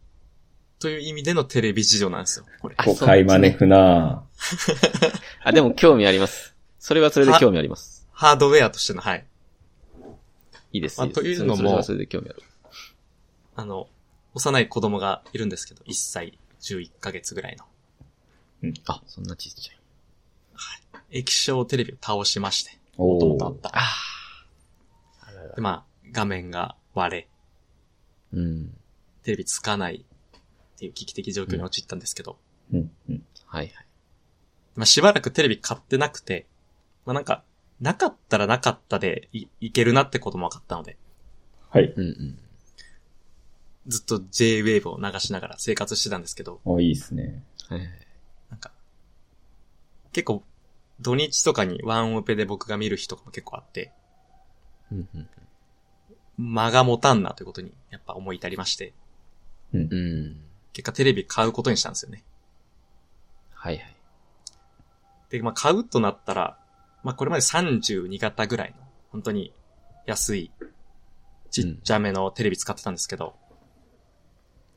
[SPEAKER 3] という意味でのテレビ事情なんですよ、これ。
[SPEAKER 2] あ
[SPEAKER 1] 誤
[SPEAKER 2] そうです
[SPEAKER 1] 解
[SPEAKER 2] ね
[SPEAKER 1] 招くなぁ
[SPEAKER 2] あ、でも興味あります。それはそれで興味あります。
[SPEAKER 3] ハードウェアとしての、はい。
[SPEAKER 2] いいです。
[SPEAKER 3] あ
[SPEAKER 2] いです
[SPEAKER 3] というのも
[SPEAKER 2] それはそれで興味ある。
[SPEAKER 3] あの、幼い子供がいるんですけど、1歳11ヶ月ぐらいの。
[SPEAKER 2] あ、そんなちっちゃい。
[SPEAKER 3] 液晶テレビを倒しまして、もと
[SPEAKER 1] お
[SPEAKER 3] もとあっ
[SPEAKER 1] ー
[SPEAKER 3] た。
[SPEAKER 2] ああらら
[SPEAKER 3] で、まあ、画面が割れ、
[SPEAKER 2] うん。
[SPEAKER 3] テレビつかないっていう危機的状況に陥ったんですけど、
[SPEAKER 1] うんうん。
[SPEAKER 2] はいはい。
[SPEAKER 3] まあ、しばらくテレビ買ってなくて、まあなんか、なかったらなかったでいいけるなってことも分かったので、
[SPEAKER 1] はい。
[SPEAKER 2] うんうん。
[SPEAKER 3] ずっと J-Wave を流しながら生活してたんですけど、
[SPEAKER 1] おいいですね。
[SPEAKER 2] はいはい。
[SPEAKER 3] なんか、結構、土日とかにワンオペで僕が見る日とかも結構あって、
[SPEAKER 2] うんうん
[SPEAKER 3] 間が持たんなということにやっぱ思い至りまして、
[SPEAKER 2] うん。
[SPEAKER 3] 結果テレビ買うことにしたんですよね。
[SPEAKER 2] はいはい。
[SPEAKER 3] で、まあ買うとなったら、まあこれまで32型ぐらいの、本当に安い、ちっちゃめのテレビ使ってたんですけど、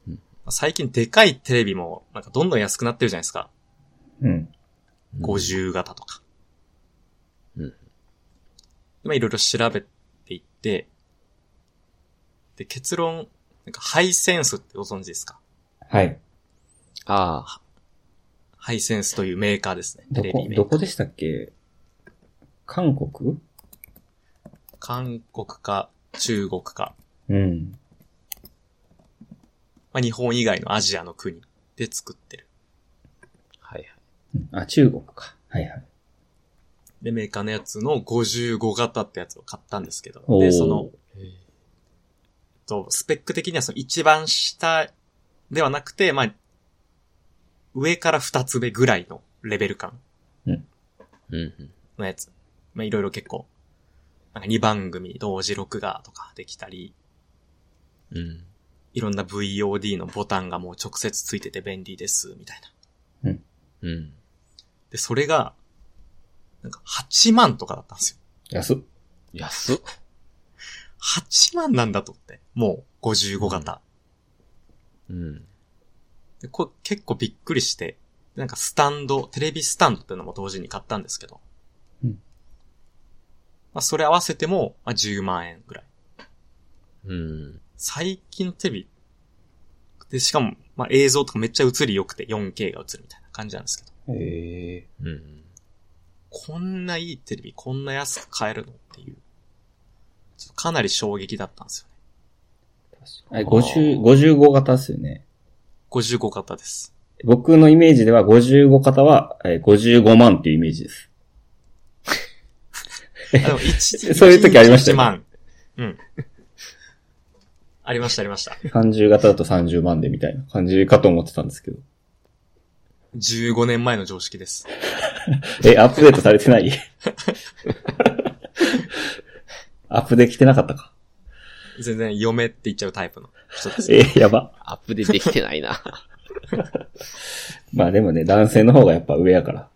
[SPEAKER 2] うん
[SPEAKER 3] まあ最近でかいテレビも、なんかどんどん安くなってるじゃないですか。
[SPEAKER 1] うん。
[SPEAKER 2] うん。
[SPEAKER 3] 50型とか。
[SPEAKER 2] うん
[SPEAKER 3] でまあいろいろ調べていって、で、結論、なんかハイセンスってご存知ですか
[SPEAKER 1] はい。
[SPEAKER 2] ああ。
[SPEAKER 3] ハイセンスというメーカーですね。
[SPEAKER 1] ど
[SPEAKER 3] テレ
[SPEAKER 1] こ
[SPEAKER 3] ビ、メ
[SPEAKER 1] ど
[SPEAKER 3] ーカ
[SPEAKER 1] こ
[SPEAKER 3] ー。
[SPEAKER 1] でしたっけ韓国
[SPEAKER 3] 韓国か中国か、
[SPEAKER 1] うん。
[SPEAKER 3] まあ、日本以外のアジアの国で作ってる。
[SPEAKER 2] はいはい。
[SPEAKER 1] あ、中国か。はいはい。
[SPEAKER 3] で、メーカーのやつの55型ってやつを買ったんですけど、
[SPEAKER 1] おー
[SPEAKER 3] で、その、とスペック的にはその一番下ではなくて、まあ、上から二つ目ぐらいのレベル感
[SPEAKER 2] うんうん。
[SPEAKER 3] のやつ。まあ、いろいろ結構、なんか2番組同時録画とかできたり、
[SPEAKER 2] うん。
[SPEAKER 3] いろんな VOD のボタンがもう直接ついてて便利です、みたいな。
[SPEAKER 2] うん。
[SPEAKER 3] で、それが、なんか8万とかだったんですよ。
[SPEAKER 1] 安っ。
[SPEAKER 2] 安っ。
[SPEAKER 3] 8万なんだと思って。もう55型。
[SPEAKER 2] うん。
[SPEAKER 3] でこれ結構びっくりして、なんかスタンド、テレビスタンドってのも同時に買ったんですけど。
[SPEAKER 1] うん
[SPEAKER 3] まあそれ合わせても、まあ、10万円ぐらい。
[SPEAKER 2] うん。
[SPEAKER 3] 最近のテレビ、で、しかも、まあ映像とかめっちゃ映り良くて 4K が映るみたいな感じなんですけど。
[SPEAKER 1] ええ
[SPEAKER 2] うん。
[SPEAKER 3] こんないいテレビ、こんな安く買えるのっていう。ちょっとかなり衝撃だったんですよ
[SPEAKER 1] あ
[SPEAKER 3] ね。
[SPEAKER 1] れ、50、55型ですよね。
[SPEAKER 3] 55型です。
[SPEAKER 1] 僕のイメージでは55型は、えー55万っていうイメージです。
[SPEAKER 3] あでも一
[SPEAKER 1] そういう時ありました
[SPEAKER 3] 1
[SPEAKER 1] よ
[SPEAKER 3] 万。うん。ありました、ありました。
[SPEAKER 1] 30型だと30万でみたいな感じかと思ってたんですけど。
[SPEAKER 3] 15年前の常識です。
[SPEAKER 1] え、アップデートされてない アップできてなかったか。
[SPEAKER 3] 全然嫁って言っちゃうタイプの人です。
[SPEAKER 1] えーやば。
[SPEAKER 2] アップデートできてないな。
[SPEAKER 1] まあでもね、男性の方がやっぱ上やから。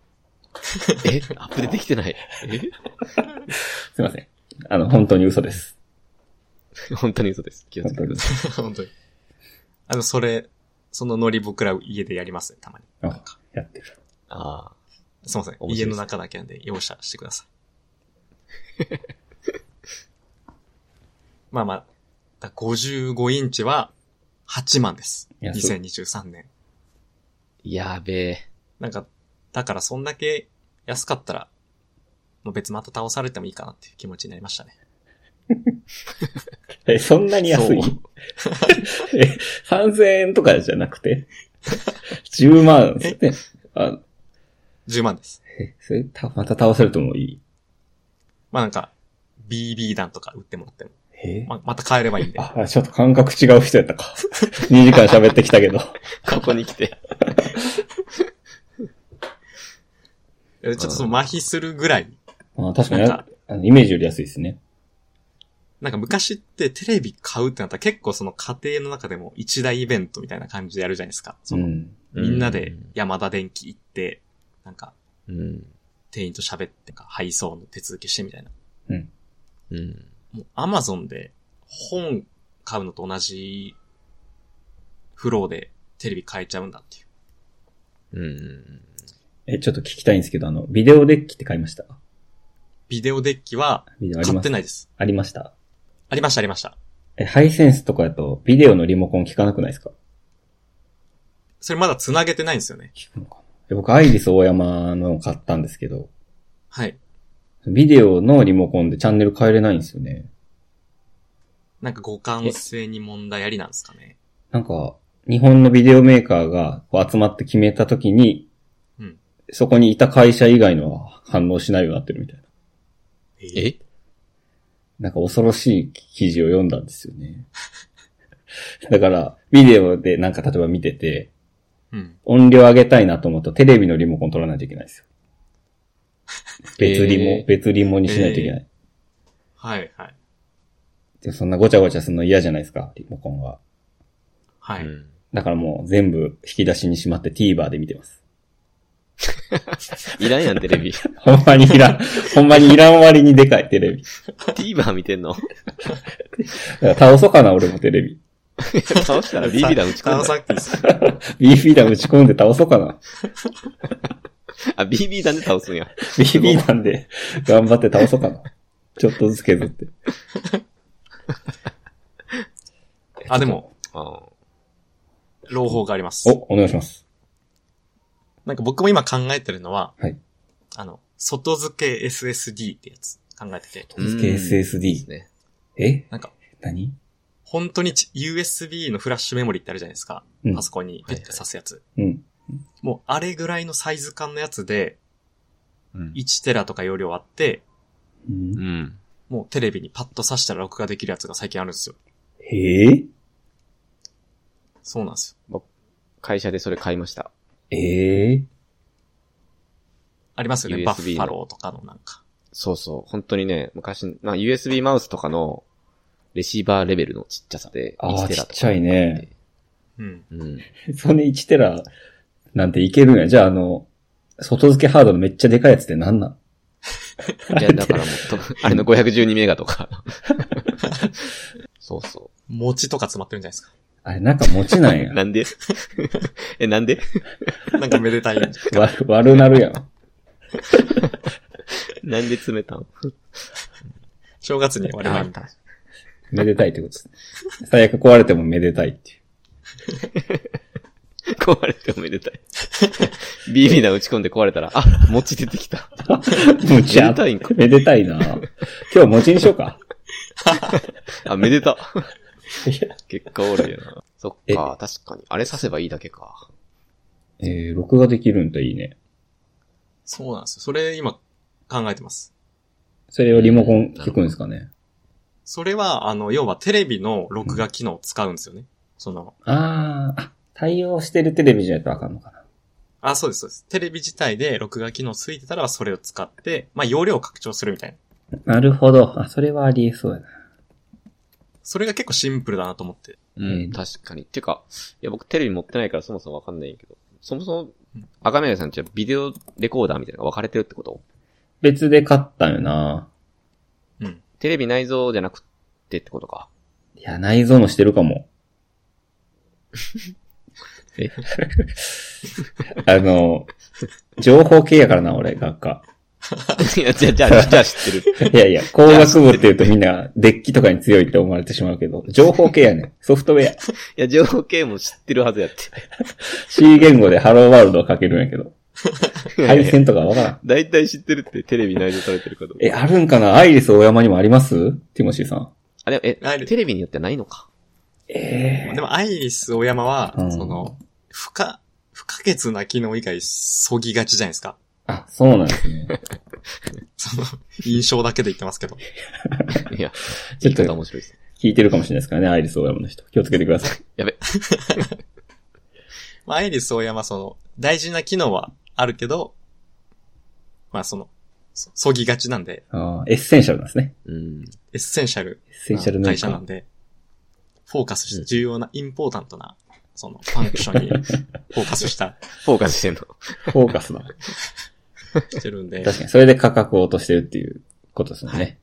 [SPEAKER 2] えアップデートできてない。
[SPEAKER 1] すいません。あの、本当に嘘です。
[SPEAKER 2] え本当に嘘です。気をつけてください。
[SPEAKER 3] 本当に。あの、それ、そのノリ僕ら家でやりますね、たまに。
[SPEAKER 1] あ、やってる。
[SPEAKER 2] ああ。
[SPEAKER 3] すいませ
[SPEAKER 2] 面白い
[SPEAKER 3] ん。
[SPEAKER 2] です
[SPEAKER 3] 家の中だけなんで容赦してください。 まあまあ、だ55インチは8万です。
[SPEAKER 1] いやそう
[SPEAKER 3] 2023年。
[SPEAKER 2] やべえ。
[SPEAKER 3] なんか、だからそんだけ安かったら、もう別にまた倒されてもいいかなっていう気持ちになりましたね。
[SPEAKER 1] え、そんなに安い
[SPEAKER 2] そう
[SPEAKER 1] え、3000円とかじゃなくて ?10 万
[SPEAKER 3] え
[SPEAKER 1] えあ
[SPEAKER 3] 10万です。
[SPEAKER 1] え、それ、た、また倒されてもいい
[SPEAKER 3] まあなんか、BB 弾とか売ってもらっても、
[SPEAKER 1] え
[SPEAKER 3] ままた買えればいいんで。
[SPEAKER 1] あ、あちょっと感覚違う人やったか。2時間喋ってきたけど。
[SPEAKER 2] ここに来て。
[SPEAKER 3] ちょっとその麻痺するぐらい、
[SPEAKER 1] あ確かに
[SPEAKER 3] なんか
[SPEAKER 1] あの、イメージより安いですね。
[SPEAKER 3] なんか昔ってテレビ買うってなったら結構その家庭の中でも一大イベントみたいな感じでやるじゃないですか。
[SPEAKER 1] う
[SPEAKER 3] その
[SPEAKER 1] ん。
[SPEAKER 3] みんなで山田電機行って、なんか
[SPEAKER 2] うん。
[SPEAKER 3] 店員と喋って、なんか配送の手続きしてみたいな。
[SPEAKER 2] うん。
[SPEAKER 3] もうアマゾンで本買うのと同じフローでテレビ買えちゃうんだっていう。
[SPEAKER 2] うん。
[SPEAKER 1] え、ちょっと聞きたいんですけど、あの、ビデオデッキって買いました
[SPEAKER 3] ビデオデッキは
[SPEAKER 1] ビデオあり
[SPEAKER 3] 買っ
[SPEAKER 1] ま
[SPEAKER 3] て
[SPEAKER 1] す
[SPEAKER 3] ないです。
[SPEAKER 1] ありました。
[SPEAKER 3] ありましたありました。
[SPEAKER 1] え、ハイセンスとかだと、ビデオのリモコン聞かなくないですか
[SPEAKER 3] それまだ繋げてないんですよね。
[SPEAKER 1] 聞くのかなえ僕、アイリス大山のを買ったんですけど、
[SPEAKER 3] はい。
[SPEAKER 1] ビデオのリモコンでチャンネル変えれないんですよね。
[SPEAKER 3] なんか互換性に問題ありなんですかね。
[SPEAKER 1] なんか、日本のビデオメーカーがこう集まって決めたときに、
[SPEAKER 3] うん
[SPEAKER 1] そこにいた会社以外のは反応しないようになってるみたいな。
[SPEAKER 3] え
[SPEAKER 2] え
[SPEAKER 1] なんか恐ろしい記事を読んだんですよね。 だから、ビデオでなんか例えば見てて、
[SPEAKER 3] うん。
[SPEAKER 1] 音量上げたいなと思うとテレビのリモコン取らないといけないんですよ。別リモ、
[SPEAKER 2] えー
[SPEAKER 1] 別リモにしないといけない。
[SPEAKER 3] はいはい。
[SPEAKER 1] でそんなごちゃごちゃするの嫌じゃないですか、リモコンが。
[SPEAKER 3] はい。
[SPEAKER 2] うん
[SPEAKER 1] だからもう全部引き出しにしまって TVer で見てます。
[SPEAKER 2] いらんやん、テ レビ。
[SPEAKER 1] ほんまにい らん、ほんまにいらん割にでかいテレビ。
[SPEAKER 2] TVer 見てんの
[SPEAKER 1] だから倒そうかな、俺もテレビ。
[SPEAKER 2] 倒したらビビだ打ち込んだ
[SPEAKER 3] さ
[SPEAKER 2] よ。
[SPEAKER 3] っきです。
[SPEAKER 1] BB 弾打ち込んで倒そうかな。
[SPEAKER 2] あ、BB 弾で倒すんや。
[SPEAKER 1] BB 弾で頑張って倒そうかな。ちょっとずつ削って。
[SPEAKER 3] あ、でも、
[SPEAKER 2] あ
[SPEAKER 3] 朗報があります。
[SPEAKER 1] お、お願いします。
[SPEAKER 3] なんか僕も今考えてるのは、
[SPEAKER 1] はい
[SPEAKER 3] あの、外付け SSD ってやつ考えてて、
[SPEAKER 1] 突撃
[SPEAKER 2] で
[SPEAKER 1] SSD
[SPEAKER 2] す。ね。
[SPEAKER 1] え
[SPEAKER 3] なんか、
[SPEAKER 1] 何
[SPEAKER 3] 本当にち USB のフラッシュメモリってあるじゃないですか。
[SPEAKER 1] うん
[SPEAKER 3] パ。ソコンにペッて刺すやつ。
[SPEAKER 1] うん。
[SPEAKER 3] もうあれぐらいのサイズ感のやつで、
[SPEAKER 2] うん。
[SPEAKER 3] 1テラとか容量あって、
[SPEAKER 1] うん
[SPEAKER 2] うん。
[SPEAKER 3] もうテレビにパッと刺したら録画できるやつが最近あるんですよ。
[SPEAKER 1] へえ
[SPEAKER 3] そうなんですよ。
[SPEAKER 2] 会社でそれ買いました。
[SPEAKER 1] ええ
[SPEAKER 3] ありますよね。
[SPEAKER 2] USB
[SPEAKER 3] バッファローとかのなんか。
[SPEAKER 2] そうそう。本当にね、昔、まあ、USB マウスとかのレシーバーレベルのちっちゃさで、
[SPEAKER 1] あー
[SPEAKER 2] 1テラとか
[SPEAKER 1] ちっちゃいね。
[SPEAKER 3] うん。
[SPEAKER 2] うん。
[SPEAKER 1] それ1テラなんていけるんや。じゃあ、あの、外付けハードのめっちゃでかいやつってなんなん
[SPEAKER 2] いや、だからもっと、 あれの512メガとか。そうそ
[SPEAKER 3] 餅とか詰まってるんじゃないで
[SPEAKER 1] あれ、なんか持ちなん
[SPEAKER 2] う。
[SPEAKER 1] や。
[SPEAKER 2] なんで え、なんです
[SPEAKER 3] か。なん かめでたい。
[SPEAKER 1] わ悪なるやん。
[SPEAKER 2] なんで詰めたん
[SPEAKER 3] 正月に我々
[SPEAKER 2] あ
[SPEAKER 3] みたいな。
[SPEAKER 1] めでたいってことですね。最悪壊れてもめでたいっていう。
[SPEAKER 2] 壊れておめでたい。BB 弾打ち込んで壊れたら、あ、餅出てきた。
[SPEAKER 1] むちゃ
[SPEAKER 2] めでたいんか
[SPEAKER 1] めでたいな今日餅にしようか。
[SPEAKER 2] あ、めでた。結果おるよな。そっか、確かに。あれ刺せばいいだけか。
[SPEAKER 1] えー、録画できるんといいね。
[SPEAKER 3] そうなんですよ。それ今考えてます。
[SPEAKER 1] それをリモコン聞くんですかね。
[SPEAKER 3] それは、あの、要はテレビの録画機能を使うんですよね。その、
[SPEAKER 1] あーあ、対応してるテレビじゃないとわかんのかな。
[SPEAKER 3] あ、そうです、そうです。テレビ自体で録画機能ついてたら、それを使って、まあ、容量を拡張するみたいな。
[SPEAKER 1] なるほど。あ、それはありえそうやな。
[SPEAKER 3] それが結構シンプルだなと思って。
[SPEAKER 2] う
[SPEAKER 1] うん
[SPEAKER 2] ん、確かに。てか、いや、僕テレビ持ってないからそもそもわかんないんやけど、そもそも、赤目さんちはビデオレコーダーみたいなのが分かれてるってこと
[SPEAKER 1] 別で買ったよな
[SPEAKER 3] うん。
[SPEAKER 2] テレビ内蔵じゃなくてってことか。
[SPEAKER 1] いや、内蔵のしてるかも。
[SPEAKER 2] え
[SPEAKER 1] あの、情報系やからな、俺、学科。
[SPEAKER 2] いや、じゃあ、じゃあ、じゃあ知ってる。
[SPEAKER 1] いやいや、工学部って言うとみんなデッキとかに強いって思われてしまうけど、情報系やねん。ソフトウェア。
[SPEAKER 2] いや、情報系も知ってるはずやって。
[SPEAKER 1] C 言語でハローワールドを書けるんやけど。配線とかわからん。
[SPEAKER 2] だいたい知ってるってテレビ内蔵されてるかどうか。
[SPEAKER 1] え、あるんかなアイリス大山にもありますティモシーさん。
[SPEAKER 2] あ、でも、え
[SPEAKER 3] ある、
[SPEAKER 2] テレビによってないの か。
[SPEAKER 1] え
[SPEAKER 3] でも、アイリス大山は、
[SPEAKER 1] うん
[SPEAKER 3] その、不可、不可欠な機能以外、そぎがちじゃないですか。
[SPEAKER 1] あ、そうなんですね。
[SPEAKER 3] その、印象だけで言ってますけど。
[SPEAKER 2] いや、
[SPEAKER 1] ち
[SPEAKER 2] ちょ
[SPEAKER 1] ょっ
[SPEAKER 2] っ
[SPEAKER 1] と
[SPEAKER 2] と面白いですね。
[SPEAKER 1] 聞いてるかもしれないですからね、アイリス大山の人。気をつけてください。
[SPEAKER 2] やべ。
[SPEAKER 3] まあ、アイリス大山は、その、大事な機能はあるけど、まあその、そそぎがちなんで、
[SPEAKER 1] あーエッセンシャルなんですね。
[SPEAKER 2] うん。
[SPEAKER 3] エッセンシャル
[SPEAKER 1] エッセンシャル
[SPEAKER 3] な
[SPEAKER 1] 農
[SPEAKER 3] 会社な
[SPEAKER 1] 家
[SPEAKER 3] ん。で、フォーカスして重要な、インポータントな、その、ファンクションにフォーカスした、
[SPEAKER 2] フォーカスして んの。
[SPEAKER 1] フォーカスだ。
[SPEAKER 3] してるん で、
[SPEAKER 1] 確かに、それで価格を落としてるっていうことですよね。
[SPEAKER 2] はい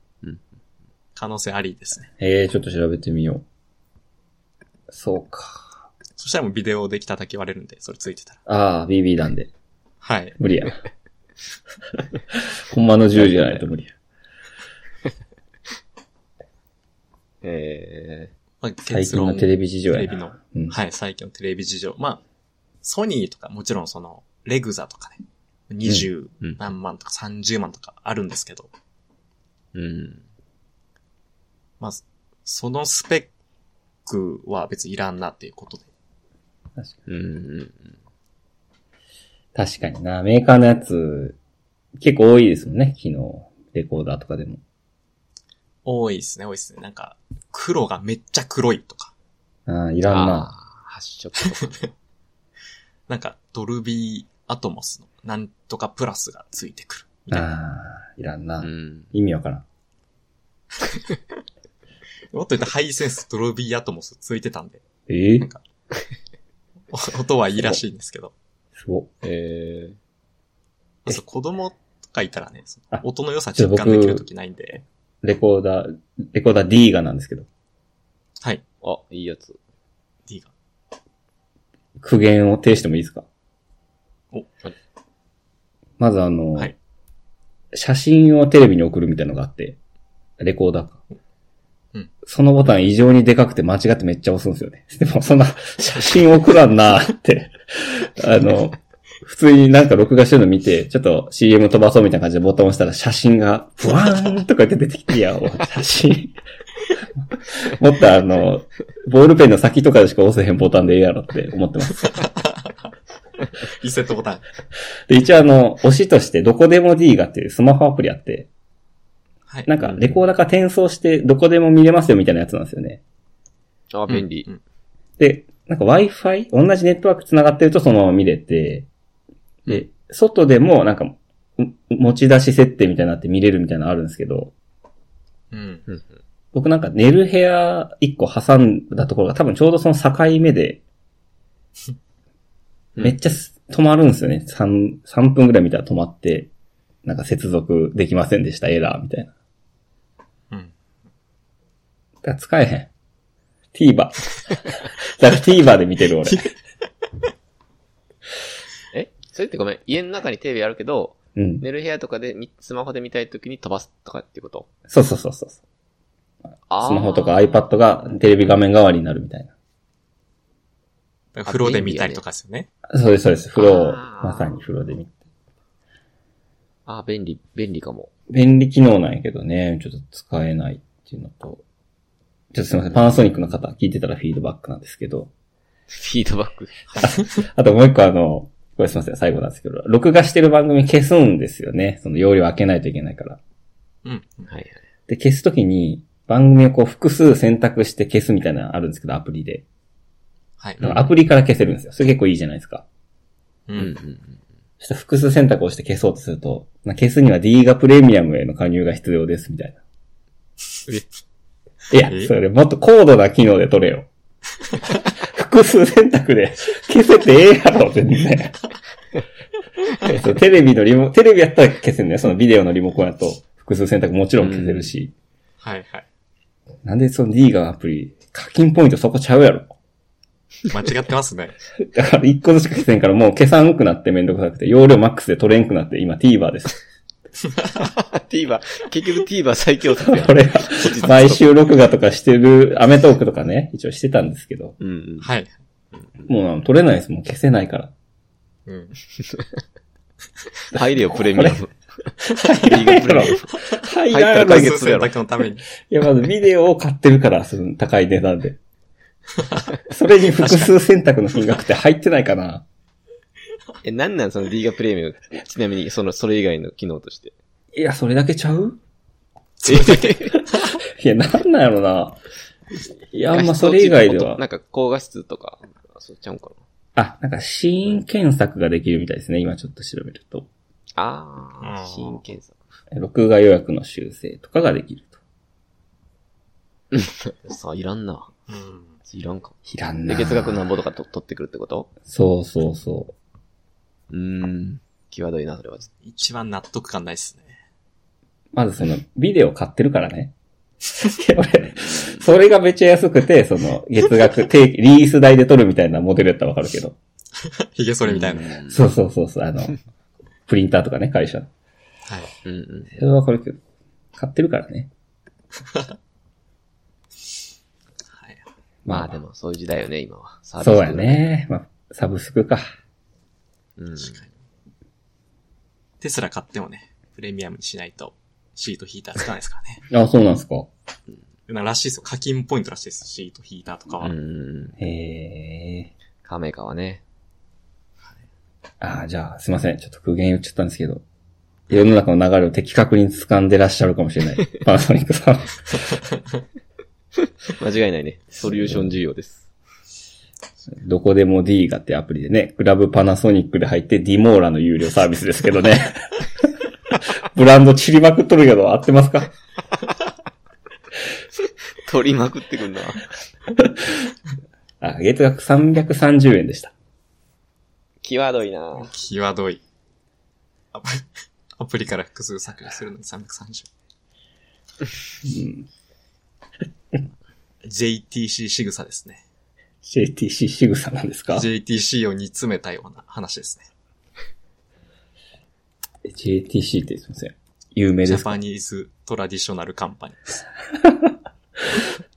[SPEAKER 3] 可能性ありですね。
[SPEAKER 1] ええー、ちょっと調べてみよう。そうか。
[SPEAKER 3] そしたらもうビデオできただけ言われるんで、それついてたら。
[SPEAKER 1] ああ、BB 弾で。
[SPEAKER 3] はい。
[SPEAKER 1] 無理や。 ほんまの銃じゃないと無理や。
[SPEAKER 2] え
[SPEAKER 3] まあ、
[SPEAKER 1] 最
[SPEAKER 3] 結
[SPEAKER 1] 近の
[SPEAKER 3] 論。
[SPEAKER 1] テレビ事情やな。
[SPEAKER 3] テレビの
[SPEAKER 1] うん。
[SPEAKER 3] はい、最近のテレビ事情。まあ、ソニーとかもちろんその、レグザとかね、20
[SPEAKER 2] うんうん
[SPEAKER 3] 何万とか30万とかあるんですけど、
[SPEAKER 2] ー、うん。
[SPEAKER 3] まあ、そのスペックは別にいらんなっていうことで。
[SPEAKER 1] 確かに
[SPEAKER 2] うん。うん
[SPEAKER 1] 確かにな。メーカーのやつ、結構多いですもんね。昨日、レコーダーとかでも。
[SPEAKER 3] 多いですね、多いですね。なんか、黒がめっちゃ黒いとか、
[SPEAKER 1] ああ、いらん
[SPEAKER 2] あ
[SPEAKER 1] な。
[SPEAKER 2] ー発色と か。
[SPEAKER 3] なんか、ドルビーアトモスのなんとかプラスがついてくる。み
[SPEAKER 1] あ
[SPEAKER 3] たいな
[SPEAKER 1] あ、いらんな。
[SPEAKER 2] うん。
[SPEAKER 1] 意味わからん。
[SPEAKER 3] もっと言ったらハイセンスドルビーアトモスついてたんで、
[SPEAKER 1] ええ
[SPEAKER 3] なんかお音はいいらしいんですけど。
[SPEAKER 1] すごっ。
[SPEAKER 2] えー、
[SPEAKER 1] え
[SPEAKER 3] そう子供とかいたらね、その
[SPEAKER 1] あ
[SPEAKER 3] 音の良さ
[SPEAKER 1] ちょっ
[SPEAKER 3] 実
[SPEAKER 1] と
[SPEAKER 3] 感できる
[SPEAKER 1] 僕
[SPEAKER 3] ときないんで、
[SPEAKER 1] レコーダー、レコーダー D がなんですけど、
[SPEAKER 3] はい、
[SPEAKER 2] あ、いいやつ。
[SPEAKER 3] D が。
[SPEAKER 1] 苦言を呈してもいいですか
[SPEAKER 3] お
[SPEAKER 1] まずあの、
[SPEAKER 3] はい
[SPEAKER 1] 写真をテレビに送るみたいなのがあって、レコーダーか。
[SPEAKER 3] うん
[SPEAKER 1] そのボタン異常にでかくて間違ってめっちゃ押すんですよね。 でもそんな写真送らんなーって、 あの、普通になんか録画してるの見て、ちょっと CM 飛ばそうみたいな感じでボタン押したら写真が、ブワーンとか言って出てきて、いや、お写真。 もっとあの、ボールペンの先とかでしか押せへんボタンでええやろって思ってます。
[SPEAKER 3] リセットボタン。
[SPEAKER 1] で、一応あの、推しとしてどこでも D がっていうスマホアプリあって、
[SPEAKER 3] はい。
[SPEAKER 1] なんかレコーダーから転送してどこでも見れますよみたいなやつなんですよね。
[SPEAKER 2] あ、 便利。
[SPEAKER 3] うん
[SPEAKER 1] で、なんか Wi-Fi? 同じネットワーク繋がってるとそのまま見れて、で、外でもなんか、ん持ち出し設定みたいになって見れるみたいなのあるんですけど、
[SPEAKER 3] うん。
[SPEAKER 2] うん。
[SPEAKER 1] 僕なんか寝る部屋一個挟んだところが多分ちょうどその境目で、
[SPEAKER 2] うん
[SPEAKER 1] めっちゃす止まるんですよね。3、3分ぐらい見たら止まって、なんか接続できませんでした、エラーみたいな。
[SPEAKER 3] うん。
[SPEAKER 1] だから使えへん。TVer。だから TVer で見てる俺。
[SPEAKER 2] えそれってごめん。家の中にテレビあるけど、
[SPEAKER 1] うん。
[SPEAKER 2] 寝る部屋とかでみスマホで見たいときに飛ばすとかっていうこと
[SPEAKER 1] そうそうそうそう。ス
[SPEAKER 2] あー
[SPEAKER 1] マホとか iPad がテレビ画面代わりになるみたいな。
[SPEAKER 3] だから風呂で見たりとかですよね。
[SPEAKER 1] そうです、そうです。風呂を、
[SPEAKER 2] あー
[SPEAKER 1] まさに風呂で見て。
[SPEAKER 2] あー、便利、便利かも。
[SPEAKER 1] 便利機能なんやけどね、ちょっと使えないっていうのと。ちょっとすいません、パナソニックの方聞いてたらフィードバックなんですけど。
[SPEAKER 2] フィードバック。
[SPEAKER 1] あともう一個あの、これすいません、最後なんですけど、録画してる番組消すんですよね。その容量開けないといけないから。
[SPEAKER 3] うん。
[SPEAKER 2] はいはい。
[SPEAKER 1] で、消すときに、番組をこう複数選択して消すみたいなのあるんですけど、アプリで。
[SPEAKER 3] はい。
[SPEAKER 1] だからアプリから消せるんですよ。それ結構いいじゃないですか。
[SPEAKER 3] う
[SPEAKER 2] うんうん
[SPEAKER 3] ん。
[SPEAKER 1] そしたら複数選択をして消そうとすると、な消すには D がプレミアムへの加入が必要です、みたいな。いや
[SPEAKER 3] え、
[SPEAKER 1] それもっと高度な機能で取れよ。複数選択で消せてええやろ、全然。えそうテレビのリモ、テレビやったら消せるんだよ。そのビデオのリモコンやと複数選択もちろん消せるし。
[SPEAKER 3] はいはい。
[SPEAKER 1] なんでその D がアプリ、課金ポイントそこちゃうやろ。
[SPEAKER 3] 間違ってますね。
[SPEAKER 1] だから一個ずつしか消せんからもう消さんくなってめんどくさくて、容量マックスで取れんくなって、今 TVer です。
[SPEAKER 2] うん。TVer、結局 TVer 最強だよ。
[SPEAKER 1] これが、毎週録画とかしてる、アメトークとかね、一応してたんですけど、
[SPEAKER 2] うんうん。
[SPEAKER 3] はい。
[SPEAKER 1] もう取れないです、もう消せないから。
[SPEAKER 3] うん。
[SPEAKER 2] 入れよ、プレミアム。
[SPEAKER 1] 入らんやろ入らん
[SPEAKER 2] 解
[SPEAKER 1] やろい
[SPEAKER 2] 決
[SPEAKER 3] 数選択のために。
[SPEAKER 1] や、まずビデオを買ってるから、その高い値段 で。それに複数選択の金額って入ってないかな
[SPEAKER 2] え、なんなんその D がプレミアム。ちなみに、その、それ以外の機能として。
[SPEAKER 1] いや、それだけちゃう
[SPEAKER 2] え
[SPEAKER 1] いや、なんなんやろな。いや、まあ、それ以外では
[SPEAKER 2] な。んか、高画質とか、そうちゃうんか
[SPEAKER 1] あ、なんか、シーン検索ができるみたいですね。今ちょっと調べると。
[SPEAKER 2] ああ、
[SPEAKER 3] うん
[SPEAKER 2] 新検索。
[SPEAKER 1] 録画予約の修正とかができると。
[SPEAKER 2] さあ、いらんな。
[SPEAKER 3] うん。
[SPEAKER 2] いらんか。
[SPEAKER 1] いらん
[SPEAKER 2] で、
[SPEAKER 1] な。
[SPEAKER 2] 月額なんぼとかと取ってくるってこと
[SPEAKER 1] そうそうそう。
[SPEAKER 2] うーん。際どいな、それは。
[SPEAKER 3] 一番納得感ないっすね。
[SPEAKER 1] まずその、ビデオ買ってるからね。俺、それがめっちゃ安くて、その、月額、定期、リース代で撮るみたいなモデルやったらわかるけど。
[SPEAKER 3] ヒゲそれみたいな。
[SPEAKER 2] うん
[SPEAKER 1] そうそうそうそう、あの、プリンターとかね、会社の。
[SPEAKER 3] はい。
[SPEAKER 2] うんうん。
[SPEAKER 1] それはわかるけど、買ってるからね。
[SPEAKER 3] はい。
[SPEAKER 2] まあでも、そういう時代よね、今は。サービス
[SPEAKER 1] そうや。ね。まあ、サブスクか。
[SPEAKER 2] うん。
[SPEAKER 3] 確かに。テスラ買ってもね、プレミアムにしないと、シートヒーターつかないですからね。
[SPEAKER 1] あ、そうなんすか。
[SPEAKER 3] なんからしいですよ。課金ポイントらしいです。シートヒーターとかは。
[SPEAKER 2] うんうんうん。
[SPEAKER 1] へえ。
[SPEAKER 2] カメカはね。
[SPEAKER 1] あーじゃあ、すいません。ちょっと苦言言っちゃったんですけど。世の中の流れを的確に掴んでらっしゃるかもしれない。パナソニックさん。
[SPEAKER 2] 間違いないね。ソリューション需要です。
[SPEAKER 1] どこでも D がってアプリでね、クラブパナソニックで入ってディモーラの有料サービスですけど ね。ブランド散りまくっとるけど、合ってますか
[SPEAKER 2] 取りまくってくんな。
[SPEAKER 1] あ、月額330円でした。
[SPEAKER 2] 際どいな。
[SPEAKER 3] 際どい。アプリアプリから複数削除するのに330。
[SPEAKER 1] うん。
[SPEAKER 3] JTC 仕草ですね。
[SPEAKER 1] JTC 仕草なんですか
[SPEAKER 3] JTC を煮詰めたような話ですね。
[SPEAKER 1] ?JTC ってすいません。有名
[SPEAKER 3] ジ
[SPEAKER 1] で
[SPEAKER 3] ャ
[SPEAKER 1] すか
[SPEAKER 3] パニーズトラディショナルカンパニーです。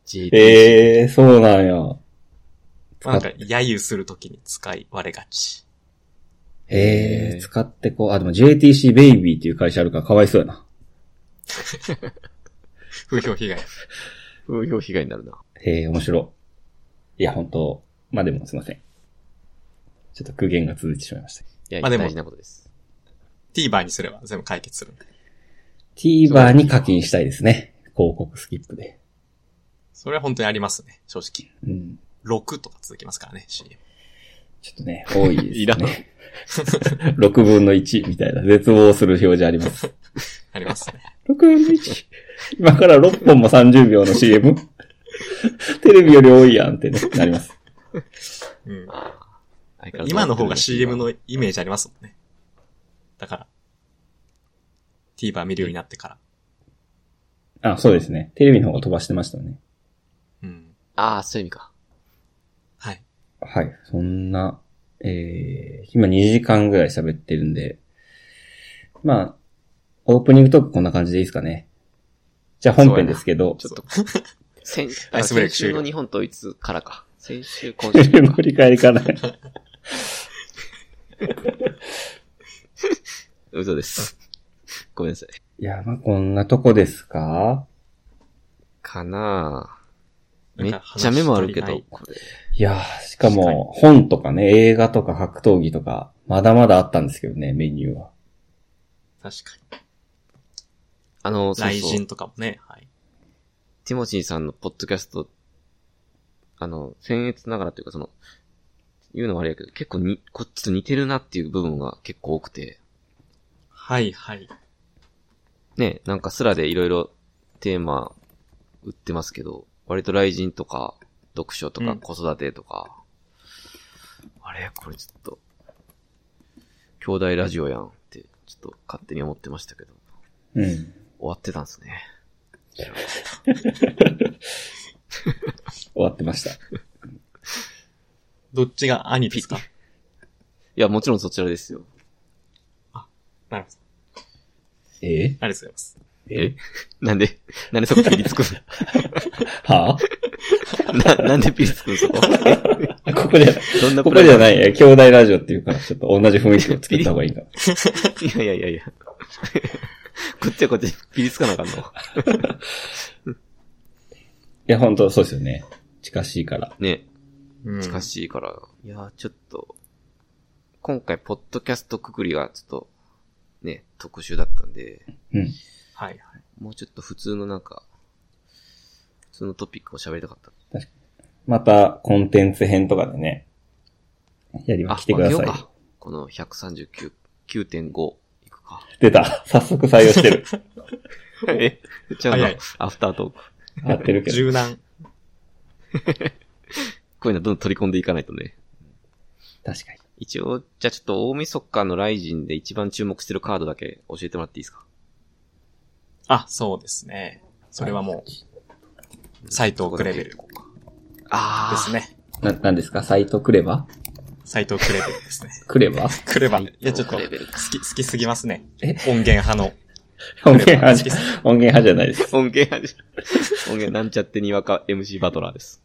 [SPEAKER 2] JT。
[SPEAKER 1] ええー、そうなんや。
[SPEAKER 3] まあなんか、揶揄するときに使い割れがち。
[SPEAKER 1] え
[SPEAKER 2] え
[SPEAKER 1] え
[SPEAKER 2] ー
[SPEAKER 1] 使ってこう。あ、でも JTC ベイビーっていう会社あるからかわいそうやな。
[SPEAKER 3] 風評被害。
[SPEAKER 2] 風評被害になるな。
[SPEAKER 1] ええ面白い。いや、本当まあでもすいません。ちょっと苦言が続いてしまいました。
[SPEAKER 2] いや、
[SPEAKER 3] まあでも
[SPEAKER 2] 大事なことです。
[SPEAKER 3] TVer にすれば全部解決するんで。
[SPEAKER 1] TVer に課金したいですね。広告スキップで。
[SPEAKER 3] それは本当にありますね、正直。
[SPEAKER 1] うん。
[SPEAKER 3] 6とか続きますからね、CM。
[SPEAKER 1] ちょっとね、多いですね。
[SPEAKER 2] いら ん
[SPEAKER 1] 6分の1みたいな絶望する表示あります。
[SPEAKER 3] ありますね。
[SPEAKER 1] 6分の 1? 今から6本も30秒の CM? テレビより多いやんってね、なります。
[SPEAKER 3] うん。
[SPEAKER 2] 相変わらず
[SPEAKER 3] 今の方が CM のイメージありますもんね。だから、TVer 見るようになってから。
[SPEAKER 1] あ、そうですね。テレビの方が飛ばしてましたね。
[SPEAKER 3] うん。
[SPEAKER 2] ああ、そういう意味か。
[SPEAKER 3] はい。
[SPEAKER 1] はい。そんな、えー、今2時間ぐらい喋ってるんで、まあ、オープニングトークこんな感じでいいですかね。じゃあ本編ですけど、
[SPEAKER 2] ちょっと、 先、
[SPEAKER 3] アイ
[SPEAKER 2] あ
[SPEAKER 3] スブレイ
[SPEAKER 2] 先
[SPEAKER 3] ク
[SPEAKER 2] 週
[SPEAKER 3] 終了
[SPEAKER 2] の日本統一からか。先週、今
[SPEAKER 1] テ
[SPEAKER 2] 週
[SPEAKER 1] レビ
[SPEAKER 2] か
[SPEAKER 1] の振。り返りかな。
[SPEAKER 2] 嘘です。ごめんなさい。
[SPEAKER 1] いや、まあ、こんなとこですか
[SPEAKER 2] かなぁ。
[SPEAKER 3] なん
[SPEAKER 2] めっ
[SPEAKER 3] か
[SPEAKER 2] ちゃメモあるけ
[SPEAKER 3] 話足
[SPEAKER 2] ど
[SPEAKER 3] り、
[SPEAKER 2] これ。
[SPEAKER 1] いやー、しかも、本とかね、映画とか格闘技とか、まだまだあったんですけどね、メニューは。
[SPEAKER 3] 確かに。
[SPEAKER 2] あの、そう
[SPEAKER 3] 雷
[SPEAKER 2] そう
[SPEAKER 3] 神。とかもね、はい。
[SPEAKER 2] ティモシーさんのポッドキャスト、あの、僭越ながらというか、その、言うのはあれやけど、結構に、こっちと似てるなっていう部分が結構多くて、
[SPEAKER 3] はい、はい。
[SPEAKER 2] ね、なんかスラでいろいろテーマ売ってますけど、割と雷神とか、読書と
[SPEAKER 3] う
[SPEAKER 2] か、
[SPEAKER 3] ん
[SPEAKER 2] 子育てとか、あれこれちょっと、兄弟ラジオやんって、ちょっと勝手に思ってましたけど、
[SPEAKER 1] うん。
[SPEAKER 2] 終わってたんですね。
[SPEAKER 1] 終わってました。
[SPEAKER 3] どっちが兄ですか
[SPEAKER 2] いや、もちろんそちらですよ。
[SPEAKER 3] なるほど。
[SPEAKER 1] え
[SPEAKER 3] ありがとうございます。
[SPEAKER 1] え
[SPEAKER 2] なんで、なんでそこピリつく
[SPEAKER 1] は
[SPEAKER 2] のな、なんでピリつくの そこ。
[SPEAKER 1] あ、ここじゃない。
[SPEAKER 2] どんな
[SPEAKER 1] こ
[SPEAKER 2] プラ
[SPEAKER 1] こ
[SPEAKER 2] イ
[SPEAKER 1] じ
[SPEAKER 2] ド
[SPEAKER 1] ゃない。兄弟ラジオっていうから、ちょっと同じ雰囲気を作った方がいいかな。
[SPEAKER 2] いやいやいやい や。こっちはこっちでピリつかなあかんの。
[SPEAKER 1] いや、本当そうですよね。近しいから。
[SPEAKER 2] ね、
[SPEAKER 3] うん。
[SPEAKER 2] 難しいから。いやー、ちょっと、今回、ポッドキャストくくりが、ちょっと、ね、特集だったんで、
[SPEAKER 1] うん。
[SPEAKER 3] はい、はい。
[SPEAKER 2] もうちょっと普通のなんか、普通のトピックを喋りたかった。
[SPEAKER 1] また、コンテンツ編とかでね、やりま、来てくだ
[SPEAKER 2] あ
[SPEAKER 1] さ
[SPEAKER 2] 分け
[SPEAKER 1] い
[SPEAKER 2] よう。かこの139、9.5いく
[SPEAKER 1] 出た。早速採用して る。
[SPEAKER 2] え、ちょっ
[SPEAKER 3] 早い
[SPEAKER 2] と、アフタートーク。
[SPEAKER 1] 合ってるけど。
[SPEAKER 3] 柔軟。
[SPEAKER 2] こういうのどんどん取り込んでいかないとね。
[SPEAKER 1] 確かに。
[SPEAKER 2] 一応、じゃあちょっと大晦日のライジンで一番注目してるカードだけ教えてもらっていいですか
[SPEAKER 3] あ、そうですね。それはもう、斎藤クレベルで
[SPEAKER 2] あ
[SPEAKER 3] す
[SPEAKER 2] ね。
[SPEAKER 1] な、
[SPEAKER 3] ね。
[SPEAKER 1] なんですかサイトくれば
[SPEAKER 3] 斎藤クレベルですね。
[SPEAKER 1] くれば
[SPEAKER 3] クレバ。
[SPEAKER 2] 斎
[SPEAKER 3] い
[SPEAKER 2] 藤
[SPEAKER 3] や、ちょっ
[SPEAKER 2] ク
[SPEAKER 3] と、好
[SPEAKER 2] レベルか
[SPEAKER 3] き、好きすぎますね
[SPEAKER 1] え。
[SPEAKER 3] 音源派 の。
[SPEAKER 1] 音源派
[SPEAKER 3] クレ
[SPEAKER 1] じ
[SPEAKER 3] バ好き
[SPEAKER 1] ゃ、音源派じゃないです。
[SPEAKER 2] 音源は、音源なんちゃってにわか MC バトラーです。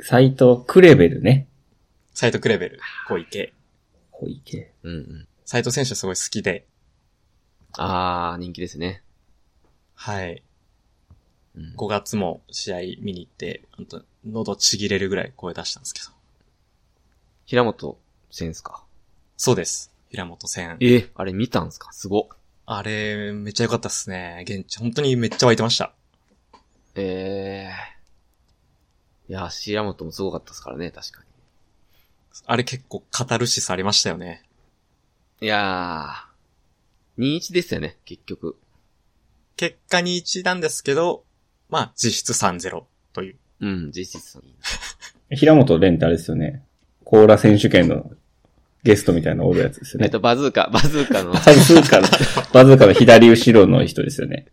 [SPEAKER 1] サイトクレベルね。
[SPEAKER 3] 斎藤クレベル、小池。
[SPEAKER 1] 小池。
[SPEAKER 2] うんうん。
[SPEAKER 3] 斎藤選手すごい好きで、
[SPEAKER 2] あー、人気ですね。
[SPEAKER 3] はい。
[SPEAKER 2] うん
[SPEAKER 3] 5月も試合見に行って、ほんと喉ちぎれるぐらい声出したんですけど。
[SPEAKER 2] 平本センスか。
[SPEAKER 3] そうです。平本戦。
[SPEAKER 2] え、あれ見たんすかすごっ。
[SPEAKER 3] あれ、めっちゃ良かったっすね。現地、本当にめっちゃ湧いてました。
[SPEAKER 2] ええいや、平本もすごかったですからね、確か
[SPEAKER 3] あれ結構カタルシスありましたよね。
[SPEAKER 2] に。いやー、2-1ですよね、結局。
[SPEAKER 3] 結果に1なんですけど、まあ、実質3-0という。
[SPEAKER 2] うん、実質さん。
[SPEAKER 1] 平本蓮ってあれですよね。コーラ選手権のゲストみたいなおるやつですよ
[SPEAKER 2] えっ
[SPEAKER 1] ね。
[SPEAKER 2] と、バズーカ、バズーカの、
[SPEAKER 1] バズーカ の、バズーカの左後ろの人ですよね。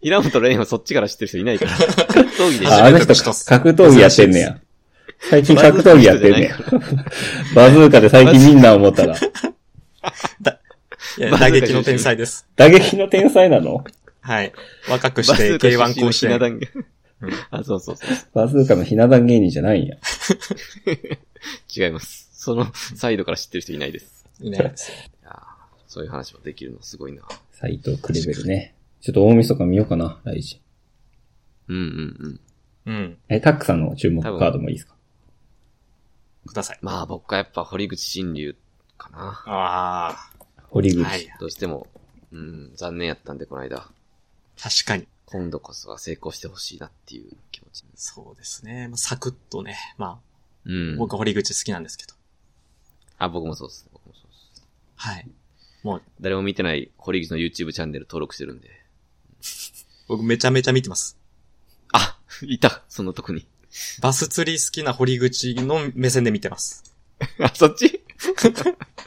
[SPEAKER 2] 平本レインをそっちから知ってる人いないから。格闘技で
[SPEAKER 1] あ、
[SPEAKER 2] し
[SPEAKER 1] あの
[SPEAKER 3] 初めて
[SPEAKER 1] 人
[SPEAKER 3] の人っす
[SPEAKER 1] 格闘技やってんねや。最近格闘技やってんねや。バズーカで最近みんな思ったら、
[SPEAKER 3] い や
[SPEAKER 2] まさか
[SPEAKER 3] 打撃の天才です。
[SPEAKER 1] 打撃の天才なの
[SPEAKER 3] はい。若く
[SPEAKER 2] ょバ
[SPEAKER 3] し
[SPEAKER 2] ズ
[SPEAKER 3] て
[SPEAKER 2] ーカ
[SPEAKER 3] K1
[SPEAKER 2] 出身の
[SPEAKER 3] 甲
[SPEAKER 2] ひ
[SPEAKER 3] 子
[SPEAKER 2] な
[SPEAKER 3] 園。
[SPEAKER 2] 壇が
[SPEAKER 3] うん
[SPEAKER 2] あ、そうそうそう。
[SPEAKER 1] バズーカのひな壇芸人じゃないんや。
[SPEAKER 2] 違います。そのサイドから知ってる人いないです。
[SPEAKER 3] いないですよ。
[SPEAKER 2] いやーそういう話もできるのすごいな。
[SPEAKER 1] サイトクレベルね。ちょっと大晦日見ようかな、来週。
[SPEAKER 2] うんうんうん。
[SPEAKER 3] うん。
[SPEAKER 1] え、タックさんの注目カードもいいですか
[SPEAKER 3] ください。
[SPEAKER 2] まあ僕はやっぱ堀口新流かな。
[SPEAKER 3] あ
[SPEAKER 1] 堀
[SPEAKER 3] あ。
[SPEAKER 1] 口。
[SPEAKER 3] はい。
[SPEAKER 2] どうしても、うん、残念やったんでこの間。
[SPEAKER 3] 確かに。
[SPEAKER 2] 今度こそは成功してほしいなっていう気持ち。
[SPEAKER 3] そうですね。まあ、サクッとね。ま
[SPEAKER 2] うん
[SPEAKER 3] あ、。僕は堀口好きなんですけど。
[SPEAKER 2] あ、僕もそうです。僕もそうです。
[SPEAKER 3] はい。
[SPEAKER 2] 誰も見てない堀口の YouTube チャンネル登録してるんで。
[SPEAKER 3] 僕めちゃめちゃ見てます。
[SPEAKER 2] あいたそのとこに。
[SPEAKER 3] バス釣り好きな堀口の目線で見てます。
[SPEAKER 2] あ、そっち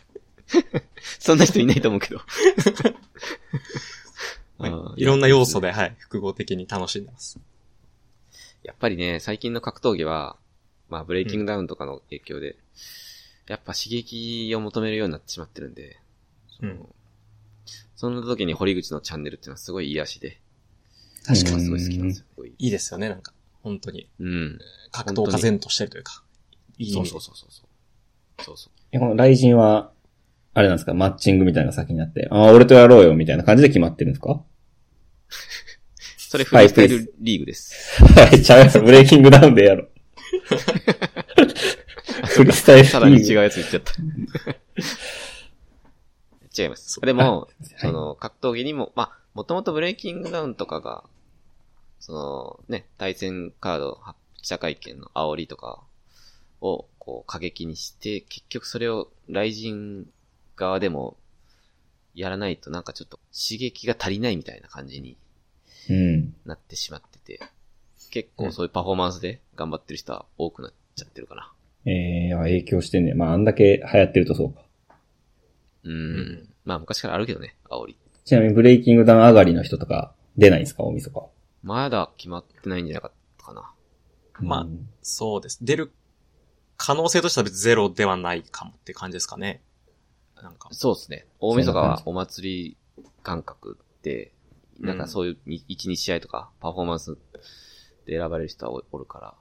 [SPEAKER 2] そんな人いないと思うけ ど。あー
[SPEAKER 3] いろんな要素で、はい。複合的に楽しんでます。
[SPEAKER 2] やっぱりね、最近の格闘技は、まあ、ブレイキングダウンとかの影響で、やっぱ刺激を求めるようになってしまってるんで、
[SPEAKER 3] うん。
[SPEAKER 2] その時に堀口のチャンネルっていうのはすごい癒しで、
[SPEAKER 1] 確
[SPEAKER 2] 僕はすごい好きなんですよ。
[SPEAKER 3] いいですよね、なんか。本当に。
[SPEAKER 2] うん。
[SPEAKER 3] 格闘家然としてるというか。いい意
[SPEAKER 2] そう
[SPEAKER 3] 味で
[SPEAKER 2] そうそうそうそう。そうそう。
[SPEAKER 1] え、この雷神は、あれなんですかマッチングみたいなのが先になって、ああ、俺とやろうよ、みたいな感じで決まってるんですか
[SPEAKER 2] それフリースタイルリーグです。
[SPEAKER 1] はい、ちゃうやろ、ブレイキングダウンでやろ う。フリースタイルリーグ
[SPEAKER 2] さらに違うやつ言っちゃった。 違います。でも、そ
[SPEAKER 1] は
[SPEAKER 2] の、格闘技にも、まあ、もともとブレイキングダウンとかが、その、ね、対戦カード、は記者会見の煽りとかを、こう、過激にして、結局それを、雷神側でも、やらないとなんかちょっと刺激が足りないみたいな感じに
[SPEAKER 1] い。うん。
[SPEAKER 2] なってしまってて、結構そういうパフォーマンスで頑張ってる人は多くなっちゃってるかな。
[SPEAKER 1] えー、あ影響してんね。まあ、あんだけ流行ってるとそうか。
[SPEAKER 2] うん。
[SPEAKER 3] ん
[SPEAKER 2] まあ昔からあるけどね、煽り。
[SPEAKER 1] ちなみにブレイキングダウン上がりの人とか出ないんですか大晦日。
[SPEAKER 2] まだ決まってないんじゃなかったかな。
[SPEAKER 3] まあ
[SPEAKER 1] うん
[SPEAKER 3] そうです。出る可能性としては別にゼロではないかもって感じですかね。なんか。
[SPEAKER 2] そうですね。大晦日
[SPEAKER 1] そんな感
[SPEAKER 2] は
[SPEAKER 1] じ
[SPEAKER 2] お祭り感覚で、
[SPEAKER 3] うん
[SPEAKER 2] なんかそういう1、2試合とかパフォーマンスで選ばれる人はおおるか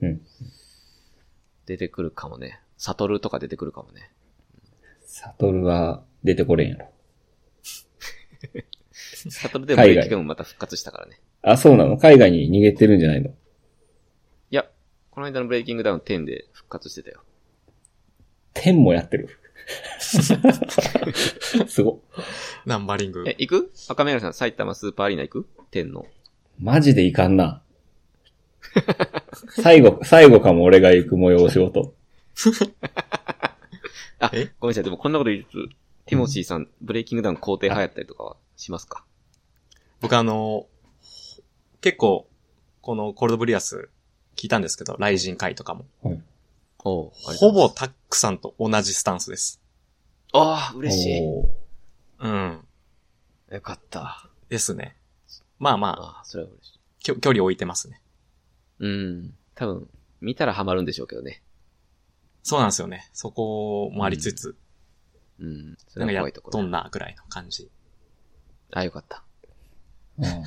[SPEAKER 2] ら。
[SPEAKER 1] うん。
[SPEAKER 2] 出てくるかもね。サトルとか出てくるかもね。
[SPEAKER 1] サトルは出てこれんやろ。
[SPEAKER 2] サトルでもブレイキングもまた復活したからね。
[SPEAKER 1] あ、そうなの海外に逃げてるんじゃないの
[SPEAKER 2] いや、この間のブレイキングダウン10で復活してたよ。
[SPEAKER 1] 天もやって る。すごっ。
[SPEAKER 3] ナンバリング。
[SPEAKER 2] え、行く赤目黒さん、埼玉スーパーアリーナ行く ?10 の。
[SPEAKER 1] マジでいかんな。 最後、最後かも俺が行く模様仕事。
[SPEAKER 2] あ、ご
[SPEAKER 3] え
[SPEAKER 2] めんなさい。でもこんなこと言いつつ、ティモシーさん、ブレイキングダウン肯定派やったりとかはしますか
[SPEAKER 3] 僕あの、結構、このコールドブリアス聞いたんですけど、雷神会とかも。
[SPEAKER 2] おうありがと
[SPEAKER 3] ほ
[SPEAKER 2] うござい
[SPEAKER 3] ぼ
[SPEAKER 2] ます
[SPEAKER 3] タックさんと同じスタンスです。
[SPEAKER 2] ああ、嬉し
[SPEAKER 1] おー
[SPEAKER 3] うん。
[SPEAKER 2] い。よかった。
[SPEAKER 3] ですね。まあまあ、
[SPEAKER 2] ああ、それは嬉しい。
[SPEAKER 3] きょ距離置いてますね。
[SPEAKER 2] うん。多分、見たらハマるんでしょうけどね。
[SPEAKER 3] そうなんですよね。そこもありつつ、
[SPEAKER 2] うん。そ
[SPEAKER 3] なん
[SPEAKER 2] れ
[SPEAKER 3] か
[SPEAKER 2] は怖
[SPEAKER 3] やっ
[SPEAKER 2] いとことろ
[SPEAKER 3] ん。なぐらいの感じ。
[SPEAKER 2] あ、よかった。
[SPEAKER 1] う
[SPEAKER 3] 確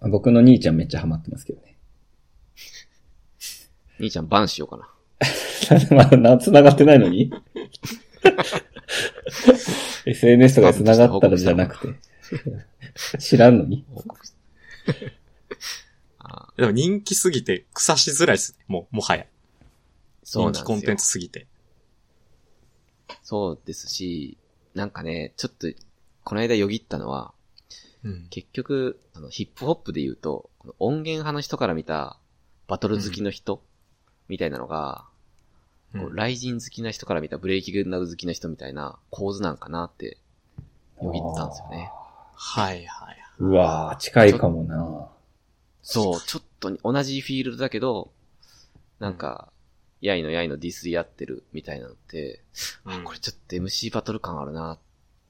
[SPEAKER 3] か
[SPEAKER 1] ん僕の兄ちゃんめっちゃハマってますけどね。
[SPEAKER 2] 兄ちゃん、バンしようか な。
[SPEAKER 1] まだ繋がってないのに ?SNS とか繋がったらじゃなくて。知らんのに。
[SPEAKER 2] 報告して。ああ、
[SPEAKER 3] に。でも人気すぎて草しづらいですね。もう、もはや。
[SPEAKER 2] そうな
[SPEAKER 3] 人
[SPEAKER 2] んですよ。
[SPEAKER 3] 気コンテンツすぎて。
[SPEAKER 2] そうですし、なんかね、ちょっと、この間よぎったのは、
[SPEAKER 3] うん。
[SPEAKER 2] 結局、あの、ヒップホップで言うと、この音源派の人から見た、バトル好きの人、みたいなのが、
[SPEAKER 3] う
[SPEAKER 2] こうんライジン好きな人から見たブレーキグナウ好きな人みたいな構図なんかなって、よぎったんですよね。
[SPEAKER 3] はいはい。
[SPEAKER 1] うわぁ、近いかもな
[SPEAKER 2] そう、ちょっとに同じフィールドだけど、なんか、やいのやいのディスり合ってるみたいなのって、
[SPEAKER 3] うん
[SPEAKER 2] これちょっと MC バトル感あるなっ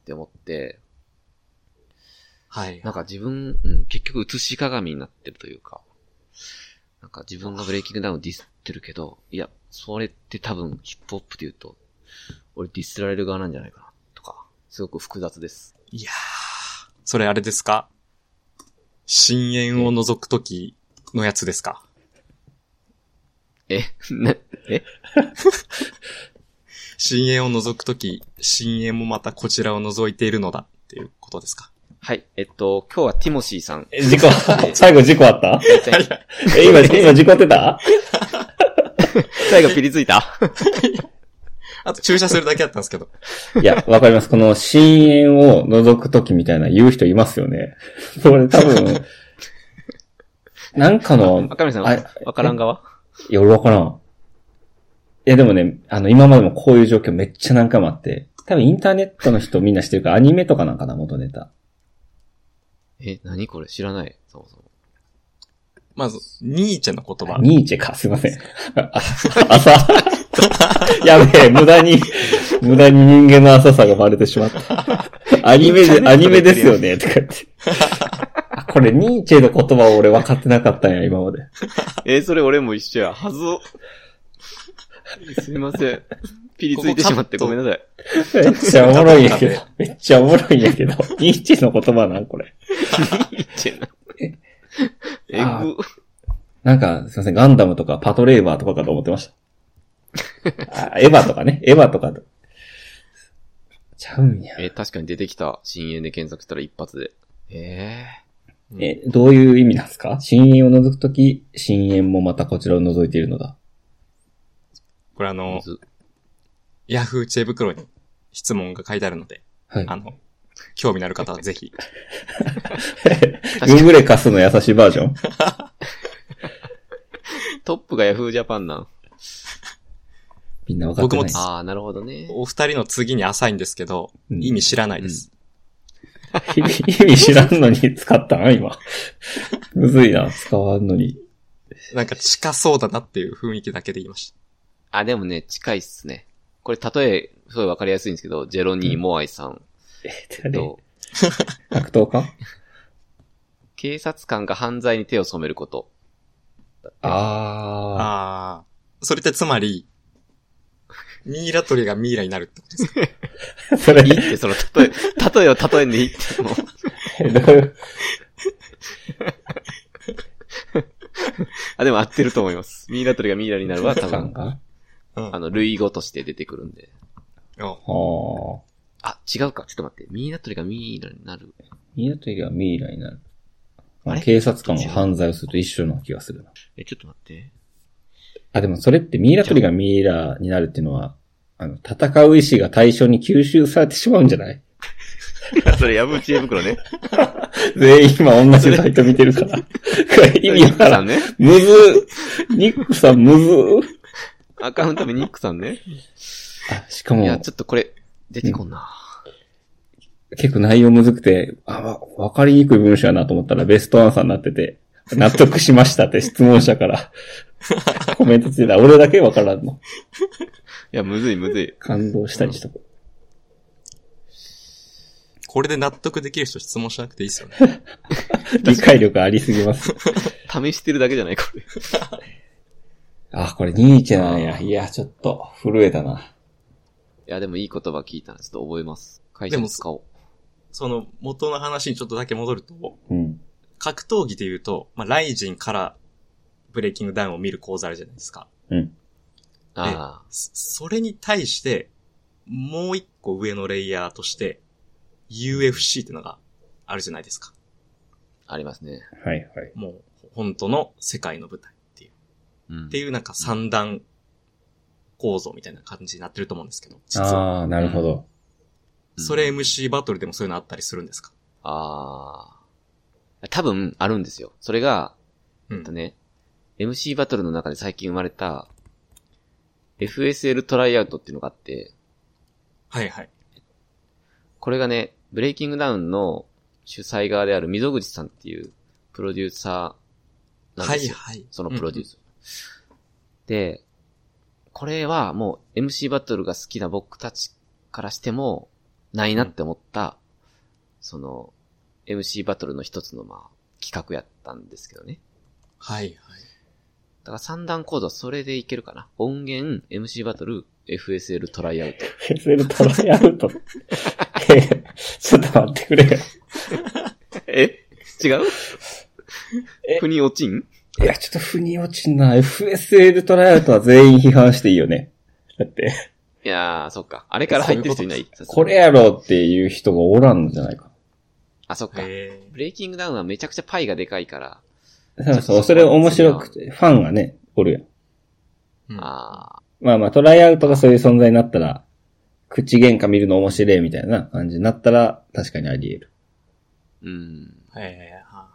[SPEAKER 2] て思って、
[SPEAKER 3] はい。
[SPEAKER 2] なんか自分、うん、結局映し鏡になってるというか、なんか自分がブレイキングダウンをディスってるけど、いや、それって多分ヒップホップで言うと、俺ディスられる側なんじゃないかな、とか、すごく複雑です。
[SPEAKER 3] いやー、それあれですか深淵を覗くときのやつですか
[SPEAKER 2] え、 な、え
[SPEAKER 3] 深淵を覗くとき、深淵もまたこちらを覗いているのだっていうことですか
[SPEAKER 2] はい、えっと、今日はティモシーさん。
[SPEAKER 1] え、事 故
[SPEAKER 2] は、い
[SPEAKER 1] 最後事故あったえ、 今、今事故ってた
[SPEAKER 2] 最後ピリついた
[SPEAKER 3] あと注射するだけだったんですけど。
[SPEAKER 1] いや、わかります。この深淵を覗くときみたいな言う人いますよね。それ多分、なんかの、
[SPEAKER 2] 赤森さん、
[SPEAKER 1] あ
[SPEAKER 2] わからん側
[SPEAKER 1] いや、俺わからん。いや、でもね、あの、今までもこういう状況めっちゃ何回もあって、多分インターネットの人みんな知ってるから、アニメとかなんかな、元ネタ。
[SPEAKER 2] え、何これ知らない。そもそも。
[SPEAKER 3] まず、ニーチェの言葉。
[SPEAKER 1] ニーチェか、すいません。あ朝。 やべえ、無駄に、無駄に人間の浅さがバレてしまった。アニメで、アニメですよね、とか言って。あこれ、ニーチェの言葉を俺分かってなかったんや、今まで。
[SPEAKER 2] え、それ俺も一緒や。はずお。 すいません。ピリついてしまって
[SPEAKER 3] こ
[SPEAKER 2] ご
[SPEAKER 3] こカ
[SPEAKER 2] め
[SPEAKER 3] ッ
[SPEAKER 2] ん
[SPEAKER 3] ト
[SPEAKER 2] なさい。
[SPEAKER 1] めっちゃおもろいんや けど。めっちゃおもろいんやけど。ニーチェの言葉なん、これ。
[SPEAKER 2] ちぇな。え
[SPEAKER 1] あ
[SPEAKER 2] ぐ。
[SPEAKER 1] なんか、すいません、ガンダムとかパトレーバーとかかと思ってました。あエヴァとかね、エヴァとかと。ちゃうんや。
[SPEAKER 2] え、確かに出てきた。深淵で検索したら一発で。え
[SPEAKER 3] うん
[SPEAKER 1] え、どういう意味なんですか深淵を覗くとき、深淵もまたこちらを覗いているのだ。
[SPEAKER 3] これあ
[SPEAKER 2] え
[SPEAKER 3] の、
[SPEAKER 2] ず
[SPEAKER 3] ヤフー知恵袋に質問が書いてあるので、
[SPEAKER 1] はい。
[SPEAKER 3] あの、興味のある方はぜひ。
[SPEAKER 1] グーグレ貸すの優しいバージョン
[SPEAKER 2] トップが Yahoo Japan なん。
[SPEAKER 1] みんな分かってない。
[SPEAKER 3] 僕も
[SPEAKER 2] ああ、なるほどね。
[SPEAKER 3] お二人の次に浅いんですけど、
[SPEAKER 1] うん
[SPEAKER 3] 意味知らないです。
[SPEAKER 1] 意味意味知らんのに使ったな、今。むずいな、使わんのに。
[SPEAKER 3] なんか近そうだなっていう雰囲気だけで言いました。
[SPEAKER 2] あ、でもね、近いっすね。これ、例え、すごいわかりやすいんですけど、ジェロニー・モアイさん
[SPEAKER 1] 誰
[SPEAKER 2] と、
[SPEAKER 1] 格闘家
[SPEAKER 2] 警察官が犯罪に手を染めること。
[SPEAKER 1] あ
[SPEAKER 3] あー。それってつまり、ミイラ取りがミイラになるってことですか
[SPEAKER 1] あ。それ、
[SPEAKER 2] いいって、その、例え、例えを例えんでいいって、もう。
[SPEAKER 1] どういう
[SPEAKER 2] あ、でも合ってると思います。ミイラ取りがミイラになるは多分、
[SPEAKER 1] 感があ
[SPEAKER 3] うん。
[SPEAKER 2] あの、類語として出てくるんで。
[SPEAKER 3] お
[SPEAKER 1] あ。
[SPEAKER 2] あ、違うか。ちょっと待って。ミイラ取りがミイラになる。
[SPEAKER 1] ミイラというよりはミイラになる。
[SPEAKER 2] あれ
[SPEAKER 1] 警察官が犯罪をすると一緒な気がするな。
[SPEAKER 2] え、ちょっと待って。
[SPEAKER 1] あ、でもそれってミイラ取りがミイラになるっていうのは、あの、戦う意志が対象に吸収されてしまうんじ ゃない
[SPEAKER 2] それ、やぶ知恵袋ね。
[SPEAKER 1] 全員今同じサイト見てる から。これ 意味わからん。
[SPEAKER 2] ニックさんね。
[SPEAKER 1] むずニックさんむず
[SPEAKER 2] アカウント名ニックさんね。
[SPEAKER 1] あ、しか
[SPEAKER 2] い
[SPEAKER 1] も、
[SPEAKER 2] や、ちょっとこれ、出てこんな。
[SPEAKER 1] 結構内容むずくて、あ、わわかりにくい文章やなと思ったらベストアンサーになってて、納得しましたって質問者から コメントついたら俺だけわからんの。
[SPEAKER 2] いや、むずいむずい。
[SPEAKER 1] 感動したりした。
[SPEAKER 3] これで納得できる人質問しなくていいです よね。
[SPEAKER 1] 理解力ありすぎます。
[SPEAKER 2] 試してるだけじゃない、これ。
[SPEAKER 1] あ、これニーチェなんや。いや、ちょっと震えたな。
[SPEAKER 2] いや、でもいい言葉聞いたらちょっと覚えます。会社に使おう。
[SPEAKER 3] その元の話にちょっとだけ戻ると、
[SPEAKER 1] うん。
[SPEAKER 3] 格闘技で言うと、まあ、ライジンからブレイキングダウンを見る講座あるじゃないですか。
[SPEAKER 2] あ
[SPEAKER 3] そそれに対して、もう一個上のレイヤーとして、UFC ってのがあるじゃないですか。
[SPEAKER 2] あ、ありますね。
[SPEAKER 1] はいはい。
[SPEAKER 3] もう、本当の世界の舞台っていう。
[SPEAKER 2] うん
[SPEAKER 3] って。いうなんか三段構造みたいな感じになってると思うんですけど、実は。
[SPEAKER 1] ああ、なるほど。
[SPEAKER 2] うん
[SPEAKER 3] それ MC バトルでもそういうのあったりするんですか
[SPEAKER 2] ああ。多分、あるんですよ。それが、
[SPEAKER 3] う
[SPEAKER 2] え
[SPEAKER 3] ん
[SPEAKER 2] っと。ね、MC バトルの中で最近生まれた、FSL トライアウトっていうのがあって、
[SPEAKER 3] はいはい。
[SPEAKER 2] これがね、ブレイキングダウンの主催側である溝口さんっていうプロデューサーなん
[SPEAKER 3] は
[SPEAKER 2] で
[SPEAKER 3] い
[SPEAKER 2] すよ。
[SPEAKER 3] はい。
[SPEAKER 2] そのプロデュー
[SPEAKER 3] ス。
[SPEAKER 2] ス。で、これはもう MC バトルが好きな僕たちからしても、ないなって思った、その、MC バトルの一つのまあ、企画やったんですけどね。
[SPEAKER 3] はい
[SPEAKER 2] だから三段コードはそれでいけるかな。音源、MC バトル、FSL トライアウト。
[SPEAKER 1] FSL トライアウト。 えちょっと待ってくれよ。
[SPEAKER 2] え違う
[SPEAKER 1] え
[SPEAKER 2] 国落ちん
[SPEAKER 1] いや、ちょっと腑に落ちんな。FSL トライアウトは全員批判していいよね。だって、
[SPEAKER 2] いやー、そっか。あれから入ってる人いない。さすがに
[SPEAKER 1] これやろっていう人がおらんのじゃないか。
[SPEAKER 2] あ、そっか
[SPEAKER 3] はい。。へ
[SPEAKER 2] ブレイキングダウンはめちゃくちゃパイがでかいから、
[SPEAKER 1] そうそう、それ面白くて、ファンがね、おるやん。
[SPEAKER 3] ーうん
[SPEAKER 2] あ
[SPEAKER 1] まあまあ、トライアウトがそういう存在になったら、口喧嘩見るの面白いみたいな感じになったら、確かにあり得る。
[SPEAKER 2] ー、うん。
[SPEAKER 3] えーは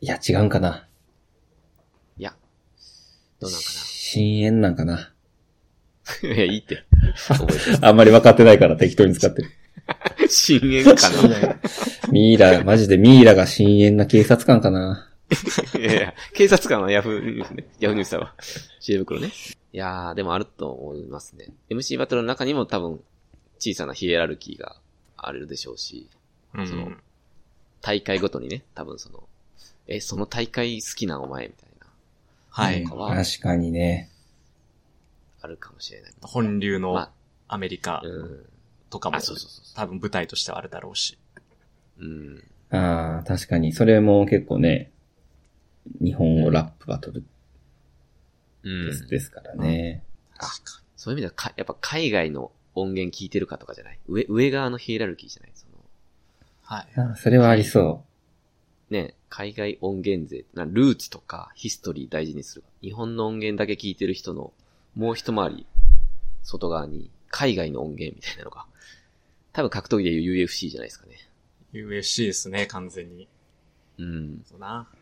[SPEAKER 3] い
[SPEAKER 1] や、違うんかな。
[SPEAKER 2] いや。どうなんか
[SPEAKER 1] 深淵なんかな。
[SPEAKER 2] な。いや、いいって。覚え
[SPEAKER 1] あんまり分かってないから適当に使ってる。
[SPEAKER 2] て る。深淵か
[SPEAKER 3] いやいや
[SPEAKER 1] ミイラ、マジでミイラが深淵な警察官かな。
[SPEAKER 2] な。いやいや、警察官はヤフーニュースね。ヤフーニュースだわ。知恵袋ね。いやー、でもあると思いますね。MC バトルの中にも多分、小さなヒエラルキーがあるでしょうし、
[SPEAKER 3] うん
[SPEAKER 2] その大会ごとにね、多分その、え、その大会好きなお前みたいな、
[SPEAKER 3] はい。
[SPEAKER 1] 確かにね。
[SPEAKER 2] あるかもしれない。
[SPEAKER 3] 本流
[SPEAKER 2] ま
[SPEAKER 3] の
[SPEAKER 2] あ、
[SPEAKER 3] アメリカ
[SPEAKER 2] うん。
[SPEAKER 3] とかも
[SPEAKER 2] あ、そうそうそうそ
[SPEAKER 3] 多分舞台としてはあるだろうし。
[SPEAKER 2] う。うん。
[SPEAKER 1] ああ、確かに。それも結構ね、日本語ラップバトル
[SPEAKER 2] う
[SPEAKER 1] で
[SPEAKER 2] ん。
[SPEAKER 1] す,、ですからね。
[SPEAKER 3] 確か
[SPEAKER 2] そういう意味ではか、やっぱ海外の音源聞いてるかとかじゃない上、上側のヒエラルキーじゃないその、
[SPEAKER 3] はい。
[SPEAKER 1] あーそれはありそ
[SPEAKER 2] ね、海外音源税、なルーツとかヒストリー大事にする。日本の音源だけ聞いてる人の、もう一回り、外側に、海外の音源みたいなのが、多分格闘技でいう UFC じゃないですかね。
[SPEAKER 3] UFC ですね、完全に。
[SPEAKER 2] うん。
[SPEAKER 3] そう
[SPEAKER 1] う。
[SPEAKER 3] な。
[SPEAKER 2] ま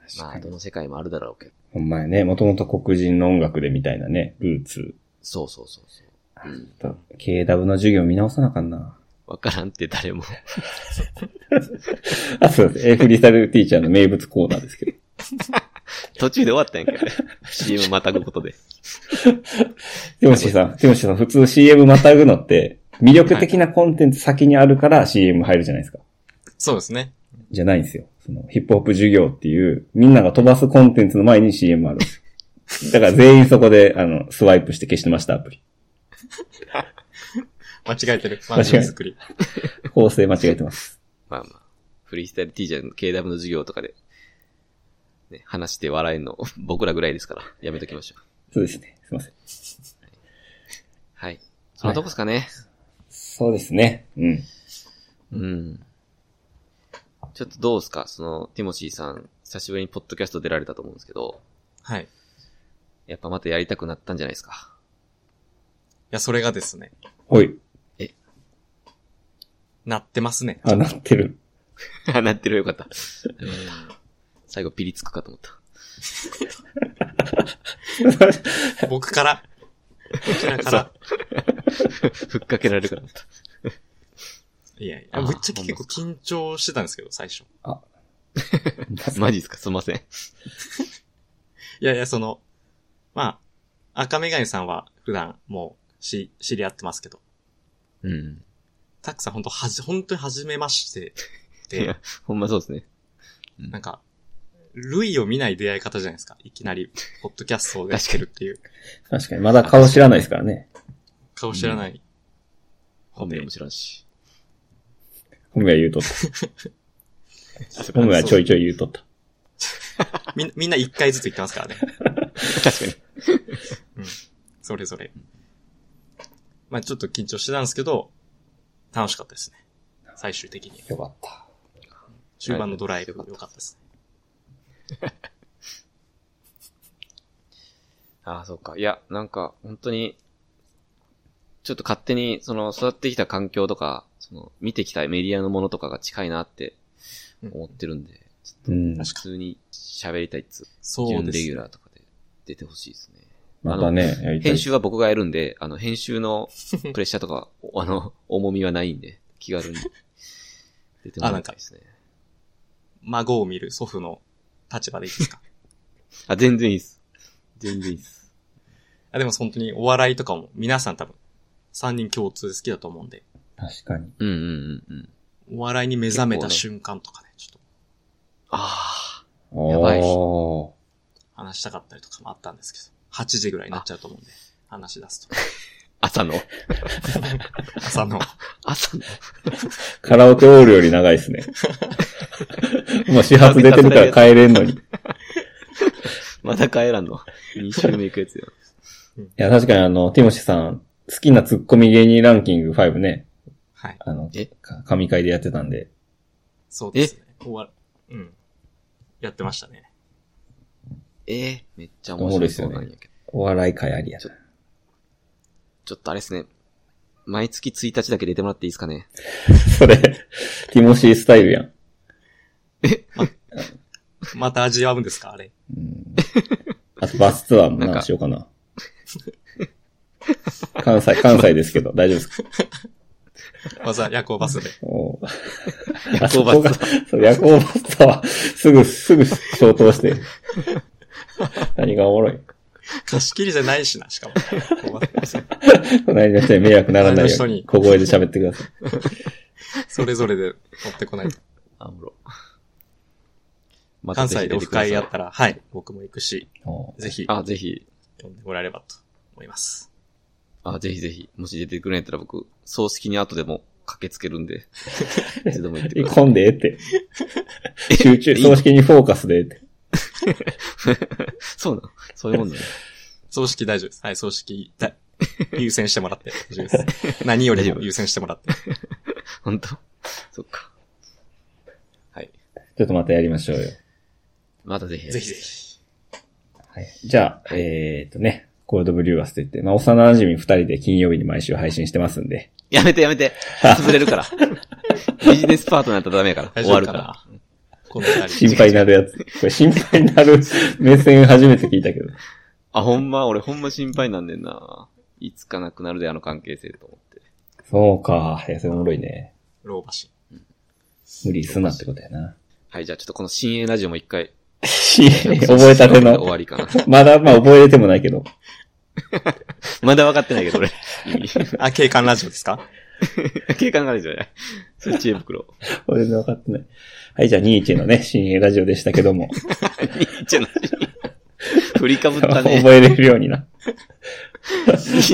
[SPEAKER 2] あ、
[SPEAKER 1] 確か
[SPEAKER 2] ど
[SPEAKER 1] に。
[SPEAKER 2] の世界もあるだろうけど。
[SPEAKER 1] ほんまやね、もともと黒人の音楽でみたいなね、ルーツ。
[SPEAKER 2] そうそうそうそう。うん。
[SPEAKER 1] ちょっと KW の授業見直さなあかんな。
[SPEAKER 2] わからんって誰も。
[SPEAKER 1] あ、そうです。えフリースタイルティーチャーの名物コーナーで すけど。
[SPEAKER 2] 途中で終わったんやけどね。CM またぐ ことで。
[SPEAKER 1] ティモシーさん、ティモシーさん、普通 CM またぐのって、魅力的なコンテンツ先にあるから CM 入るじゃないですか。
[SPEAKER 3] そうですね。
[SPEAKER 1] じゃないんですよ。その、ヒップホップ授業っていう、みんなが飛ばすコンテンツの前に CM あるんです よ。だから全員そこで、あの、スワイプして消してました、アプリ。
[SPEAKER 3] 間違えてる。マジン作り。
[SPEAKER 1] 構成間違えてます。
[SPEAKER 2] まあまあ。フリースタイル T じゃん、KW の授業とかで、ね、話して笑えんの、僕らぐらいですから、やめときましょう。
[SPEAKER 1] そうですね。すいません。
[SPEAKER 2] はい。そんなとこですかね。
[SPEAKER 1] そうですね。うん。
[SPEAKER 2] うん。ちょっとどうですかその、ティモシーさん、久しぶりにポッドキャスト出られたと思うんですけど、
[SPEAKER 3] はい。い
[SPEAKER 2] やっぱまたやりたくなったんじゃないですか。
[SPEAKER 3] や、それがですね、
[SPEAKER 1] ほい。
[SPEAKER 3] なってますね。
[SPEAKER 1] あ、なってる。
[SPEAKER 2] あなってるよかった。最後ピリつくかと思った。
[SPEAKER 3] 僕から、僕らから、
[SPEAKER 2] ふっかけられるから思った。
[SPEAKER 3] いやい
[SPEAKER 2] あ
[SPEAKER 3] や、
[SPEAKER 2] ー
[SPEAKER 3] ぶっちゃけ結構緊張してたんですけど、最初。
[SPEAKER 2] マジですかすいません。
[SPEAKER 3] いやいや、その、まあ、赤メガネさんは普段もうし知り合ってますけど、
[SPEAKER 2] うん。
[SPEAKER 3] たくさん本当はじ、本当に初めまして
[SPEAKER 2] い
[SPEAKER 3] で
[SPEAKER 2] や、ほんまそうですね。
[SPEAKER 3] なんか、類を見ない出会い方じゃないですか。いきなり、ポッドキャストを出してるっていう、
[SPEAKER 1] 確かに、まだ顔知らないですからね。
[SPEAKER 3] 顔知らない。
[SPEAKER 2] 本名も知らんし。
[SPEAKER 1] 本名は言うとった。本名はちょいちょい言うとった。
[SPEAKER 3] みんな、みんな一回ずつ言ってますからね。
[SPEAKER 2] 確かに。
[SPEAKER 3] それぞれ。まあちょっと緊張してたんですけど、楽しかったですね。最終的に。
[SPEAKER 1] よかった。
[SPEAKER 3] 中盤のドライブ良かったですね。
[SPEAKER 2] ああ、そうか。いや、なんか、本当に、ちょっと勝手に、その、育ってきた環境とか、その、見てきたメディアのものとかが近いなって思ってるんで、
[SPEAKER 1] うん。
[SPEAKER 3] 確
[SPEAKER 2] 普通に喋りたいっつう。
[SPEAKER 3] そう
[SPEAKER 2] 準
[SPEAKER 3] で
[SPEAKER 2] レギ
[SPEAKER 3] す
[SPEAKER 2] ュ
[SPEAKER 3] ね。
[SPEAKER 2] ラーとかで出てほしいですね。
[SPEAKER 1] またね、やりたい
[SPEAKER 2] 編。集は僕がやるんで、あの、編集のプレッシャーとか、 おあの、重みはないんで、気軽に出てもらいたいですね。
[SPEAKER 3] 孫を見る祖父の立場でいいですか。
[SPEAKER 2] あ全然いいっす。全然いいっす。
[SPEAKER 3] あでも本当にお笑いとかも皆さん多分、3人共通で好きだと思うんで、
[SPEAKER 1] 確かに。
[SPEAKER 2] うんうんうんうん。
[SPEAKER 3] お笑いに目覚めた瞬間とかね、ちょっと
[SPEAKER 2] ああ、やばい
[SPEAKER 1] おー。
[SPEAKER 3] 話したかったりとかもあったんですけど、8時ぐらいになっちゃうと思うんで、話し出すと。
[SPEAKER 2] 朝の、
[SPEAKER 3] 朝の。
[SPEAKER 2] 朝の、
[SPEAKER 1] カラオケオールより長いです ね。もう始発出てるから帰れんのに。い
[SPEAKER 2] まだ帰らんの。2週目行くやつよ。
[SPEAKER 1] や、確かにあの、ティモシーさん、好きなツッコミ芸人ランキング5ね、
[SPEAKER 3] はい。
[SPEAKER 1] あの
[SPEAKER 2] え、
[SPEAKER 1] か神会でやってたんで、
[SPEAKER 3] そうですね。お笑い。うん。やってましたね。
[SPEAKER 2] ええめっちゃ面白いそうなんやけど。
[SPEAKER 1] お笑い会ありやな。
[SPEAKER 2] ちょっとあれですね。毎月1日だけ出てもらっていいですかね。
[SPEAKER 1] それ、ティモシースタイルやん。
[SPEAKER 3] また味わうんですかあれ。
[SPEAKER 1] うん、あとバスツアーも
[SPEAKER 2] なん
[SPEAKER 1] な、
[SPEAKER 2] か
[SPEAKER 1] しようかな。関西、関西ですけど、大丈夫ですか
[SPEAKER 3] わざ、夜行バスで。
[SPEAKER 1] おー
[SPEAKER 2] 夜行バス
[SPEAKER 1] あそこがそう夜行バスツアーは、すぐ、すぐ消 灯して。何がおもろい
[SPEAKER 3] 貸し切りじゃないしな、しかも。夜行バス
[SPEAKER 1] 隣の人に迷惑ならない
[SPEAKER 3] 隣の
[SPEAKER 1] よ
[SPEAKER 3] 人
[SPEAKER 1] う
[SPEAKER 3] に
[SPEAKER 1] に、小声で喋ってください。
[SPEAKER 3] それぞれで持ってこないと。
[SPEAKER 2] あ、おもろ。またぜひ
[SPEAKER 3] 関西で
[SPEAKER 2] 出
[SPEAKER 3] オ
[SPEAKER 2] て
[SPEAKER 3] フ
[SPEAKER 2] ください
[SPEAKER 3] 会やったら、はい、僕も行くし、
[SPEAKER 1] お
[SPEAKER 3] ぜひ、
[SPEAKER 2] あ、ぜひ。
[SPEAKER 3] 呼んでもらえればと思います。
[SPEAKER 2] あ、ぜひぜひ。もし出てくれんやったら僕、葬式に後でも駆けつけるん で。いつでも言ってください。
[SPEAKER 1] 込んでええ って。集中、葬式にフォーカスでええって。
[SPEAKER 2] そうなのそういうもんなの
[SPEAKER 3] 葬式大丈夫です。はい、葬式だ、優先してもらって。大丈夫です。何よりも優先してもらって。
[SPEAKER 2] 本当そっか。はい。
[SPEAKER 1] ちょっとまたやりましょうよ。
[SPEAKER 2] またぜひ。
[SPEAKER 3] ぜひぜ。ひ。
[SPEAKER 1] はい。じゃあ、えーとね、コールドブリューアスといって、まあ、幼馴染み二人で金曜日に毎週配信してますんで。
[SPEAKER 2] やめてやめて。潰れる から。ビジネスパートナーだったらダメやから。終
[SPEAKER 3] 大丈
[SPEAKER 2] わ
[SPEAKER 3] 夫
[SPEAKER 2] る
[SPEAKER 3] か
[SPEAKER 2] から。
[SPEAKER 3] なこの二
[SPEAKER 1] 心
[SPEAKER 3] 人。
[SPEAKER 1] 配にな るやつ。これ心配になる 目線初めて聞いたけど。
[SPEAKER 2] あ、ほんま、俺ほんま心配なんねんな。いつかなくなるで、あの関係性と思って。
[SPEAKER 1] そうか。いや、それおもろいね。
[SPEAKER 3] 老婆心。
[SPEAKER 1] 無理すなってことやな。
[SPEAKER 2] はい、じゃあちょっとこの新鋭ラジオも一回。
[SPEAKER 1] 覚えたて
[SPEAKER 2] 終
[SPEAKER 1] の。
[SPEAKER 2] わりかな。
[SPEAKER 1] まだ、まあ、覚えれてもないけど。
[SPEAKER 2] まだ分かってないけど、俺。意味。
[SPEAKER 3] あ、警官ラジオですか
[SPEAKER 2] 警官がないじゃない。それ知恵袋。
[SPEAKER 1] 俺の分かってない。はい、じゃあ、ニーチェのね、新鋭ラジオでしたけども。
[SPEAKER 2] じゃない。振りかぶった
[SPEAKER 1] 覚
[SPEAKER 2] ね。
[SPEAKER 1] えれるように な。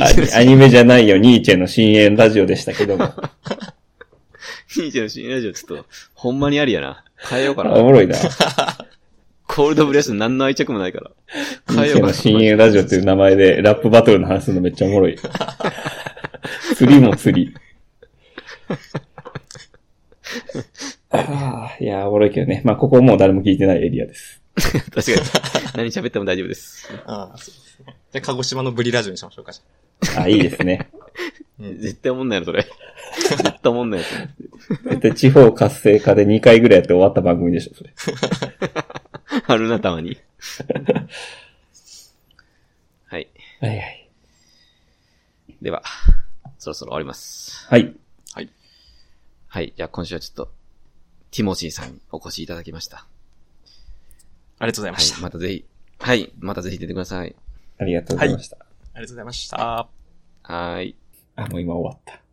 [SPEAKER 1] アニアニメじゃないよ、ニーチェの深淵ラジオでしたけども。
[SPEAKER 2] 兄ちゃんの新ラジオちょっと、ほんまにありやな。変えようか
[SPEAKER 1] お
[SPEAKER 2] な。
[SPEAKER 1] もろいな。
[SPEAKER 2] コールドブリュアス何の愛着もないから。
[SPEAKER 1] ニ
[SPEAKER 2] 変え
[SPEAKER 1] ー
[SPEAKER 2] よう
[SPEAKER 1] チェ
[SPEAKER 2] か
[SPEAKER 1] の
[SPEAKER 2] な。
[SPEAKER 1] 深淵ラジオっていう名前でラップバトルの話するのめっちゃおも ろい。釣りも釣 り。ああ、いやー、おもろいけどね。まあ、ここもう誰も聞いてないエリアです。
[SPEAKER 2] 確かに。何喋っても大丈夫です。
[SPEAKER 3] ああ、そうですね。じゃあ、鹿児島のブリラジオにしましょうか。じゃ
[SPEAKER 1] あいいです ね。
[SPEAKER 3] あうん
[SPEAKER 2] 絶対おもんないの、それ。絶対おもんないやつ。
[SPEAKER 1] 絶対地方活性化で2回ぐらいやって終わった番組でしょ、それ。
[SPEAKER 2] あるな、たまに。はい。
[SPEAKER 1] はいはい。
[SPEAKER 2] では、そろそろ終わります。
[SPEAKER 1] はい。
[SPEAKER 2] はい。じゃあ今週はちょっと、ティモシーさんにお越しいただきました。
[SPEAKER 3] ありがとうござい
[SPEAKER 2] は
[SPEAKER 3] ました。
[SPEAKER 2] い。またぜひ、はい。またぜひ出てください。
[SPEAKER 1] ありがとうございました。
[SPEAKER 3] ありがとうございました。
[SPEAKER 2] はーい。
[SPEAKER 1] あ、もう今終わった。